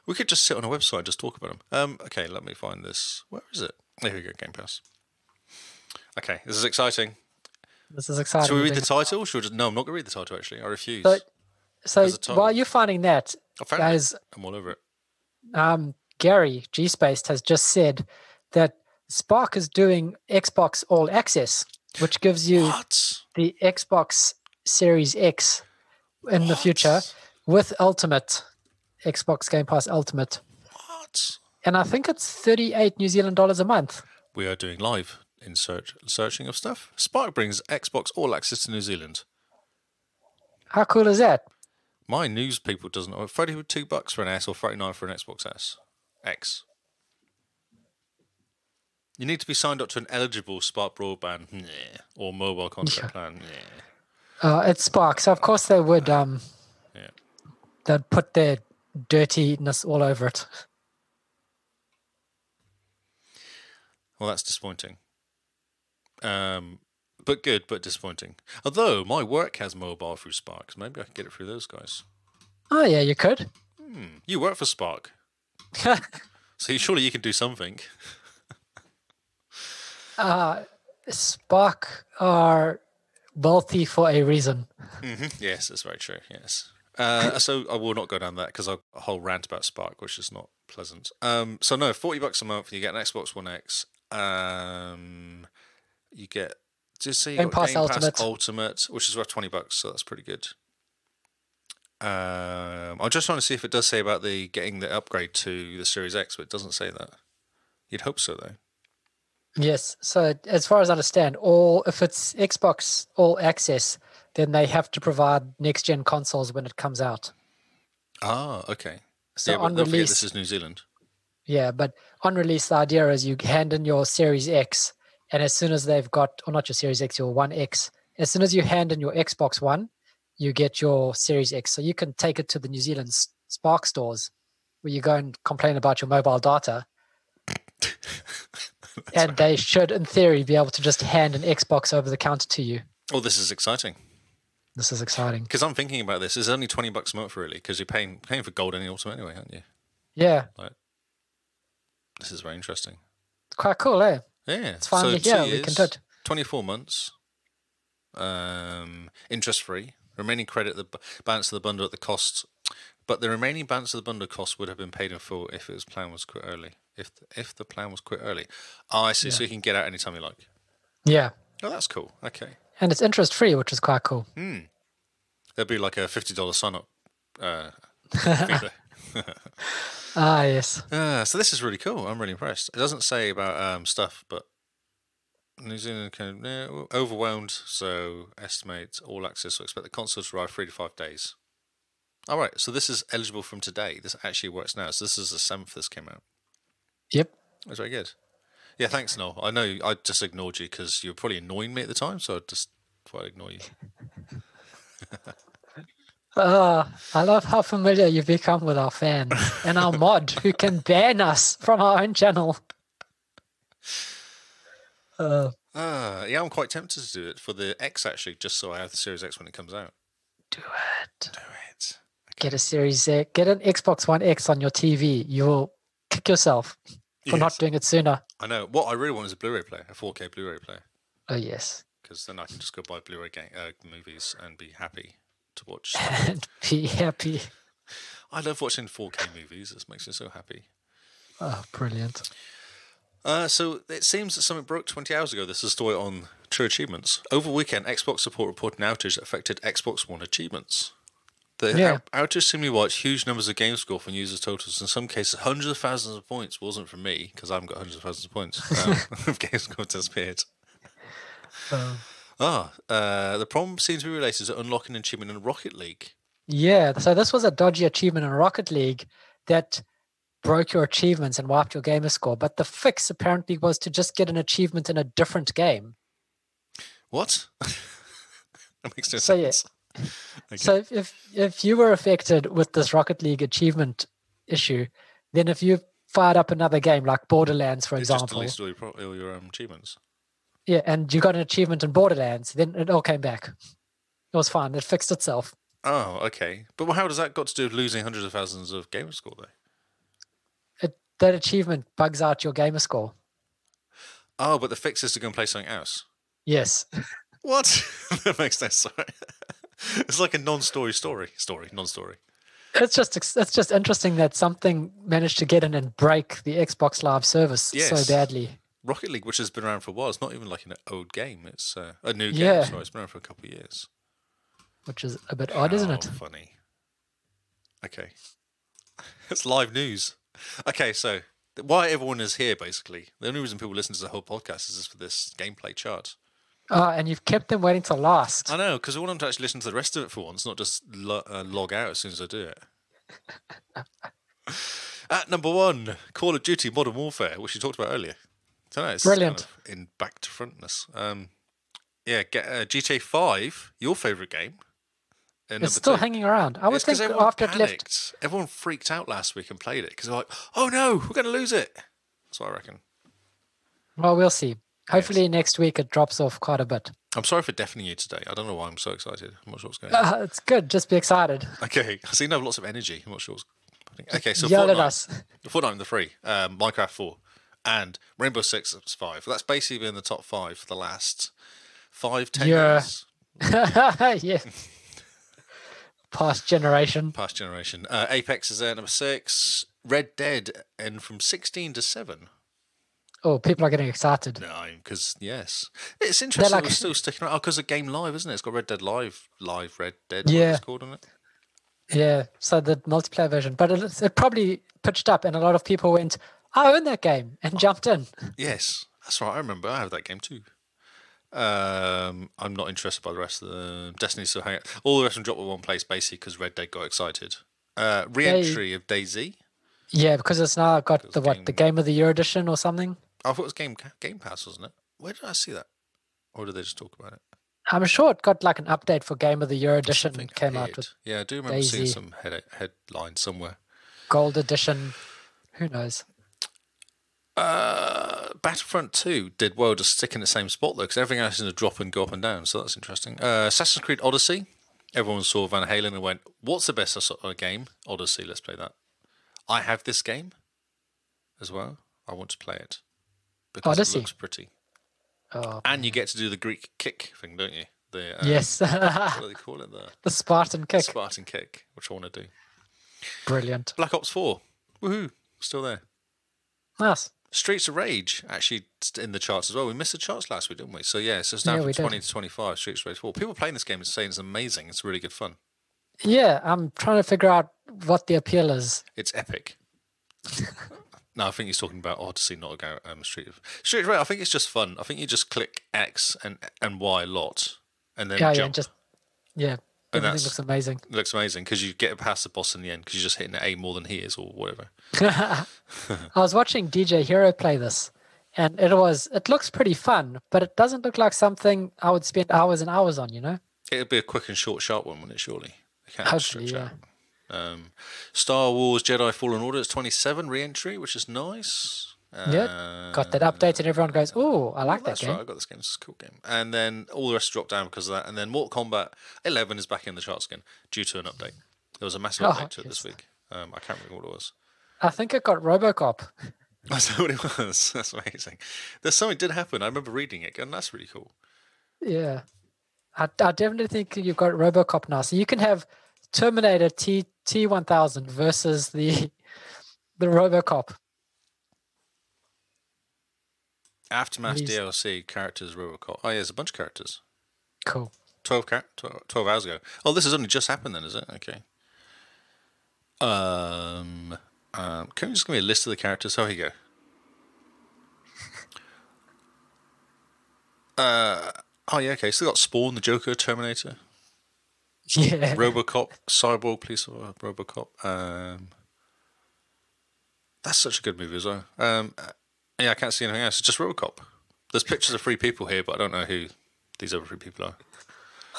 [SPEAKER 1] We could just sit on a website and just talk about them. Um, okay, let me find this. Where is it? There we go, Game Pass. Okay, this is exciting.
[SPEAKER 2] this is exciting.
[SPEAKER 1] Should we
[SPEAKER 2] We're
[SPEAKER 1] read the
[SPEAKER 2] doing-
[SPEAKER 1] title? Should we just, no, I'm not going to read the title, actually. I refuse.
[SPEAKER 2] So- so
[SPEAKER 1] there's a
[SPEAKER 2] while
[SPEAKER 1] title.
[SPEAKER 2] you're finding that,
[SPEAKER 1] I found it.
[SPEAKER 2] guys,
[SPEAKER 1] I'm all over it.
[SPEAKER 2] um, Gary G Spaced has just said that Spark is doing Xbox All Access, which gives you
[SPEAKER 1] What?
[SPEAKER 2] the Xbox Series X in the future
[SPEAKER 1] What?
[SPEAKER 2] with Ultimate Xbox Game Pass Ultimate,
[SPEAKER 1] What?
[SPEAKER 2] and I think it's thirty-eight New Zealand dollars a month.
[SPEAKER 1] we are doing live in search searching of stuff. Spark brings Xbox All Access to New Zealand.
[SPEAKER 2] How cool is that?
[SPEAKER 1] My news people doesn't know. Thirty-two bucks for an S or thirty-nine for an Xbox S X. You need to be signed up to an eligible Spark broadband nah, or mobile contract plan. nah.
[SPEAKER 2] Uh, it's Spark, so of course they would. Um,
[SPEAKER 1] Yeah.
[SPEAKER 2] They'd put their dirtiness all over it.
[SPEAKER 1] Well, that's disappointing. Um, but good, but disappointing. Although my work has mobile through Spark, so maybe I can get it through those guys.
[SPEAKER 2] Oh yeah, you could.
[SPEAKER 1] You work for Spark, so you- surely you can do something.
[SPEAKER 2] Spark are wealthy for a reason.
[SPEAKER 1] Yes, that's very true. Yes. Uh, so I will not go down that because I've got a whole rant about Spark, which is not pleasant. Um, so no, forty bucks a month, you get an Xbox One X. Um, you get just see you
[SPEAKER 2] Game
[SPEAKER 1] got
[SPEAKER 2] Pass Ultimate.
[SPEAKER 1] Ultimate, which is worth twenty bucks, so that's pretty good. Um, I'm just trying to see if it does say about the getting the upgrade to the Series X, but it doesn't say that. You'd hope so, though.
[SPEAKER 2] Yes. So as far as I understand, all if it's Xbox All Access, then they have to provide next gen consoles when it comes out.
[SPEAKER 1] Ah, okay.
[SPEAKER 2] So
[SPEAKER 1] yeah, but
[SPEAKER 2] on
[SPEAKER 1] don't forget
[SPEAKER 2] release,
[SPEAKER 1] this is New Zealand.
[SPEAKER 2] yeah, but on release, the idea is you hand in your Series X, and as soon as they've got, or not your Series X, your One X, as soon as you hand in your Xbox One, you get your Series X. So you can take it to the New Zealand s- Spark stores, where you go and complain about your mobile data, and they should, in theory, be able to just hand an Xbox over the counter to you.
[SPEAKER 1] Oh, this is exciting.
[SPEAKER 2] This is exciting.
[SPEAKER 1] Because I'm thinking about this. It's only twenty bucks a month, really, because you're paying paying for gold and the ultimate anyway, aren't you?
[SPEAKER 2] Yeah,
[SPEAKER 1] This is very interesting.
[SPEAKER 2] it's quite cool, eh?
[SPEAKER 1] Yeah,
[SPEAKER 2] It's finally
[SPEAKER 1] two
[SPEAKER 2] here. we can do it.
[SPEAKER 1] Twenty four months, um, interest free. Remaining credit at the b- balance of the bundle at the cost, but the remaining balance of the bundle cost would have been paid in full if his plan was quit early. If th- if the plan was quit early, oh, I see. So you can get out anytime you like.
[SPEAKER 2] Yeah,
[SPEAKER 1] Oh, that's cool. Okay,
[SPEAKER 2] and it's interest free, which is quite cool.
[SPEAKER 1] there'd be like a fifty dollar sign up. Uh, fee though.
[SPEAKER 2] Ah, yes.
[SPEAKER 1] Ah, so this is really cool. I'm really impressed. It doesn't say about um, stuff, but New Zealand kind of, eh, well, overwhelmed. So estimate all access. So expect the console to arrive three to five days. All right. So this is eligible from today. This actually works now. So this is the seventh. This came out.
[SPEAKER 2] Yep.
[SPEAKER 1] That's very good. Yeah, thanks, Noel. I know you- I just ignored you because you were probably annoying me at the time, so I just thought I'd ignore you.
[SPEAKER 2] Ah, I love how familiar you've become with our fan and our mod who can ban us from our own channel. Uh,
[SPEAKER 1] Ah, yeah, I'm quite tempted to do it for the X actually, just so I have the Series X when it comes out.
[SPEAKER 2] do it.
[SPEAKER 1] Do it.
[SPEAKER 2] Get a Series X. Get an Xbox One X on your TV. You will kick yourself for not
[SPEAKER 1] Yes,
[SPEAKER 2] doing it sooner.
[SPEAKER 1] I know. What I really want is a Blu-ray player, a 4K Blu-ray player,
[SPEAKER 2] Oh, yes.
[SPEAKER 1] because then I can just go buy Blu-ray ga- uh, movies and be happy to watch.
[SPEAKER 2] And be happy.
[SPEAKER 1] I love watching 4K movies. This makes me so happy.
[SPEAKER 2] Oh, brilliant.
[SPEAKER 1] Uh, so it seems that something broke 20 hours ago. This is a story on True Achievements. Over weekend, Xbox support reported an outage that affected Xbox One achievements. The
[SPEAKER 2] Yeah.
[SPEAKER 1] ou- outage seemingly wiped huge numbers of game score from users' totals. In some cases, hundreds of thousands of points wasn't for me because I haven't got hundreds of thousands of points. Um, of game score disappeared.
[SPEAKER 2] Um,
[SPEAKER 1] Ah, uh, the problem seems to be related to unlocking an achievement in Rocket League.
[SPEAKER 2] Yeah, so this was a dodgy achievement in Rocket League that broke your achievements and wiped your gamer score. But the fix apparently was to just get an achievement in a different game.
[SPEAKER 1] What? that makes no
[SPEAKER 2] So, yeah.
[SPEAKER 1] sense. Okay.
[SPEAKER 2] So if, if if you were affected with this Rocket League achievement issue, then if you fired up another game like Borderlands, for
[SPEAKER 1] It just
[SPEAKER 2] example,
[SPEAKER 1] deletes all your, pro- all your um, achievements.
[SPEAKER 2] yeah, and you got an achievement in Borderlands, then it all came back. It was fine. It fixed itself.
[SPEAKER 1] Oh, okay. But how does that got to do with losing hundreds of thousands of gamer score, though?
[SPEAKER 2] That achievement bugs out your gamer score.
[SPEAKER 1] Oh, but the fix is to go and play something else.
[SPEAKER 2] Yes.
[SPEAKER 1] What? that makes no sense. it's like a non-story story. Story, non-story.
[SPEAKER 2] it's just ex- it's just interesting that something managed to get in and break the Xbox Live service
[SPEAKER 1] Yes.
[SPEAKER 2] so badly.
[SPEAKER 1] Rocket League, which has been around for a while, it's not even like an old game. It's uh, a new game.
[SPEAKER 2] Yeah.
[SPEAKER 1] Sorry, it's been around for a couple of years.
[SPEAKER 2] Which is a bit odd, isn't
[SPEAKER 1] How
[SPEAKER 2] Oh, it?
[SPEAKER 1] Oh, Funny. Okay. it's live news. Okay, so th- why everyone is here, basically. The only reason people listen to the whole podcast is just for this gameplay chart.
[SPEAKER 2] Oh, and you've kept them waiting till last.
[SPEAKER 1] I know, because I want them to actually listen to the rest of it for once, not just lo- uh, log out as soon as I do it. At number one, Call of Duty Modern Warfare, which you talked about earlier. So no, it's kind
[SPEAKER 2] Brilliant.
[SPEAKER 1] of in back to frontness. Um, yeah, get, uh, GTA 5, your favourite game. at number
[SPEAKER 2] It's still
[SPEAKER 1] two.
[SPEAKER 2] hanging around. I would
[SPEAKER 1] It's 'cause
[SPEAKER 2] think
[SPEAKER 1] everyone
[SPEAKER 2] after it left,
[SPEAKER 1] panicked. Everyone freaked out last week and played it because they're like, oh no, we're going to lose it. That's what I reckon.
[SPEAKER 2] well, we'll see. Hopefully next week it drops off quite a bit.
[SPEAKER 1] I'm sorry for deafening you today. I don't know why I'm so excited. I'm not sure what's going on.
[SPEAKER 2] Uh, it's good. Just be excited.
[SPEAKER 1] Okay, I seem to have lots of energy. I'm not sure what's happening. Okay, so
[SPEAKER 2] Yell
[SPEAKER 1] Fortnite,
[SPEAKER 2] at us.
[SPEAKER 1] Fortnite in the free, um, Minecraft four, and Rainbow Six is five. That's basically been the top five for the last five ten
[SPEAKER 2] Yeah.
[SPEAKER 1] years,
[SPEAKER 2] yeah. Past generation.
[SPEAKER 1] past generation. Uh, Apex is there number six. Red Dead and from sixteen to seven.
[SPEAKER 2] Oh, people are getting excited.
[SPEAKER 1] No, because yes, it's interesting.
[SPEAKER 2] like-
[SPEAKER 1] we're still sticking around because of Game Live, isn't it? It's got Red Dead Live, Live Red Dead. whatever
[SPEAKER 2] Yeah.
[SPEAKER 1] it's called on it.
[SPEAKER 2] Yeah. So the multiplayer version, but it, it probably pitched up, and a lot of people went, "I own that game,"
[SPEAKER 1] Oh.
[SPEAKER 2] and jumped in.
[SPEAKER 1] Yes, that's right. I remember. I have that game too. Um, I'm not interested by the rest of the Destiny. So hang all the rest of them dropped in one place basically because Red Dead got excited. Uh, re-entry of Daisy.
[SPEAKER 2] Yeah, because it's now got the what the game of the year edition or something.
[SPEAKER 1] I thought it was Game Game Pass, wasn't it? Where did I see that? Or did they just talk about it?
[SPEAKER 2] I'm sure it got like an update for game of the year edition
[SPEAKER 1] Something
[SPEAKER 2] came out
[SPEAKER 1] appeared.
[SPEAKER 2] with
[SPEAKER 1] Yeah, I do remember seeing
[SPEAKER 2] Daisy.
[SPEAKER 1] some head, headline somewhere.
[SPEAKER 2] gold edition. Who knows?
[SPEAKER 1] Uh, Battlefront 2 did well to stick in the same spot though, because everything else is a drop and go up and down, so that's interesting. Uh, Assassin's Creed Odyssey, everyone saw Van Halen and went, "What's the best Ass- uh, game? Odyssey. Let's play that." I have this game as well. I want to play it because
[SPEAKER 2] Odyssey.
[SPEAKER 1] it looks pretty,
[SPEAKER 2] Oh,
[SPEAKER 1] and you get to do the Greek kick thing, don't you? The uh,
[SPEAKER 2] yes, the
[SPEAKER 1] what do they call it? The
[SPEAKER 2] Spartan kick,
[SPEAKER 1] Spartan kick, which I want to do.
[SPEAKER 2] brilliant.
[SPEAKER 1] Black Ops 4, woohoo, still there.
[SPEAKER 2] Nice.
[SPEAKER 1] Streets of Rage actually st- in the charts as well. We missed the charts last week, didn't we? So yeah, so it's down
[SPEAKER 2] Yeah,
[SPEAKER 1] from
[SPEAKER 2] we did.
[SPEAKER 1] twenty to twenty-five. Streets of Rage Four. People playing this game is saying it's amazing. It's really good fun.
[SPEAKER 2] Yeah, I'm trying to figure out what the appeal is.
[SPEAKER 1] It's epic. no, I think he's talking about Odyssey, not about um, Street of Street of Rage. I think it's just fun. I think you just click X and and Y a lot, and then
[SPEAKER 2] Yeah, yeah,
[SPEAKER 1] jump.
[SPEAKER 2] and just yeah,
[SPEAKER 1] And
[SPEAKER 2] everything
[SPEAKER 1] that's-
[SPEAKER 2] looks amazing.
[SPEAKER 1] It looks amazing because you get past the boss in the end because you're just hitting an A more than he is or whatever.
[SPEAKER 2] I was watching DJ Hero play this, and it was it looks pretty fun, but it doesn't look like something I would spend hours and hours on. You know,
[SPEAKER 1] It'd be a quick and short, sharp one, wouldn't it? Surely. They can't
[SPEAKER 2] Hopefully,
[SPEAKER 1] stretch
[SPEAKER 2] yeah.
[SPEAKER 1] out. Um, Star Wars Jedi Fallen Order. It's twenty-seven re-entry, which is nice. Uh,
[SPEAKER 2] Yeah, got that update, and everyone goes, "Oh, I like that
[SPEAKER 1] That's
[SPEAKER 2] game."
[SPEAKER 1] right. I got this game. It's a cool game. And then all the rest dropped down because of that. And then Mortal Kombat 11 is back in the charts again due to an update. There was a massive
[SPEAKER 2] Oh,
[SPEAKER 1] update to it this week. Um, I can't remember what it was.
[SPEAKER 2] I think it got RoboCop.
[SPEAKER 1] That's what it was. That's amazing. There's something did happen. I remember reading it, and that's really cool.
[SPEAKER 2] Yeah, I, I definitely think you've got RoboCop now, so you can have Terminator T T one thousand versus the the RoboCop.
[SPEAKER 1] Aftermath
[SPEAKER 2] Please.
[SPEAKER 1] DLC characters Robocop. Oh yeah, there's a bunch of characters.
[SPEAKER 2] Cool.
[SPEAKER 1] 12, car- 12, 12 hours ago. Oh, this has only just happened then, is it? Okay. Um, um, can you just give me a list of the characters? Oh, here you go. Uh, oh, yeah, okay. So they got Spawn, the Joker, Terminator,
[SPEAKER 2] Yeah.
[SPEAKER 1] Robocop, Cyborg, Police Officer, Robocop. Um, that's such a good movie as well. Um, uh, yeah, I can't see anything else. It's just Robocop. There's pictures of three people here, but I don't know who these other three people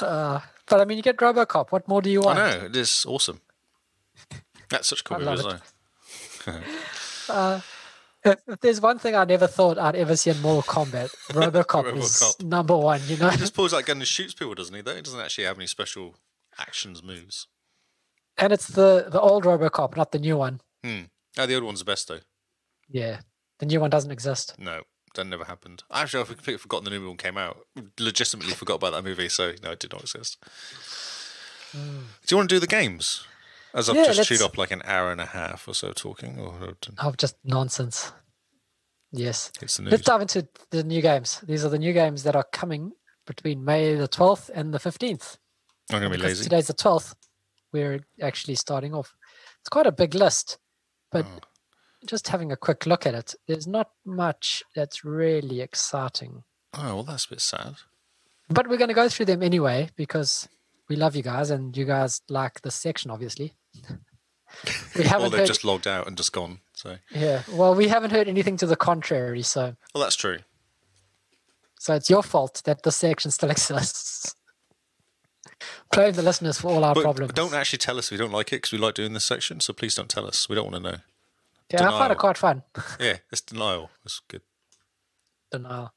[SPEAKER 1] are.
[SPEAKER 2] but I mean, you get RoboCop. What more do you want?
[SPEAKER 1] I know it is awesome. That's such a cool
[SPEAKER 2] I
[SPEAKER 1] movie,
[SPEAKER 2] love
[SPEAKER 1] isn't
[SPEAKER 2] it.
[SPEAKER 1] it?
[SPEAKER 2] If, if there's one thing I never thought I'd ever see in Mortal Kombat, RoboCop is
[SPEAKER 1] RoboCop.
[SPEAKER 2] number one. You know,
[SPEAKER 1] He just pulls that gun and shoots people, doesn't he? Though he doesn't actually have any special actions moves.
[SPEAKER 2] and it's the the old RoboCop, not the new one.
[SPEAKER 1] Oh, the old one's the best though.
[SPEAKER 2] Yeah, the new one doesn't exist.
[SPEAKER 1] No, that never happened. Actually, I've completely forgotten the new one came out. Legitimately forgot about that movie, so no, it did not exist. Do you want to do the games? As I've
[SPEAKER 2] Yeah,
[SPEAKER 1] just chewed
[SPEAKER 2] let's-
[SPEAKER 1] up like an hour and a half or so talking, or
[SPEAKER 2] Oh, just nonsense. Yes.
[SPEAKER 1] it's the news.
[SPEAKER 2] Let's dive into the new games. These are the new games that are coming between May the 12th and the 15th.
[SPEAKER 1] I'm gonna be
[SPEAKER 2] Because
[SPEAKER 1] lazy.
[SPEAKER 2] today's the 12th. We're actually starting off. It's quite a big list, but
[SPEAKER 1] Oh.
[SPEAKER 2] just having a quick look at it, there's not much that's really exciting.
[SPEAKER 1] Oh well, that's a bit sad.
[SPEAKER 2] But we're going to go through them anyway because we love you guys and you guys like this section, obviously. we
[SPEAKER 1] Well,
[SPEAKER 2] haven't
[SPEAKER 1] they've
[SPEAKER 2] heard,
[SPEAKER 1] just logged out and just gone. So,
[SPEAKER 2] yeah. Well, we haven't heard anything to the contrary, so
[SPEAKER 1] well, that's true.
[SPEAKER 2] So it's your fault that this section still exists. Blame the listeners for all our
[SPEAKER 1] But
[SPEAKER 2] problems.
[SPEAKER 1] don't actually tell us if we don't like it because we like doing this section. So please don't tell us. We don't want to know.
[SPEAKER 2] yeah, I find
[SPEAKER 1] denial.
[SPEAKER 2] it quite fun.
[SPEAKER 1] Yeah, it's denial. It's good.
[SPEAKER 2] Denial.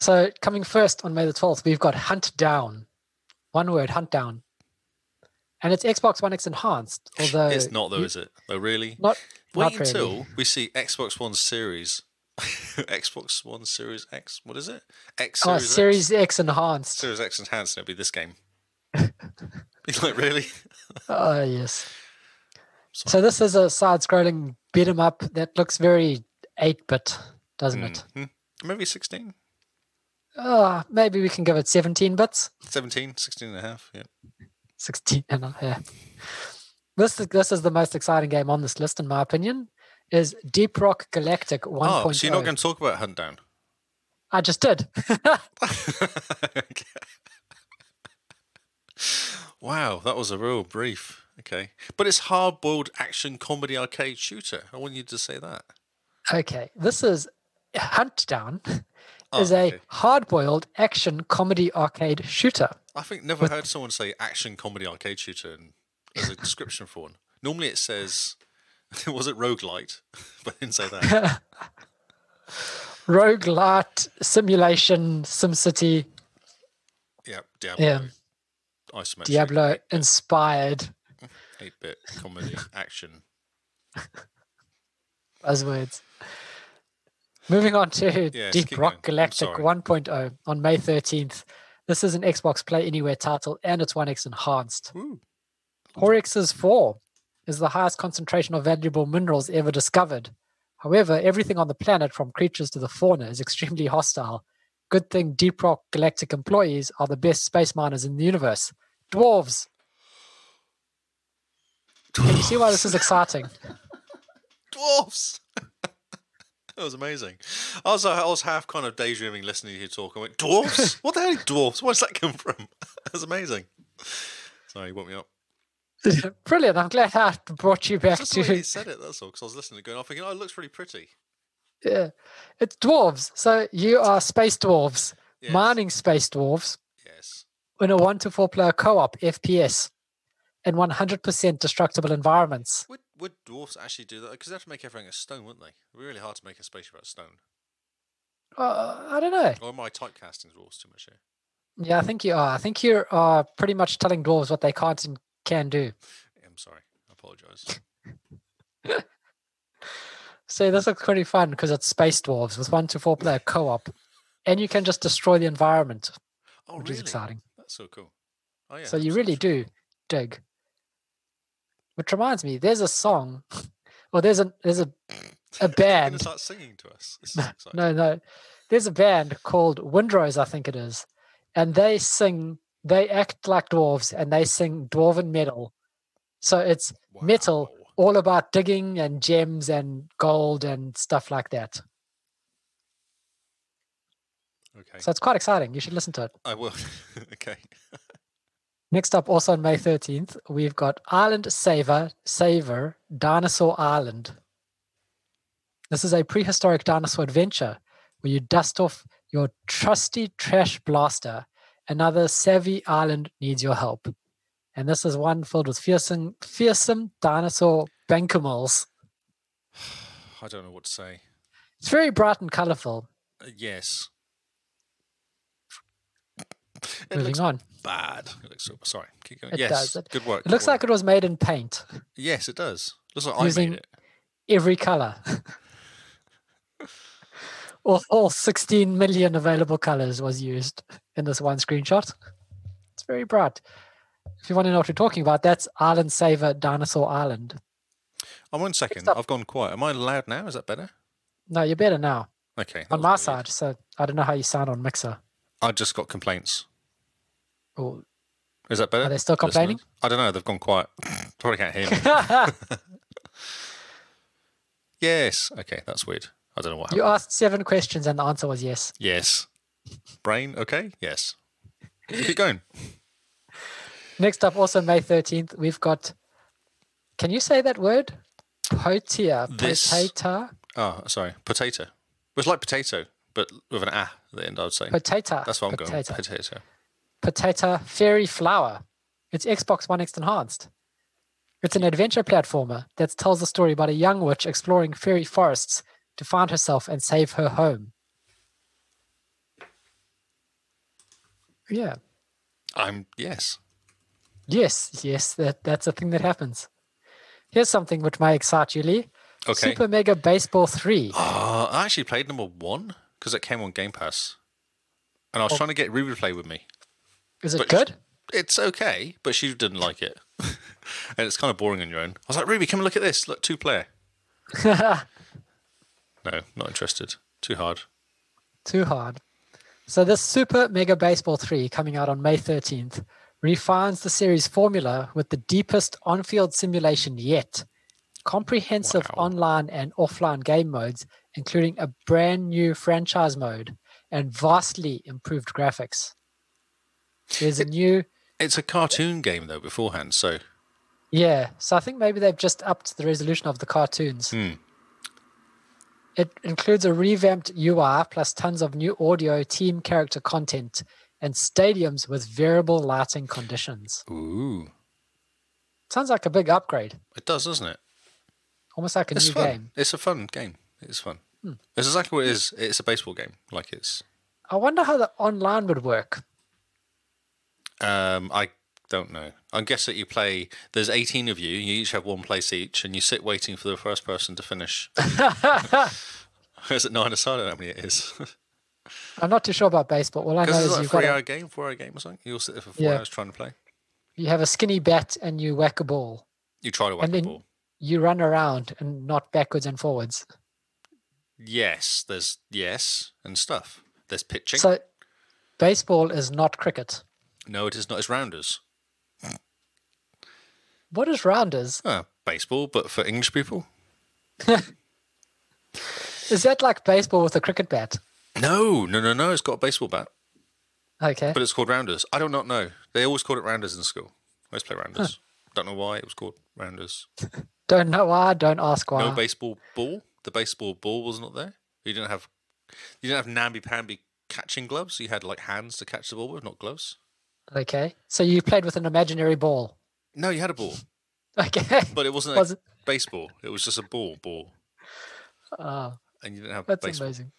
[SPEAKER 2] So coming first on May the 12th, we've got Hunt Down. One word, Hunt Down. And it's Xbox One X enhanced, although
[SPEAKER 1] it's not though,
[SPEAKER 2] you-
[SPEAKER 1] is it? Though really,
[SPEAKER 2] Not,
[SPEAKER 1] wait
[SPEAKER 2] not really.
[SPEAKER 1] until we see Xbox One Series, Xbox One Series X. What is it? X
[SPEAKER 2] oh,
[SPEAKER 1] Series, X.
[SPEAKER 2] Series X enhanced.
[SPEAKER 1] Series X enhanced. And it'll be this game. You're like really?
[SPEAKER 2] Oh yes. So this is a side-scrolling beat 'em up that looks very 8-bit, doesn't it?
[SPEAKER 1] Hmm. Maybe 16,
[SPEAKER 2] Ah, maybe we can give it 17 bits.
[SPEAKER 1] 17, 16 and a half. Yeah.
[SPEAKER 2] 16 and a half. This is, this is the most exciting game on this list, in my opinion, is Deep Rock Galactic 1.0.
[SPEAKER 1] Oh, so you're not going to talk about Hunt Down?
[SPEAKER 2] I just did.
[SPEAKER 1] Okay. wow, that was a real brief. Okay. But it's hard boiled action comedy arcade shooter. I want you to say that.
[SPEAKER 2] okay, this is Hunt Down is
[SPEAKER 1] Oh,
[SPEAKER 2] a
[SPEAKER 1] okay.
[SPEAKER 2] hard-boiled action comedy arcade shooter.
[SPEAKER 1] I think never heard someone say action comedy arcade shooter in- as a description for one. Normally it says, was it roguelite? but I didn't say that.
[SPEAKER 2] Roguelite, simulation, SimCity,
[SPEAKER 1] yeah, Diablo.
[SPEAKER 2] yeah,
[SPEAKER 1] Isometric.
[SPEAKER 2] Diablo inspired
[SPEAKER 1] 8 bit comedy action.
[SPEAKER 2] buzzwords. Moving on to
[SPEAKER 1] Yes,
[SPEAKER 2] Deep
[SPEAKER 1] keep going. I'm
[SPEAKER 2] Rock Galactic
[SPEAKER 1] sorry.
[SPEAKER 2] 1.0 on May 13th. This is an Xbox Play Anywhere title and it's 1X enhanced.
[SPEAKER 1] Ooh.
[SPEAKER 2] Horex's 4 is the highest concentration of valuable minerals ever discovered. However, everything on the planet, from creatures to the fauna, is extremely hostile. Good thing Deep Rock Galactic employees are the best space miners in the universe. Dwarves. Can you see why this is exciting?
[SPEAKER 1] dwarfs. that was amazing. I was, I was half kind of daydreaming listening to you talk. I went, dwarfs? what the hell are dwarfs? Where's that come from? That's amazing. Sorry, you woke me up.
[SPEAKER 2] Brilliant. I'm glad I brought you back
[SPEAKER 1] Just the way
[SPEAKER 2] to
[SPEAKER 1] oh, you said it, that's all, because I was listening to it going, I'm thinking, oh, it looks really pretty.
[SPEAKER 2] Yeah. It's dwarves. So you are space dwarves,
[SPEAKER 1] Yes.
[SPEAKER 2] mining space dwarves
[SPEAKER 1] Yes.
[SPEAKER 2] in a one to four player co op FPS in 100% destructible environments.
[SPEAKER 1] Would would dwarfs actually do that? Because they have to make everything a stone, wouldn't they? It'd be really hard to make a spaceship out of stone.
[SPEAKER 2] Uh, I don't know.
[SPEAKER 1] Or am I typecasting dwarfs too much here?
[SPEAKER 2] Yeah, I think you are. I think you are pretty much telling dwarves what they can't and can do.
[SPEAKER 1] I'm sorry. I apologise.
[SPEAKER 2] So this looks pretty fun because it's space dwarves with one to four player co op. And you can just destroy the environment,
[SPEAKER 1] Oh,
[SPEAKER 2] which
[SPEAKER 1] really?
[SPEAKER 2] is exciting.
[SPEAKER 1] That's so cool. Oh yeah.
[SPEAKER 2] so you
[SPEAKER 1] that's
[SPEAKER 2] really
[SPEAKER 1] actually-
[SPEAKER 2] do dig. Which reminds me, there's a song, or there's a there's a
[SPEAKER 1] You're
[SPEAKER 2] a
[SPEAKER 1] gonna
[SPEAKER 2] band.
[SPEAKER 1] start singing to us. This is exciting.
[SPEAKER 2] No, no, there's a band called Windrose, I think it is, and they sing. They act like dwarves and they sing dwarven metal. So it's metal.
[SPEAKER 1] Wow.
[SPEAKER 2] all about digging and gems and gold and stuff like that.
[SPEAKER 1] Okay.
[SPEAKER 2] So it's quite exciting. You should listen to it.
[SPEAKER 1] I will. okay.
[SPEAKER 2] Next up, also on May 13th, we've got Island Saver, Saver, Dinosaur Island. This is a prehistoric dinosaur adventure where you dust off your trusty trash blaster. Another savvy island needs your help. And this is one filled with fearsome, fearsome dinosaur bankimals.
[SPEAKER 1] I don't know what to say.
[SPEAKER 2] It's very bright and colorful.
[SPEAKER 1] Uh, yes. It
[SPEAKER 2] Moving
[SPEAKER 1] looks
[SPEAKER 2] on.
[SPEAKER 1] bad. It looks so, sorry. Keep going.
[SPEAKER 2] It
[SPEAKER 1] yes.
[SPEAKER 2] does. It-
[SPEAKER 1] Good work.
[SPEAKER 2] It looks like it was made in paint,
[SPEAKER 1] Yes, it does. Looks like I
[SPEAKER 2] Using-
[SPEAKER 1] made it.
[SPEAKER 2] every color. all, all 16 million available colors was used in this one screenshot. It's very bright. If you want to know what we're talking about, that's Island Saver Dinosaur Island.
[SPEAKER 1] I'm one second.
[SPEAKER 2] up.
[SPEAKER 1] I've gone quiet. Am I loud now? Is that better?
[SPEAKER 2] No, you're better now
[SPEAKER 1] Okay. that
[SPEAKER 2] on
[SPEAKER 1] was
[SPEAKER 2] my
[SPEAKER 1] weird.
[SPEAKER 2] side. So I don't know how you sound on Mixer.
[SPEAKER 1] I just got complaints.
[SPEAKER 2] Or
[SPEAKER 1] Is that better?
[SPEAKER 2] Are they still complaining?
[SPEAKER 1] Listeners? I don't know. They've gone quiet. Probably can't hear me. yes. Okay. That's weird. I don't know what
[SPEAKER 2] you
[SPEAKER 1] happened.
[SPEAKER 2] asked seven questions and the answer was yes.
[SPEAKER 1] Yes. Brain. Okay. Yes. You Keep going.
[SPEAKER 2] Next up, also May 13th, we've got. Can you say that word? Potia.
[SPEAKER 1] This-
[SPEAKER 2] Potato.
[SPEAKER 1] Oh, sorry. Potato. It's like potato, but with an ah at the end, I would say.
[SPEAKER 2] Potato.
[SPEAKER 1] That's what I'm going with.
[SPEAKER 2] potato.
[SPEAKER 1] Potato.
[SPEAKER 2] Potato Fairy Flower. It's Xbox One X enhanced. It's an adventure platformer that tells the story about a young witch exploring fairy forests to find herself and save her home. Yeah.
[SPEAKER 1] I'm, yes.
[SPEAKER 2] Yes, yes, that, that's a thing that happens. Here's something which may excite you, Lee.
[SPEAKER 1] Okay.
[SPEAKER 2] Super Mega Baseball 3.
[SPEAKER 1] Uh, I actually played number one because it came on Game Pass. And
[SPEAKER 2] Oh.
[SPEAKER 1] I was trying to get Ruby to play with me.
[SPEAKER 2] Is it
[SPEAKER 1] but-
[SPEAKER 2] good?
[SPEAKER 1] It's okay, but she didn't like it. and it's kind of boring on your own. I was like, Ruby, come and look at this. Look, two player. No, not interested. Too hard.
[SPEAKER 2] Too hard. So this Super Mega Baseball 3 coming out on May 13th refines the series formula with the deepest on-field simulation yet. Comprehensive
[SPEAKER 1] Wow.
[SPEAKER 2] online and offline game modes, including a brand new franchise mode and vastly improved graphics. There's a new
[SPEAKER 1] It's a cartoon game, though, beforehand. So
[SPEAKER 2] yeah, so I think maybe they've just upped the resolution of the cartoons.
[SPEAKER 1] Hmm.
[SPEAKER 2] It includes a revamped UI plus tons of new audio, team character content, and stadiums with variable lighting conditions.
[SPEAKER 1] Ooh.
[SPEAKER 2] Sounds like a big upgrade,
[SPEAKER 1] It does, doesn't it?
[SPEAKER 2] almost like a
[SPEAKER 1] It's
[SPEAKER 2] new
[SPEAKER 1] fun.
[SPEAKER 2] game. Hmm.
[SPEAKER 1] It's a fun game. It's fun. It's exactly what it is. It's a baseball game. Like it's.
[SPEAKER 2] I wonder how the online would work.
[SPEAKER 1] Um, I don't know. I guess that you play. There's 18 of you. You each have one place each, and you sit waiting for the first person to finish. is it nine aside? I don't know how many it is.
[SPEAKER 2] I'm not too sure about baseball. All I know
[SPEAKER 1] Because
[SPEAKER 2] is
[SPEAKER 1] it's like a
[SPEAKER 2] you've got
[SPEAKER 1] three-hour
[SPEAKER 2] a,
[SPEAKER 1] game, four-hour game or something. You'll sit there for four
[SPEAKER 2] Yeah.
[SPEAKER 1] hours trying to play.
[SPEAKER 2] you have a skinny bat and you whack a ball.
[SPEAKER 1] You try to whack
[SPEAKER 2] And
[SPEAKER 1] the
[SPEAKER 2] then-
[SPEAKER 1] ball.
[SPEAKER 2] You run around and not backwards and forwards.
[SPEAKER 1] Yes, there's yes and stuff. There's pitching.
[SPEAKER 2] So baseball is not cricket.
[SPEAKER 1] no, it is not. It's rounders.
[SPEAKER 2] What is rounders?
[SPEAKER 1] Ah, baseball, but for English people.
[SPEAKER 2] Is that like baseball with a cricket bat?
[SPEAKER 1] No, no, no, no. It's got a baseball bat.
[SPEAKER 2] Okay.
[SPEAKER 1] But it's called rounders. I do not know. They always called it rounders in school. I always play rounders. Don't know why it was called rounders.
[SPEAKER 2] Don't know why, don't ask why.
[SPEAKER 1] No baseball ball. The baseball ball was not there. You didn't have you didn't have namby pamby catching gloves. You had like hands to catch the ball with, not gloves.
[SPEAKER 2] Okay. So you played with an imaginary ball.
[SPEAKER 1] No, you had a ball,
[SPEAKER 2] Okay.
[SPEAKER 1] but it wasn't a
[SPEAKER 2] Was it?
[SPEAKER 1] baseball. It was just a ball, ball,
[SPEAKER 2] Oh,
[SPEAKER 1] and you didn't have
[SPEAKER 2] that's
[SPEAKER 1] baseball.
[SPEAKER 2] amazing.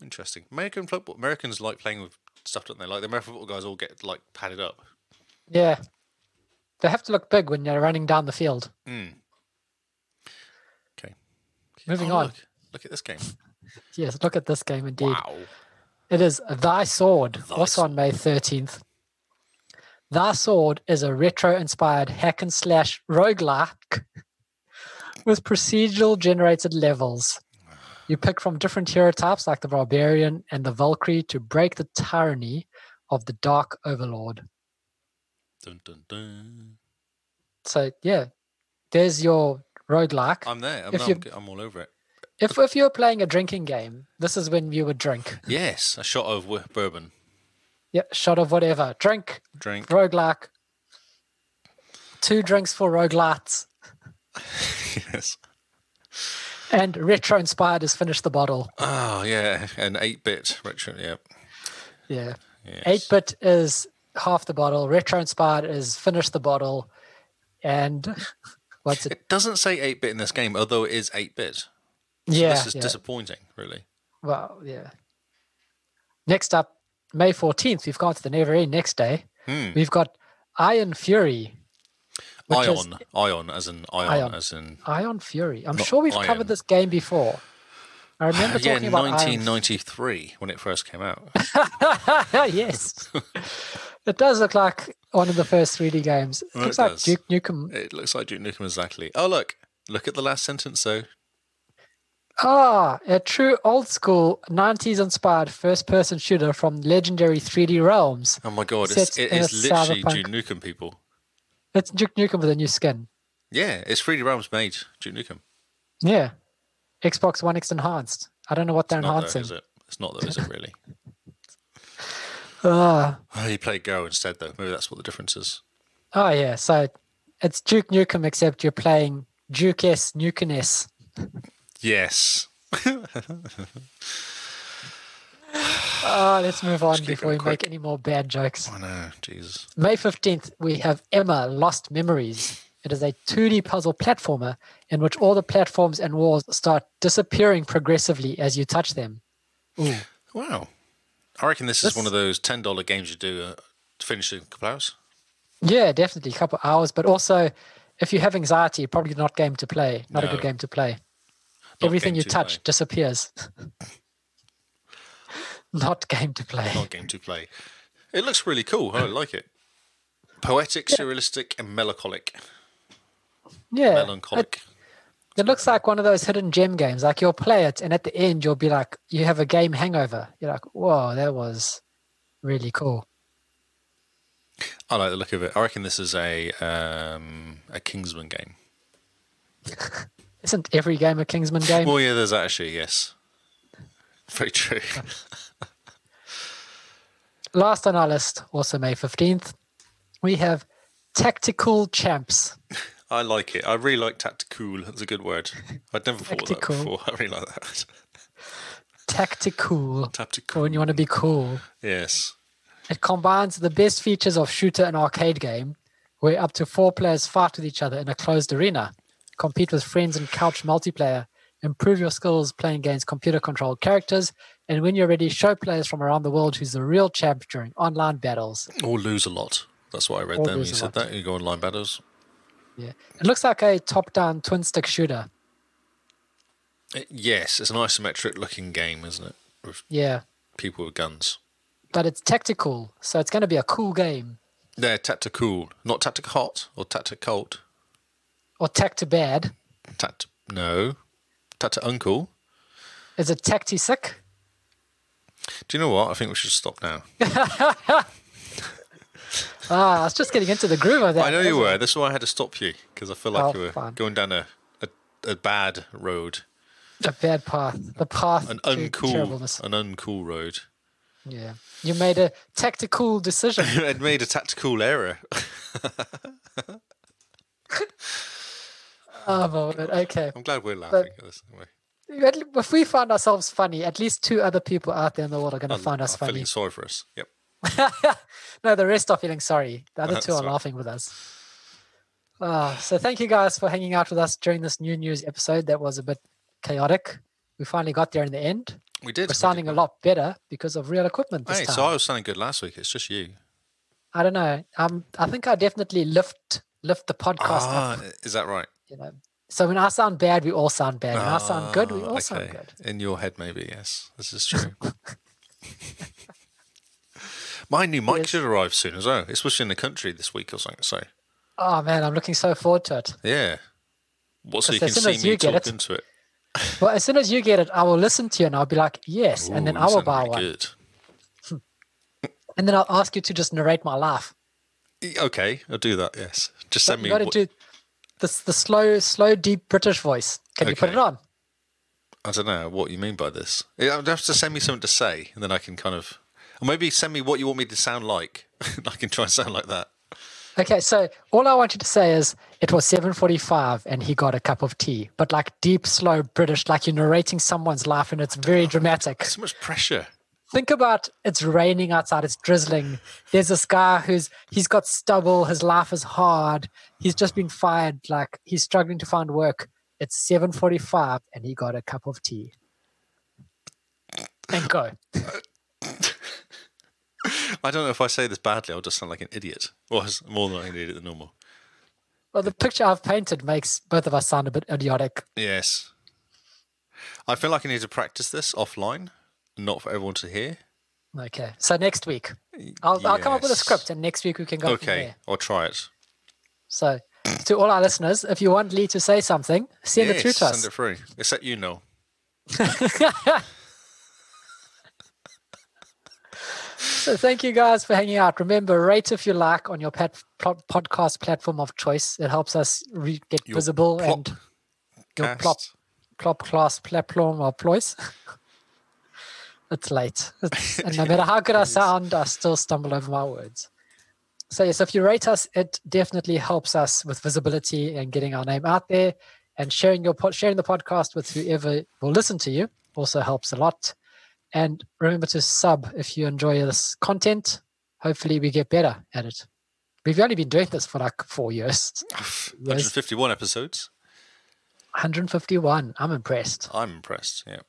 [SPEAKER 1] Interesting. American football. Americans like playing with stuff, don't they? Like the American football guys all get like padded up.
[SPEAKER 2] Yeah. They have to look big when you're running down the field.
[SPEAKER 1] Okay.
[SPEAKER 2] Moving on.
[SPEAKER 1] Oh, Look, look at this game.
[SPEAKER 2] Yes, look at this game indeed.
[SPEAKER 1] Wow.
[SPEAKER 2] It is Thy Sword,
[SPEAKER 1] Thy
[SPEAKER 2] also on May 13th. Thy Sword is a retro inspired hack and slash roguelike with procedural generated levels. You pick from different hero types like the Barbarian and the Valkyrie to break the tyranny of the Dark Overlord.
[SPEAKER 1] Dun, dun, dun.
[SPEAKER 2] So, yeah, there's your roguelike.
[SPEAKER 1] I'm there. I'm,
[SPEAKER 2] If
[SPEAKER 1] no,
[SPEAKER 2] you-
[SPEAKER 1] I'm, I'm all over it.
[SPEAKER 2] If, if you're playing a drinking game, this is when you would drink.
[SPEAKER 1] Yes, a shot of wh- bourbon.
[SPEAKER 2] Yeah, shot of whatever. Drink,
[SPEAKER 1] Drink.
[SPEAKER 2] roguelike. Two drinks for roguelites.
[SPEAKER 1] yes.
[SPEAKER 2] And retro inspired has finished the bottle.
[SPEAKER 1] Oh, yeah. An 8 bit retro. Yeah.
[SPEAKER 2] Yeah.
[SPEAKER 1] Yes.
[SPEAKER 2] 8 bit is half the bottle. Retro inspired is finish the bottle. And what's it?
[SPEAKER 1] It doesn't say 8 bit in this game, although it is 8 bit.
[SPEAKER 2] Yeah.
[SPEAKER 1] this is
[SPEAKER 2] yeah.
[SPEAKER 1] disappointing, really.
[SPEAKER 2] well, yeah. Next up, May 14th, we've gone to the Never End next day.
[SPEAKER 1] Hmm.
[SPEAKER 2] We've got Iron Fury. which is-
[SPEAKER 1] Ion. Ion, as in ion,
[SPEAKER 2] Ion.
[SPEAKER 1] as in.
[SPEAKER 2] Iron Fury. I'm
[SPEAKER 1] Not
[SPEAKER 2] sure we've covered
[SPEAKER 1] iron.
[SPEAKER 2] this game before. I remember
[SPEAKER 1] yeah,
[SPEAKER 2] talking about Iron
[SPEAKER 1] 1993 when it first came out.
[SPEAKER 2] yes. it does look like one of the first 3D games. It
[SPEAKER 1] Well,
[SPEAKER 2] looks
[SPEAKER 1] it
[SPEAKER 2] like
[SPEAKER 1] does.
[SPEAKER 2] Duke Nukem.
[SPEAKER 1] it looks like Duke Nukem exactly. Oh, look. Look at the last sentence, though.
[SPEAKER 2] Ah, a true old school 90s inspired first person shooter from legendary 3D realms.
[SPEAKER 1] Oh, my God. It's,
[SPEAKER 2] Sits
[SPEAKER 1] it
[SPEAKER 2] in a
[SPEAKER 1] is literally
[SPEAKER 2] cyberpunk-
[SPEAKER 1] Duke Nukem, people.
[SPEAKER 2] It's Duke Nukem with a new skin.
[SPEAKER 1] Yeah, it's 3D Realms made Duke Nukem.
[SPEAKER 2] Yeah. Xbox One X enhanced. I don't know what they're
[SPEAKER 1] Not though,
[SPEAKER 2] enhancing.
[SPEAKER 1] is it? It's not though, is it really?
[SPEAKER 2] Ah,
[SPEAKER 1] Oh, you play Go instead though. Maybe that's what the difference is.
[SPEAKER 2] oh, yeah. So it's Duke Nukem, except you're playing Duke S Nukem S.
[SPEAKER 1] Yes.
[SPEAKER 2] Ah, let's move on
[SPEAKER 1] keep
[SPEAKER 2] before we
[SPEAKER 1] going
[SPEAKER 2] make any more bad jokes.
[SPEAKER 1] I know. Jesus.
[SPEAKER 2] May 15th, we have Emma Lost Memories. It is a 2D puzzle platformer in which all the platforms and walls start disappearing progressively as you touch them. Ooh.
[SPEAKER 1] Wow. I reckon this is
[SPEAKER 2] This-
[SPEAKER 1] one of those ten dollar games you do uh, to finish in a couple hours.
[SPEAKER 2] Yeah, definitely. A couple hours. But also, if you have anxiety, probably not game to play. Not a
[SPEAKER 1] No.
[SPEAKER 2] good game to play.
[SPEAKER 1] Not
[SPEAKER 2] Everything
[SPEAKER 1] game
[SPEAKER 2] you
[SPEAKER 1] to
[SPEAKER 2] touch
[SPEAKER 1] play.
[SPEAKER 2] disappears. not game to play.
[SPEAKER 1] Not game to play. It looks really cool. I like it. Poetic, surrealistic, and melancholic.
[SPEAKER 2] yeah. It,
[SPEAKER 1] Melancholic.
[SPEAKER 2] it looks like one of those hidden gem games. Like you'll play it, and at the end, you'll be like, you have a game hangover. You're like, whoa, that was really cool.
[SPEAKER 1] I like the look of it. I reckon this is a um, a Kingsman game.
[SPEAKER 2] Isn't every game a Kingsman game?
[SPEAKER 1] Well, Oh, yeah, there's actually yes. Very true.
[SPEAKER 2] Last on our list, also May 15th, we have Tactical Champs.
[SPEAKER 1] I like it. I really like tactical. That's a good word. I'd never thought of that
[SPEAKER 2] Tactical.
[SPEAKER 1] before. I really like that.
[SPEAKER 2] Tactical.
[SPEAKER 1] Tactical.
[SPEAKER 2] Or when you want to be cool.
[SPEAKER 1] Yes.
[SPEAKER 2] It combines the best features of shooter and arcade game, where up to four players fight with each other in a closed arena, compete with friends in couch multiplayer, improve your skills playing against computer controlled characters, and when you're ready, show players from around the world who's the real champ during online battles.
[SPEAKER 1] Or lose a lot. That's what I read
[SPEAKER 2] Or
[SPEAKER 1] there when you
[SPEAKER 2] lose a
[SPEAKER 1] said
[SPEAKER 2] lot.
[SPEAKER 1] that. You go online battles.
[SPEAKER 2] Yeah. It looks like a top down twin stick shooter.
[SPEAKER 1] Uh, yes, it's an isometric looking game, isn't it? With
[SPEAKER 2] Yeah.
[SPEAKER 1] people with guns.
[SPEAKER 2] But it's tactical, so it's going to be a cool game.
[SPEAKER 1] They're tactical. Not tactic hot or tactic cold.
[SPEAKER 2] Or tacti bad.
[SPEAKER 1] Tact. No. Tactic uncool.
[SPEAKER 2] Is it tacti sick?
[SPEAKER 1] Do you know what? I think we should stop now.
[SPEAKER 2] Ah, I was just getting into the groove of that.
[SPEAKER 1] I know you
[SPEAKER 2] wasn't
[SPEAKER 1] were. This is why I had to stop you because I feel like
[SPEAKER 2] Oh,
[SPEAKER 1] you were
[SPEAKER 2] fine.
[SPEAKER 1] going down a, a, a bad road,
[SPEAKER 2] A bad path. The path
[SPEAKER 1] an
[SPEAKER 2] to
[SPEAKER 1] uncool,
[SPEAKER 2] terribleness.
[SPEAKER 1] an uncool road.
[SPEAKER 2] Yeah. You made a tactical decision.
[SPEAKER 1] I'd made a tactical error.
[SPEAKER 2] oh, my word. Okay. Oh,
[SPEAKER 1] I'm glad we're laughing at this. Anyway.
[SPEAKER 2] at le- if we find ourselves funny, at least two other people out there in the world are going to
[SPEAKER 1] I'm-
[SPEAKER 2] find us
[SPEAKER 1] I'm feeling sorry
[SPEAKER 2] funny.
[SPEAKER 1] for us. Yep.
[SPEAKER 2] no, the rest are feeling sorry. The other
[SPEAKER 1] That's
[SPEAKER 2] two are
[SPEAKER 1] right.
[SPEAKER 2] laughing with us. Ah, so thank you guys for hanging out with us during this new news episode. That was a bit chaotic. We finally got there in the end.
[SPEAKER 1] We did.
[SPEAKER 2] We're sounding a lot better because of real equipment this
[SPEAKER 1] Hey,
[SPEAKER 2] time.
[SPEAKER 1] so I was sounding good last week. It's just you.
[SPEAKER 2] I don't know. Um, I think I definitely lift lift the podcast up.
[SPEAKER 1] Ah, is that right?
[SPEAKER 2] You know. So when I sound bad, we all sound bad. When I sound good, we
[SPEAKER 1] Ah,
[SPEAKER 2] all sound
[SPEAKER 1] okay.
[SPEAKER 2] good.
[SPEAKER 1] In your head, maybe yes. This is true. My new mic
[SPEAKER 2] Yes.
[SPEAKER 1] should arrive soon as well. It's supposed to be in the country this week or something. So
[SPEAKER 2] Oh man, I'm looking so forward to it.
[SPEAKER 1] yeah, what so
[SPEAKER 2] 'Cause
[SPEAKER 1] you can
[SPEAKER 2] as soon
[SPEAKER 1] see
[SPEAKER 2] as
[SPEAKER 1] me
[SPEAKER 2] you get
[SPEAKER 1] talk
[SPEAKER 2] it-
[SPEAKER 1] into it,
[SPEAKER 2] Well, as soon as you get it, I will listen to you and I'll be like, yes, and then
[SPEAKER 1] Ooh,
[SPEAKER 2] I
[SPEAKER 1] you
[SPEAKER 2] will
[SPEAKER 1] sound
[SPEAKER 2] buy
[SPEAKER 1] really
[SPEAKER 2] one,
[SPEAKER 1] Good.
[SPEAKER 2] and then I'll ask you to just narrate my laugh.
[SPEAKER 1] E- Okay, I'll do that. Yes, just
[SPEAKER 2] But
[SPEAKER 1] send me.
[SPEAKER 2] you got to
[SPEAKER 1] what-
[SPEAKER 2] do this the slow, slow, deep British voice. Can you put it
[SPEAKER 1] Okay.
[SPEAKER 2] on?
[SPEAKER 1] I don't know what you mean by this. You have to send me something to say, and then I can kind of, or maybe send me what you want me to sound like. I can try and sound like that.
[SPEAKER 2] Okay, so all I want you to say is it was 7:45 and he got a cup of tea, but like deep, slow British, like you're narrating someone's life and it's very dramatic.
[SPEAKER 1] So much pressure.
[SPEAKER 2] Think about it's raining outside, it's drizzling. There's this guy who's he's got stubble, his life is hard. He's just been fired, like he's struggling to find work. It's 7:45 and he got a cup of tea. And go.
[SPEAKER 1] I don't know if I say this badly. I'll just sound like an idiot, or s- more than an idiot than normal.
[SPEAKER 2] Well, the picture I've painted makes both of us sound a bit idiotic.
[SPEAKER 1] Yes. I feel like I need to practice this offline, not for everyone to hear.
[SPEAKER 2] Okay. So next week, I'll, I'll come up with a
[SPEAKER 1] Yes.
[SPEAKER 2] script, and next week we can go from
[SPEAKER 1] Okay,
[SPEAKER 2] there.
[SPEAKER 1] I'll try it.
[SPEAKER 2] So, to all our listeners, if you want Lee to say something, send it through
[SPEAKER 1] Yes,
[SPEAKER 2] to us.
[SPEAKER 1] send it through. Except you, Noel.
[SPEAKER 2] So, thank you guys for hanging out. Remember, rate if you like on your pat, pl- podcast platform of choice. It helps us re- get
[SPEAKER 1] Your
[SPEAKER 2] visible
[SPEAKER 1] plop
[SPEAKER 2] and your
[SPEAKER 1] Cast.
[SPEAKER 2] plop plop class platform of ploys. it's late, It's- and no matter how good I sound, I still stumble over my words. So yes, if you rate us, it definitely helps us with visibility and getting our name out there, and sharing your pod, sharing the podcast with whoever will listen to you also helps a lot. And remember to sub if you enjoy this content. Hopefully, we get better at it. We've only been doing this for like four years. Yes.
[SPEAKER 1] 151 episodes.
[SPEAKER 2] 151. I'm impressed.
[SPEAKER 1] I'm impressed. Yeah.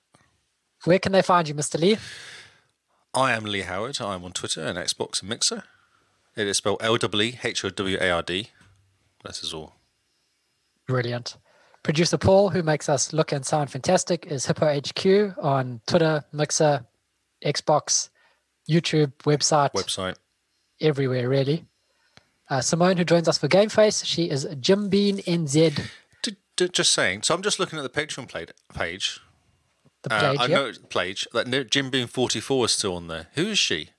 [SPEAKER 2] Where can they find you, Mr. Lee?
[SPEAKER 1] I am Lee Howard. I am on Twitter and Xbox and Mixer. It is spelled L W H O W A R D. That is all.
[SPEAKER 2] Brilliant. Producer Paul, who makes us look and sound fantastic, is Hippo HQ on Twitter, Mixer, Xbox, YouTube, website,
[SPEAKER 1] Website.
[SPEAKER 2] everywhere really. Uh, Simone, who joins us for Game Face, she is Jim Bean NZ.
[SPEAKER 1] D- d- just saying. So I'm just looking at the Patreon played page.
[SPEAKER 2] The
[SPEAKER 1] Uh,
[SPEAKER 2] page,
[SPEAKER 1] I
[SPEAKER 2] yep.
[SPEAKER 1] know page that no- Jim Beam 44 is still on there. Who is she?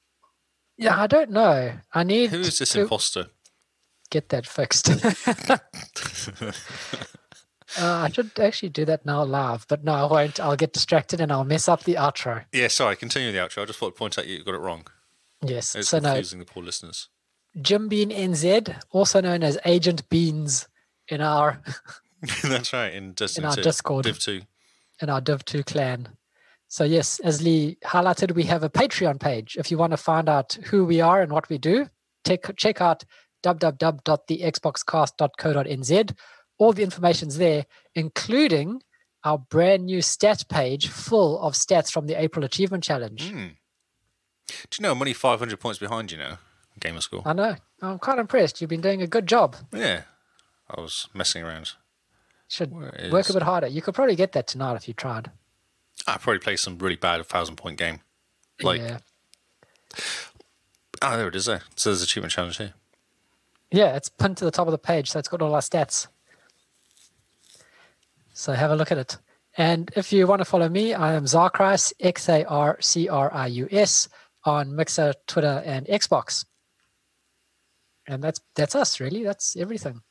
[SPEAKER 2] yeah, I don't know. I need
[SPEAKER 1] Who is this
[SPEAKER 2] to
[SPEAKER 1] imposter?
[SPEAKER 2] get that fixed. uh, I should actually do that now live, but no, I won't. I'll get distracted and I'll mess up the outro.
[SPEAKER 1] Yeah, sorry. Continue the outro. I just thought to point out you got it wrong.
[SPEAKER 2] Yes.
[SPEAKER 1] It's
[SPEAKER 2] so no,
[SPEAKER 1] confusing the poor listeners.
[SPEAKER 2] Jim Bean NZ, also known as Agent Beans in our
[SPEAKER 1] That's right. In, Destiny
[SPEAKER 2] our
[SPEAKER 1] 2,
[SPEAKER 2] Discord.
[SPEAKER 1] Div 2.
[SPEAKER 2] in our Div 2 clan. So yes, as Lee highlighted, we have a Patreon page. If you want to find out who we are and what we do, take, check out www.thexboxcast.co.nz. All the information's there, including our brand new stat page full of stats from the April Achievement Challenge.
[SPEAKER 1] Hmm. Do you know I'm only 500 points behind you now? Gamer score.
[SPEAKER 2] I know. I'm quite impressed. You've been doing a good job.
[SPEAKER 1] yeah. I was messing around.
[SPEAKER 2] Should
[SPEAKER 1] Where
[SPEAKER 2] work
[SPEAKER 1] is-
[SPEAKER 2] a bit harder. You could probably get that tonight if you tried.
[SPEAKER 1] I probably played some really bad 1,000 point game. Like,
[SPEAKER 2] yeah.
[SPEAKER 1] ah, there it is there. So there's achievement challenge here.
[SPEAKER 2] Yeah, it's pinned to the top of the page, so it's got all our stats. So have a look at it. And if you want to follow me, I am Zarkrius, X A R C R I U S, on Mixer, Twitter, and Xbox. And that's that's us, really. That's everything.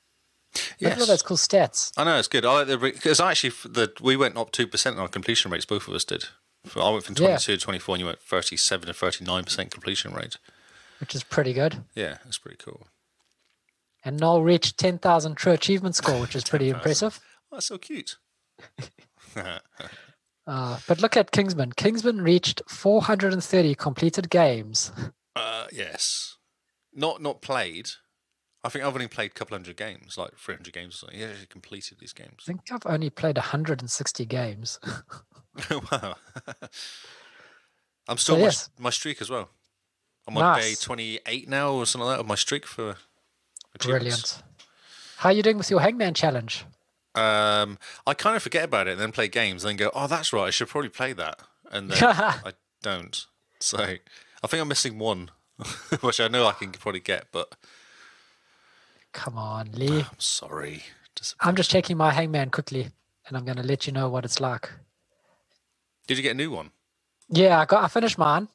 [SPEAKER 2] Look at all
[SPEAKER 1] Yes.
[SPEAKER 2] those cool stats.
[SPEAKER 1] I know it's good. I like the because actually f- the we went up two percent on our completion rates. Both of us did. For- I went from
[SPEAKER 2] Yeah.
[SPEAKER 1] twenty two to twenty four, and you went thirty seven to thirty nine percent completion rate.
[SPEAKER 2] Which is pretty good.
[SPEAKER 1] Yeah, that's pretty cool.
[SPEAKER 2] And Noel reached 10,000 true achievement score, which is pretty impressive.
[SPEAKER 1] Oh, that's so cute.
[SPEAKER 2] Uh, but look at Kingsman. Kingsman reached 430 completed games.
[SPEAKER 1] Uh, yes. Not not played. I think I've only played a couple hundred games, like 300 games or something. Yeah, actually completed these
[SPEAKER 2] I
[SPEAKER 1] games.
[SPEAKER 2] think I've only played 160 games.
[SPEAKER 1] wow. I'm still
[SPEAKER 2] So,
[SPEAKER 1] my,
[SPEAKER 2] yes.
[SPEAKER 1] my streak as well. I'm on day
[SPEAKER 2] Nice.
[SPEAKER 1] 28 now or something like that of my streak for achievements.
[SPEAKER 2] Brilliant. How are you doing with your Hangman challenge?
[SPEAKER 1] Um, I kind of forget about it and then play games and then go, oh, that's right. I should probably play that. And then I don't. So I think I'm missing one, which I know I can probably get, but
[SPEAKER 2] Come on, Lee.
[SPEAKER 1] I'm sorry. Dis-
[SPEAKER 2] I'm just checking my Hangman quickly, and I'm going to let you know what it's like.
[SPEAKER 1] Did you get a new one?
[SPEAKER 2] Yeah, I got. I finished mine.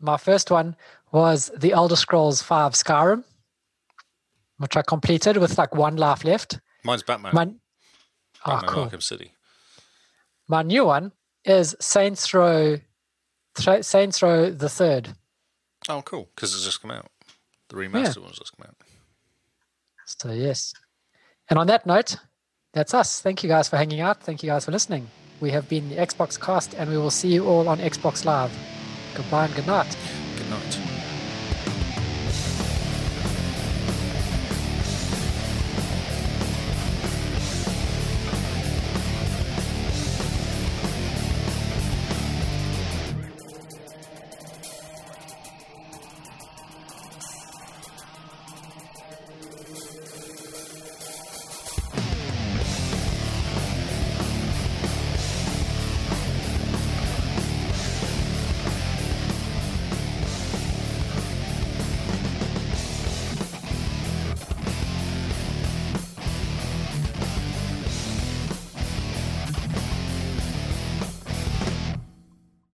[SPEAKER 2] My first one was The Elder Scrolls V: Skyrim, which I completed with like one life left.
[SPEAKER 1] Mine's Batman.
[SPEAKER 2] My, oh,
[SPEAKER 1] Batman
[SPEAKER 2] cool.
[SPEAKER 1] Arkham City.
[SPEAKER 2] My new one is Saints Row, Tra- Saints Row the Third.
[SPEAKER 1] Oh, cool. Because it's just come out. The remastered one's just come out.
[SPEAKER 2] So yes. And on that note, that's us. Thank you guys for hanging out. Thank you guys for listening. We have been the Xbox Cast, and we will see you all on Xbox Live. Goodbye and good night.
[SPEAKER 1] Good night.